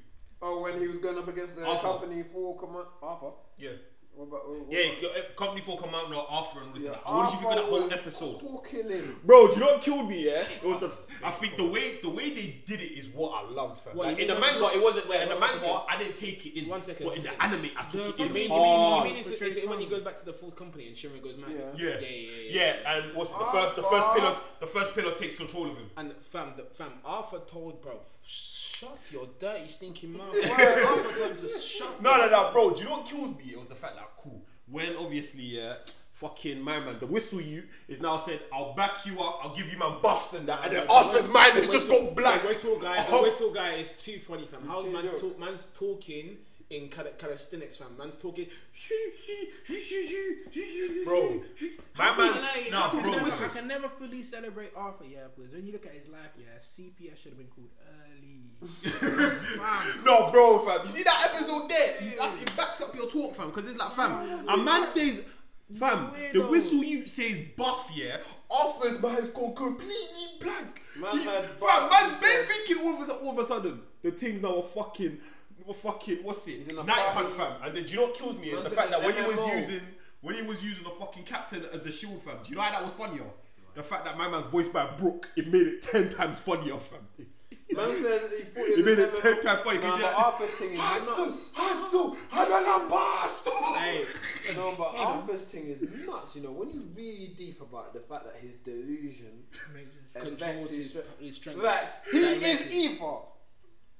G: Oh, when he was going up against the
D: Arthur.
G: company for command Arthur.
D: Yeah.
G: What about? oh, What
D: Yeah. you got, uh, Company Four Commander Arthur and all this.
G: Yeah,
D: and that. What did you think of that
G: Arthur
D: whole
G: was
D: episode?
G: Talking him.
D: Bro, do you know what killed me? Yeah, it was the. I think the way the way they did it is what I loved. Fam.
B: What,
D: like
B: you
D: in the
B: mean when-
D: manga, it wasn't. Where in the
B: one
D: manga,
B: second.
D: I didn't take it in.
B: One second,
D: But
B: one
D: in the
B: second.
D: anime, I
C: The
D: took it
B: You
D: in.
B: mean, you mean,
D: hard.
B: you mean, is it, is it when he goes back to the fourth company and Shinra goes mad?
G: Yeah.
D: Yeah.
B: yeah, yeah, yeah.
D: Yeah, and what's it, the
G: Ah,
D: first the first
G: ah.
D: pillar the first pillar takes control of him.
B: And fam, the, fam, Arthur told bro, shut your dirty stinking mouth.
G: Why?
B: Arthur told him to shut.
D: No no no bro, do you know what kills me? It was the fact that cool. When obviously uh, fucking my man, the whistle you is now said, I'll back you up, I'll give you man buffs and that and then Arthur's mind has just gone black.
B: The whistle guy, the
D: Oh.
B: whistle guy is too funny, fam. How
G: too
B: man
G: jokes.
B: talk, man's talking in cal- calisthenics, fam. Man's talking.
D: Bro. My
C: I,
D: man's
C: I,
D: nah
C: can
D: bro.
C: never, I
D: listen.
C: can never fully celebrate Arthur, yeah, because when you look at his life, yeah, CPS should have been called early. Fam.
D: No, bro, fam. You see that episode there? It's- that's- it backs up your talk, fam, because it's like, fam, a man says, fam, the
C: Weirdo.
D: whistle you says buff, yeah, offers by his gone completely blank.
G: Man
D: He's-
G: had
D: fam,
G: buff,
D: man's
G: he
D: been
G: said.
D: thinking all of, a, all of a sudden, the things now are fucking, were fucking, what's
G: He's
D: it?
G: in a
D: Night
G: party.
D: hunt, fam. And then, do you know what kills me is
G: Man
D: the
G: took
D: fact
G: an
D: that when he
G: MMO.
D: was using, when he was using the fucking captain as the shield, fam, do you know how that was funnier? The fact that my man's voiced by Brooke, it made it ten times funnier, fam.
G: Man said he put
D: He made it
G: in-
D: ten times funny.
G: Nah,
D: Could you like
G: but
D: this?
G: Arthur's thing is nuts.
D: Handsome, handsome, another bastard.
B: Hey,
G: No, but Arthur's thing is nuts. You know, when you really deep about the fact that his delusion
B: controls his, his strength.
G: Like he is either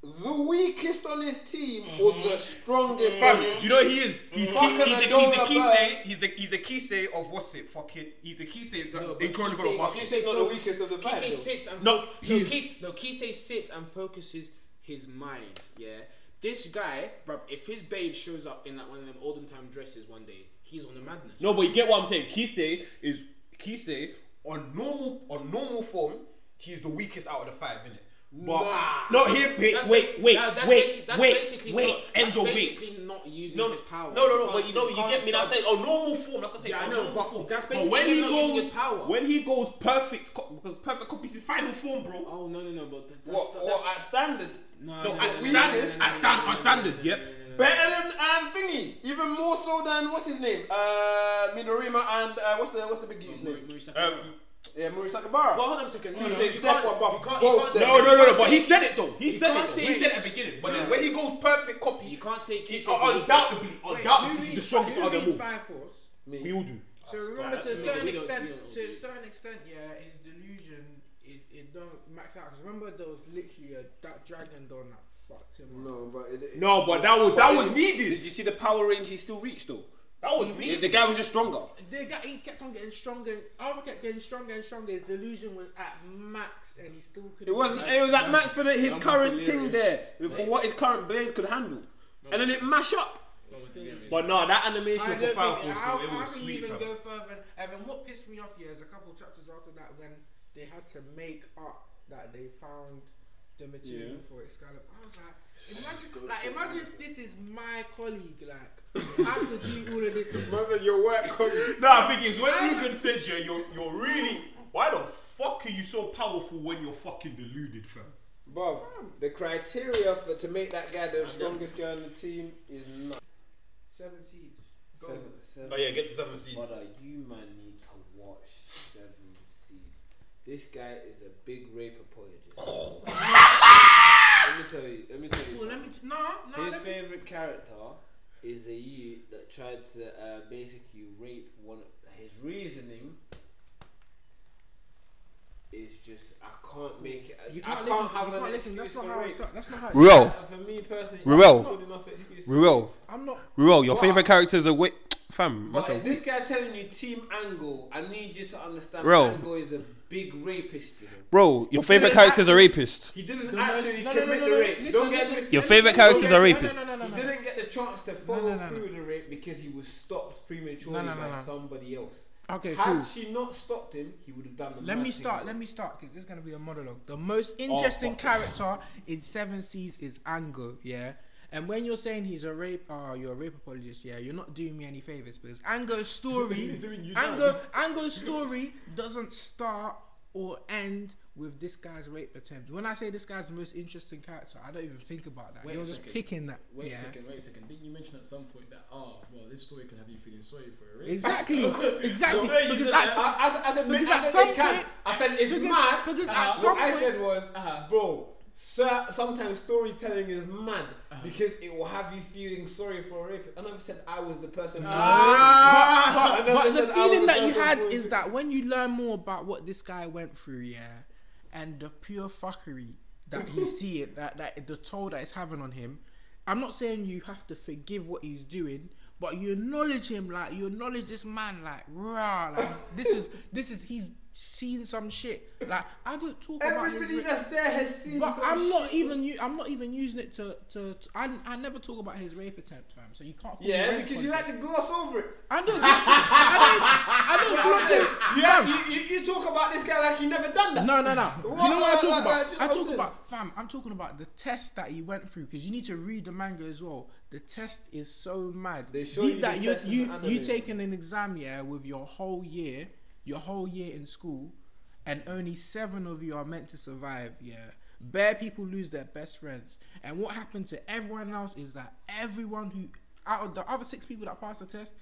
G: the weakest on his team or the strongest. on his
D: Do you know he is? He's,
G: Fucking
D: ki- he's, the, he's the
G: Adola
D: kise.
G: Burst.
D: He's the he's the kise of what's it? Fuck it. He's the kise
B: No, but
D: in Chronicle
B: Kisei-
D: of Basket.
B: Kisei
G: not the
B: focus-
G: weakest of the
B: Kisei
G: five, though.
B: sits and
D: No,
B: no,
D: he's-
B: Ki- no, Kisei sits and focuses his mind. Yeah, this guy, bruv, if his babe shows up in like one of them olden time dresses one day, he's on the madness.
D: No, but you get what I'm saying. Kise is kise on normal on normal form. He's the weakest out of the five, innit? But no, here, wait,
B: That's
D: wait,
B: basi-
D: wait,
B: that- that's basi-
D: wait,
B: that's
D: wait,
B: basically
D: wait,
B: not- that's
D: Enzo, wait.
B: basically not using
D: No, no,
B: his power.
D: no, no, no.
B: You
D: But you know,
B: can't-
D: you get me.
B: can't
D: That's
B: judge-
D: saying a oh, normal form. That's what I'm saying.
B: Yeah, I
D: a
B: know,
D: normal
B: but
D: form.
B: that's
D: But
B: basically
D: when
B: him
D: he
B: not
D: goes,
B: using his power.
D: when he goes perfect, co- because perfect copy is his final form, bro.
B: Oh no, no, no. But th- that's,
G: What? Or at standard?
B: no,
D: no,
B: no,
D: at
B: no,
D: standard,
G: just-
D: at standard, at standard. Yep.
G: Better than um thingy, even more so than what's his name, uh Minorima and uh, what's the what's the big dude's name?
D: Um,
G: Yeah, Muri Sakabara.
B: Well, hold on a second. No,
G: He
B: no,
G: says
B: you
G: that
B: can't-
G: one, but
B: you can't-
G: both
B: you can't
G: them.
B: say-
D: no, no, no, no. But he
B: you
D: said it though. He said
B: can't
D: it.
B: say
D: He
B: it.
D: said it at the beginning. But then
B: No.
D: when he goes perfect copy,
B: You can't say Keith
D: he's undoubtedly,
C: Who
D: undoubtedly, he's the
C: leads-
D: strongest
C: who
D: of them
C: leads
D: all. Ah,
C: Fire Force?
D: We all do.
C: So remember, to a
B: no,
C: certain
B: we don't-
C: extent,
B: we don't
C: to
B: do
C: a certain extent, yeah, his delusion it, it don't max out. 'Cause remember, there was literally a that dragon door that fucked him up.
G: No, but it, it,
D: No, but that was that was
A: Did
D: needed.
A: you see the power range he still reached though?
D: That was
A: The,
D: needed.
A: the guy was just stronger.
C: The guy he kept on getting stronger. Arthur kept getting stronger and stronger. His delusion was at max, and he still couldn't.
A: It wasn't. It was at max for the, his current thing there, for what his current blade could handle, and then it mash up.
D: But no, that animation
C: I
D: for
C: don't
D: Fire
C: think
D: Force,
C: how,
D: though, it
C: how
D: was
C: can you
D: sweet.
C: even
D: fam.
C: go further. And then what pissed me off here is a couple of chapters after that when they had to make up that they found the material for Excalibur. I was like, imagine, like, imagine if this is my colleague, like, I could do all of this.
G: Brother, your work comes.
D: No, I think it's when Rugen said yeah, you're you're really why the fuck are you so powerful when you're fucking deluded, fam?
G: Bob, the criteria for to make that guy the strongest guy on the team is not.
C: Seven seeds. Go.
G: Seven, seven.
D: Oh yeah, get to seven seeds.
G: Brother, you man need to watch Seven Seeds. This guy is a big rape apologist. let me tell you. Let me tell you.
C: Well,
G: something.
C: let me. T- no, no.
G: His
C: Let me,
G: favorite character is a youth that tried to uh, basically rape one. His reasoning is just I can't make it.
C: you
G: I
C: can't
G: can't
C: listen.
G: have
C: you
G: an
C: can't listen.
G: excuse
C: That's not
G: for
C: how
G: rape.
C: it's done. That's not how. It's
I: Ruel,
G: For me personally,
I: Ruel.
G: that's not enough excuse.
I: Ruel,
C: I'm not.
I: Ruel, your
G: What?
I: favorite character is a wit. Fam,
G: But
I: that's a
G: if this guy telling you Team Angle, I need you to understand.
I: Bro.
G: Angle is a big rapist. You know?
I: Bro, your favorite character is a rapist.
G: He didn't
C: No, no,
G: actually
C: no, no,
G: commit
C: no, no,
G: the
C: no,
G: rape.
C: listen,
G: Don't get
C: listen,
G: twisted.
I: Your
C: listen,
I: favorite
C: listen,
I: character's
C: don't
I: a
C: get-
I: rapist.
C: No, no, no, no,
G: He
C: no, no.
G: didn't get the chance to follow
C: no, no.
G: through the rape because he was stopped prematurely
C: No, no, no,
G: by
C: no.
G: somebody else.
C: Okay,
G: Had
C: cool.
G: she not stopped him, he would have done the
C: Let
G: mad
C: me
G: thing.
C: start. Let me start because this is gonna be a monologue. The most
B: Oh,
C: interesting character in Seven Seas is Ango. Yeah. And when you're saying he's a rape, oh, you're a rape apologist, yeah, you're not doing me any favors because Ango's story, Ango, Ango's story doesn't start or end with this guy's rape attempt. When I say this guy's the most interesting character, I don't even think about that.
B: Wait a
C: you're just
B: second.
C: picking that.
B: Wait
C: yeah.
B: a second, wait a second. Didn't you mention at some point that oh well this story can have you feeling sorry for it?
C: Exactly,
B: You're
C: exactly.
B: saying you
C: because
B: said
C: that's
G: I, I, I said,
C: Because
G: I
C: at
G: said
C: some
G: they can.
C: point-
G: I said it's
C: because-
G: mad.
C: because at
G: what
C: some
G: I
C: point-
G: said was, uh, bro, sir, sometimes storytelling is mad because it will have you feeling sorry for rape. I never said I was the person. who Uh,
C: Ah,
G: raped
C: but,
G: you. I
C: but
G: never
C: the
G: said I
C: feeling
G: was
C: that you
G: person
C: had
G: who
C: is
G: raped
C: that when you learn more about what this guy went through, yeah, and the pure fuckery that he's seeing, that, that the toll that it's having on him, I'm not saying you have to forgive what he's doing, but you acknowledge him, like you acknowledge this man, like rah, like this is this is he's seen some shit. Like I don't talk about his
G: Everybody
C: rape-
G: that's there has seen.
C: but
G: some
C: I'm not
G: shit.
C: even u- I'm not even using it to, to, to- I, I never talk about his rape attempt, fam. So you can't. Call me
G: Yeah,
C: rape
G: because
C: on
G: you
C: this.
G: like to gloss over it.
C: I don't gloss it. I don't, I don't gloss it.
G: Yeah, you, you, you talk about this guy like he never done that.
C: No, no, no. Do you know what I
G: What-
C: talk
G: what- what-
C: about?
G: what-
C: I
G: what I'm
C: talk
G: saying?
C: about, fam. I'm talking about the test that he went through because you need to read the manga as well. The test is so mad.
G: They show
C: Deep
G: you
C: that
G: the
C: you
G: test in
C: you
G: the
C: you
G: anime.
C: taking an exam yeah with your whole year, your whole year in school, and only seven of you are meant to survive. Yeah. Bare people lose their best friends, and what happened to everyone else is that everyone who out of the other six people that passed the test,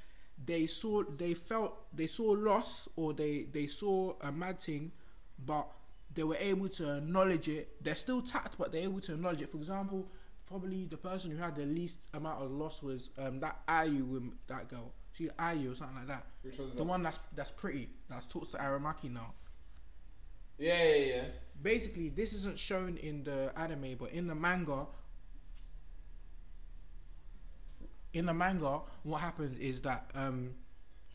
C: they saw they felt they saw loss or they they saw a mad thing, but they were able to acknowledge it. They're still tapped, but they're able to acknowledge it. For example, probably the person who had the least amount of loss was um, that Ayu wom- that girl. She Ayu or something like that. the one that's that's pretty that's talks to Aramaki now.
G: Yeah, yeah, yeah.
C: Basically, this isn't shown in the anime, but in the manga. In the manga, what happens is that um,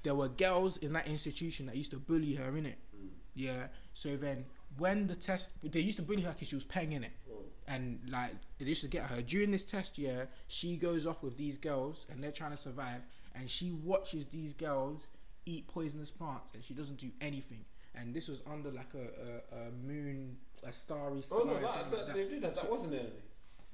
C: there were girls in that institution that used to bully her in it.
G: Mm.
C: Yeah. So then, when the test, they used to bully her because she was paying in it,
G: Mm.
C: and like they used to get her during this test year. She goes off with these girls, and they're trying to survive, and she watches these girls eat poisonous plants, and she doesn't do anything. And this was under like a, a, a moon a starry sky.
G: Oh no,
C: or
G: that,
C: something
G: that,
C: like that.
G: they did that. That wasn't it.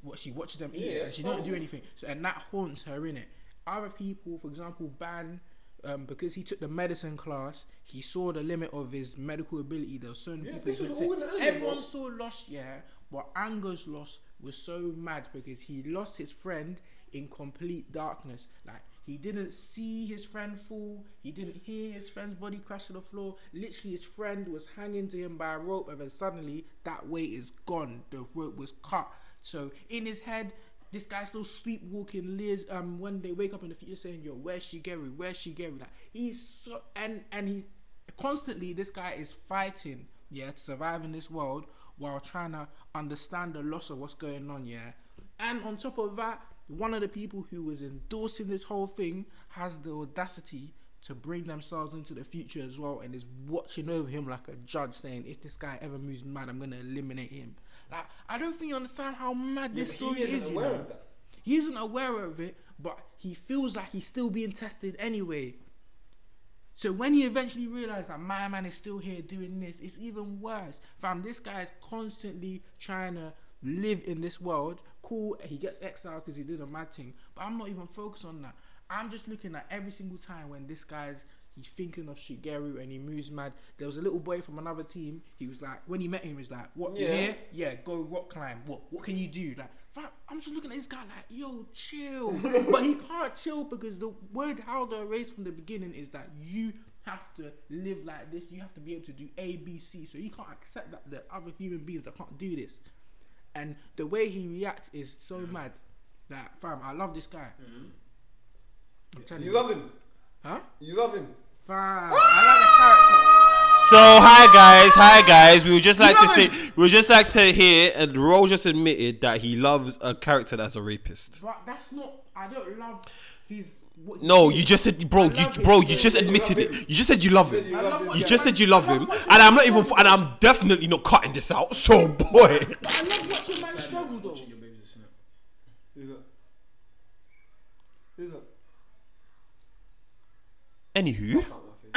C: What she watches them eat
G: Yeah,
C: it, and she
G: that
C: don't
G: was
C: do
G: it.
C: anything. So and that haunts her in it. Other people, for example, ban. Um, because he took the medicine class, he saw the limit of his medical ability. There were so many people.
G: this
C: who
G: was
C: said-
G: all in the anime,
C: Everyone
G: bro.
C: saw loss, yeah, but Anger's loss was so mad because he lost his friend in complete darkness. Like he didn't see his friend fall, he didn't hear his friend's body crash to the floor. Literally, his friend was hanging to him by a rope, and then suddenly that weight is gone. The rope was cut. So in his head, this guy's still sleepwalking. Liz, um, when they wake up in the future, saying, "Yo, where's Shigeru? Where's Shigeru?" Like he's so and and he's constantly this guy is fighting yeah to survive in this world while trying to understand the loss of what's going on yeah and on top of that one of the people who was endorsing this whole thing has the audacity to bring themselves into the future as well and is watching over him like a judge saying if this guy ever moves mad i'm gonna eliminate him like i don't think you understand how mad this
G: but
C: story
G: he
C: is
G: isn't
C: you
G: aware
C: know?
G: of that.
C: he isn't aware of it but he feels like he's still being tested anyway so when he eventually realized that my man is still here doing this, it's even worse. Fam, this guy is constantly trying to live in this world. Cool, he gets exiled because he did a mad thing, but I'm not even focused on that. I'm just looking at every single time when this guy's he's thinking of Shigeru and he moves mad. There was a little boy from another team. He was like, when he met him, he was like, "What you
G: Yeah.
C: here? Yeah, go rock climb. What? What can you do?" Like, fam, I'm just looking at this guy like, "Yo, chill," but he can't chill because the word how they're raised from the beginning is that you have to live like this. You have to be able to do A, B, C. So he can't accept that there are other human beings that can't do this. And the way he reacts is so mad. Like, fam, I love this guy. I'm telling you,
A: You love him.
C: huh?
A: You love him.
C: Fam, I like the character.
D: So hi guys, hi guys. We would just like to say we would just like to hear and Roll just admitted that he loves a character that's a rapist.
C: But that's not. I don't love his. What he
D: No,
C: did.
D: you just said,
C: I
D: bro, you
C: love
D: bro,
C: it.
D: you just
C: I
D: admitted
A: love
D: it. You just said you love
A: You
D: him.
A: love him.
D: You
A: yeah.
D: just said you love him, and I'm not even, and I'm definitely not cutting this out. So boy,
C: I love watching man struggle though.
B: Your baby's a snap.
A: Who's that? Who's that?
D: anywho,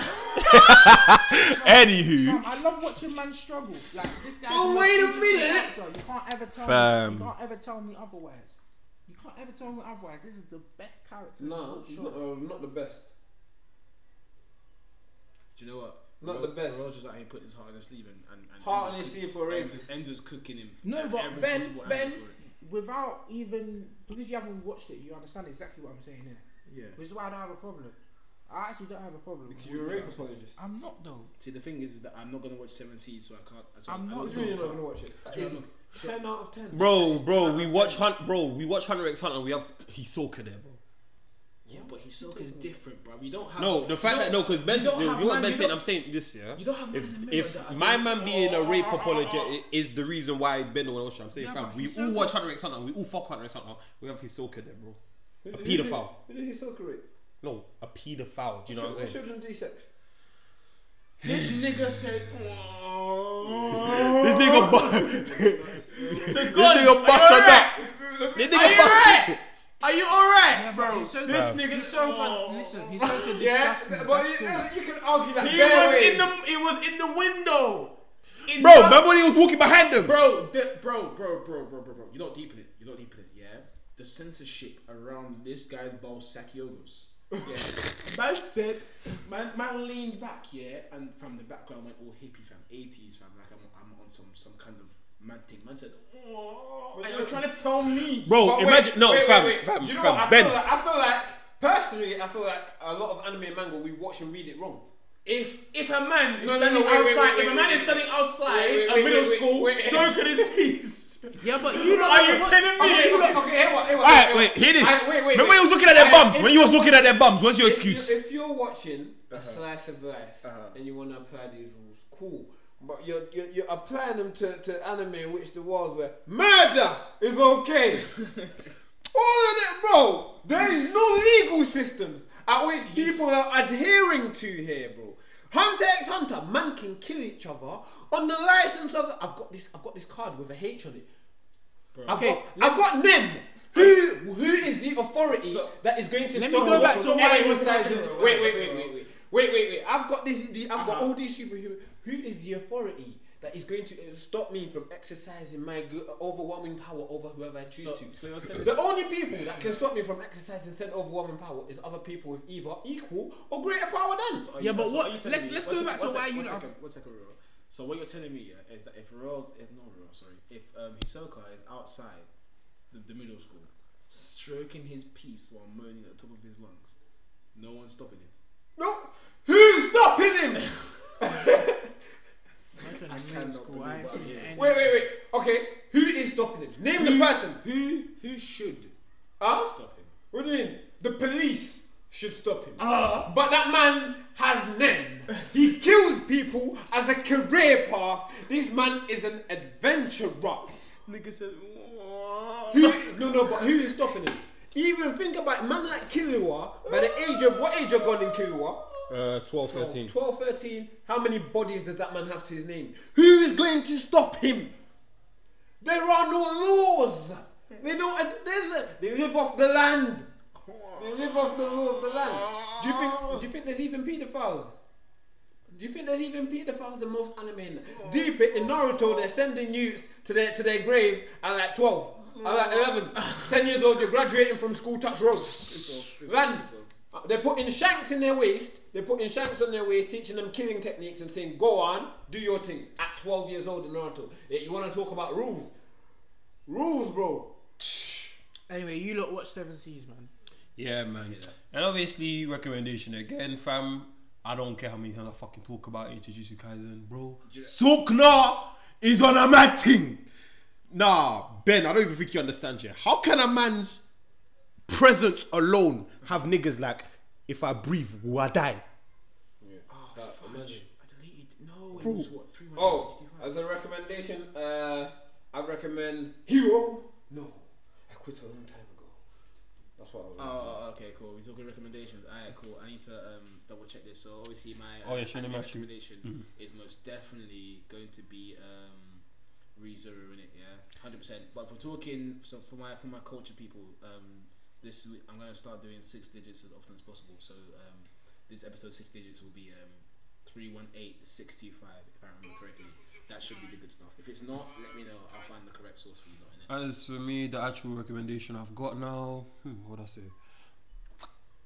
D: anywho.
C: Fam, I love watching man struggle. Like this guy.
G: Oh, wait a minute.
C: You can't ever tell.
D: Fam.
C: Me, you can't ever tell me otherwise. You can't ever tell me otherwise. This is the best character.
A: Nah,
C: in the
A: he's
C: whole
A: not,
C: show.
A: uh, not the best.
B: Do you know what?
A: Not the best.
B: Roger's out here putting his heart on his sleeve and and, and
G: Heart
B: Enzo's
G: on his
B: cook-
G: sleeve for a
B: Enzo's, Enzo's cooking him.
C: No,
B: at
C: but
B: every
C: Ben,
B: possible
C: Ben,
B: angle for it.
C: without even because you haven't watched it, you understand exactly what I'm saying innit?
B: Yeah.
C: Which is why I don't have a problem. I actually don't have a problem.
A: Because you're a rape apologist.
C: I'm not though.
B: See, the thing is, is that I'm not gonna watch Seven Seeds, so I can't. So
C: I'm not
A: You're not gonna watch it. It's ten out of ten.
D: Bro, bro, we watch Hunt. Bro, we watch Hunter X Hunter. We have Hisoka there, bro.
B: Yeah, but Hisoka's different, bro. You don't have.
D: No, the fact that no, because Ben,
B: you don't
D: no,
B: have
D: you what
B: man-
D: Ben
B: you
D: said,
B: don't-
D: I'm saying this, yeah.
B: you don't have man in the
D: If
B: mirror
D: if
B: that I
D: my
B: don't-
D: man being a rape apology is the reason why Ben don't watch it, I'm saying,
C: Yeah,
D: fam,
C: but
D: we
C: Hisoka-
D: all watch Hunter X Hunter. We all fuck Hunter X Hunter. We have Hisoka there, bro. A pedophile.
A: Who did he so correct?
D: No, a pedophile. Do you know what I'm saying?
A: Children do sex.
B: This nigga said.
D: This nigga, bu- this nigga bust a nut. This nigga bust.
B: Are you alright,
C: Bro,
B: bro? Oh.
C: he's so
B: This
C: good.
B: nigga
C: He's so much. Listen, he's so good.
B: Yeah,
C: disgusting,
B: but
C: that's
B: it-
C: cool.
B: you can argue that. He
G: bare
B: was
G: way.
B: in the. It was in the window. In
D: Bro,
B: the-
D: remember when he was walking behind him?
B: bro, the, bro, bro, bro, bro, bro, bro. You're not deep in it. You're not deep in it. Yeah, the censorship around this guy's ballsack yogos. Yeah, man said, man, man leaned back. Yeah, and from the background went all hippie fam, 80s fam. Like I'm, I'm on some some kind of mad thing. Man said, oh, and you're trying to tell me,
D: Bro,
B: But wait,
D: imagine- no,
B: wait,
D: fam,
B: wait, wait.
D: fam,
B: You know
D: fam,
B: what? I
D: Ben.
B: feel like, I feel like
G: Personally, I feel like a lot of anime and manga we watch and read it wrong.
B: If if a man is
G: No, no,
B: standing
G: no, wait, wait,
B: outside, if
G: wait,
B: a
G: wait,
B: man
G: wait,
B: is standing outside
G: Wait, wait,
B: a
G: wait,
B: middle
G: wait, wait,
B: school,
G: wait.
B: stroking his piece,
C: Yeah, but you know.
B: are you kidding me?
G: Okay, okay, okay, hear what, hear what,
D: Alright,
G: hear
D: wait,
G: what.
D: hear this.
G: I- wait, wait,
D: Remember
G: wait.
D: when he was looking at their bums?
G: if
D: When he was
G: you-
D: looking at their bums, what's your
G: If,
D: excuse?
G: you, if you're watching
A: Uh-huh.
G: a slice of life and you want to apply these rules, cool.
A: But you're, you're, you're applying them to, to anime in which the world's where murder is okay. All of that, bro. There is no legal systems at which people are adhering to here, bro. Hunter x Hunter, man can kill each other on the license of I've got this I've got this card with a H on it. I've,
C: Okay,
A: got, I've got them. Who who is the authority that is going to
C: Let me
A: stop
C: go back
A: what-
C: to why
A: everyone
C: it was
A: says-
C: licensed.
A: Wait, wait, wait, wait, wait, wait, wait, wait. I've got this. The, I've got all these superhuman. Who is the authority
M: that is going to uh, stop me from exercising my gr- uh, overwhelming power over whoever I choose to.
B: So you're telling
M: The only people that can stop me from exercising said overwhelming power is other people with either equal or greater power than.
B: So are
C: Yeah,
B: you-
C: but
B: so
C: what-
B: are you telling
C: let's-
B: me-
C: let's
B: one
C: go
B: sec-
C: back to
B: one sec-
C: why you
B: one
C: don't-
B: second, One second, Ruel. So what you're telling me yeah, is that if Ruel's if not Ruel, sorry, if um, Hisoka is outside the, the middle school, stroking his piece while moaning at the top of his lungs, no one's stopping him.
A: No, who's stopping him?
C: That's in the middle school. I ain't seen any.
A: Wait, wait, wait. Okay, who is stopping him? Name the person.
B: Who who should
A: Huh?
B: stop him?
A: What do you mean? The police should stop him.
B: Ah.
A: but that man has none. He kills people as a career path. This man is an adventurer.
B: Nigga says.
A: Who, no, no, but who is stopping him? Even think about man like Kiriwa, by the age of, what age are gone in Kiriwa?
D: Uh, 12, 13.
A: 12, 13, how many bodies does that man have to his name? Who is going to stop him? There are no laws. They don't. There's a, they live off the land. They live off the law of the land. Do you think? Do you think there's even paedophiles? Do you think there's even paedophiles in most anime? In Deep it in Naruto, they're sending youths to their to their grave at like 12, at like 11, 10 years old. You're graduating from school, touch roads, land. Uh, They're putting shanks in their waist. They're putting shanks on their waist, teaching them killing techniques and saying, "Go on, do your thing." At 12 years old in Naruto, Yeah, you want to talk about rules? Rules, bro.
C: Anyway, you lot watch Seven Seas, man.
D: Yeah, man. And obviously, recommendation again, fam. I don't care how many times I fucking talk about it, Jujutsu Kaisen, bro. Sukna is on a mad thing. Nah, Ben, I don't even think you understand yet. How can a man's presence alone have niggas like, if I breathe, will I die?
B: I deleted. No, it
D: Bro.
B: was what three
A: Oh, as
B: months.
A: a recommendation, uh, I recommend Hero. No, I quit a long time ago. That's what I would
B: Oh, okay, cool. These are good recommendations. Alright, cool. I need to um, double check this. So obviously my uh,
D: Oh, yeah, Shonen
B: anime
D: Machi.
B: recommendation
D: Mm-hmm.
B: is most definitely going to be um, ReZero in it. Yeah, hundred percent. But if we're talking, so for my for my culture people, um, this week I'm gonna start doing six digits as often as possible. So um, this episode six digits will be um, three one eight six two five if I remember correctly. That should be the good stuff. If it's not, let me know. I'll find the correct source for you. Lot, innit?
D: As for me, the actual recommendation I've got now, hmm, what I say?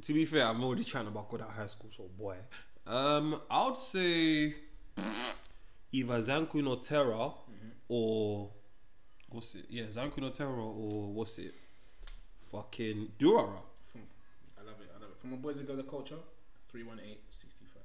D: To be fair, I'm already trying about good at high school, so boy. Um, I'd say either Zanku no Terra or what's it? Yeah, Zanku no Terra or what's it? Fucking Durara.
B: I love it. I love it. From a boys and girls of culture, 318 625.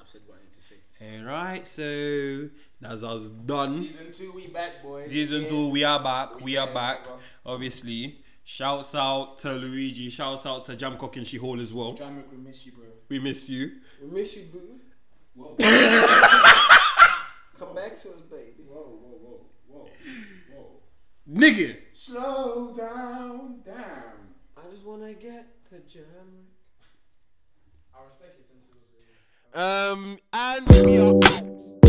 B: I've said what I need to say.
D: Alright, so that's us done.
G: Season two, we back, boys.
D: Season
G: Yeah.
D: two, we are back. We are
G: Yeah,
D: back.
G: bro.
D: Obviously, shouts out to Luigi. Shouts out to Jamcock and Shihol as well.
G: Jamrock, we miss you, bro.
D: We miss you.
G: We miss you, boo. Come back to us, baby.
D: Nigga.
G: Slow down, down. I just wanna get to Jamrock.
N: Um, and we are out.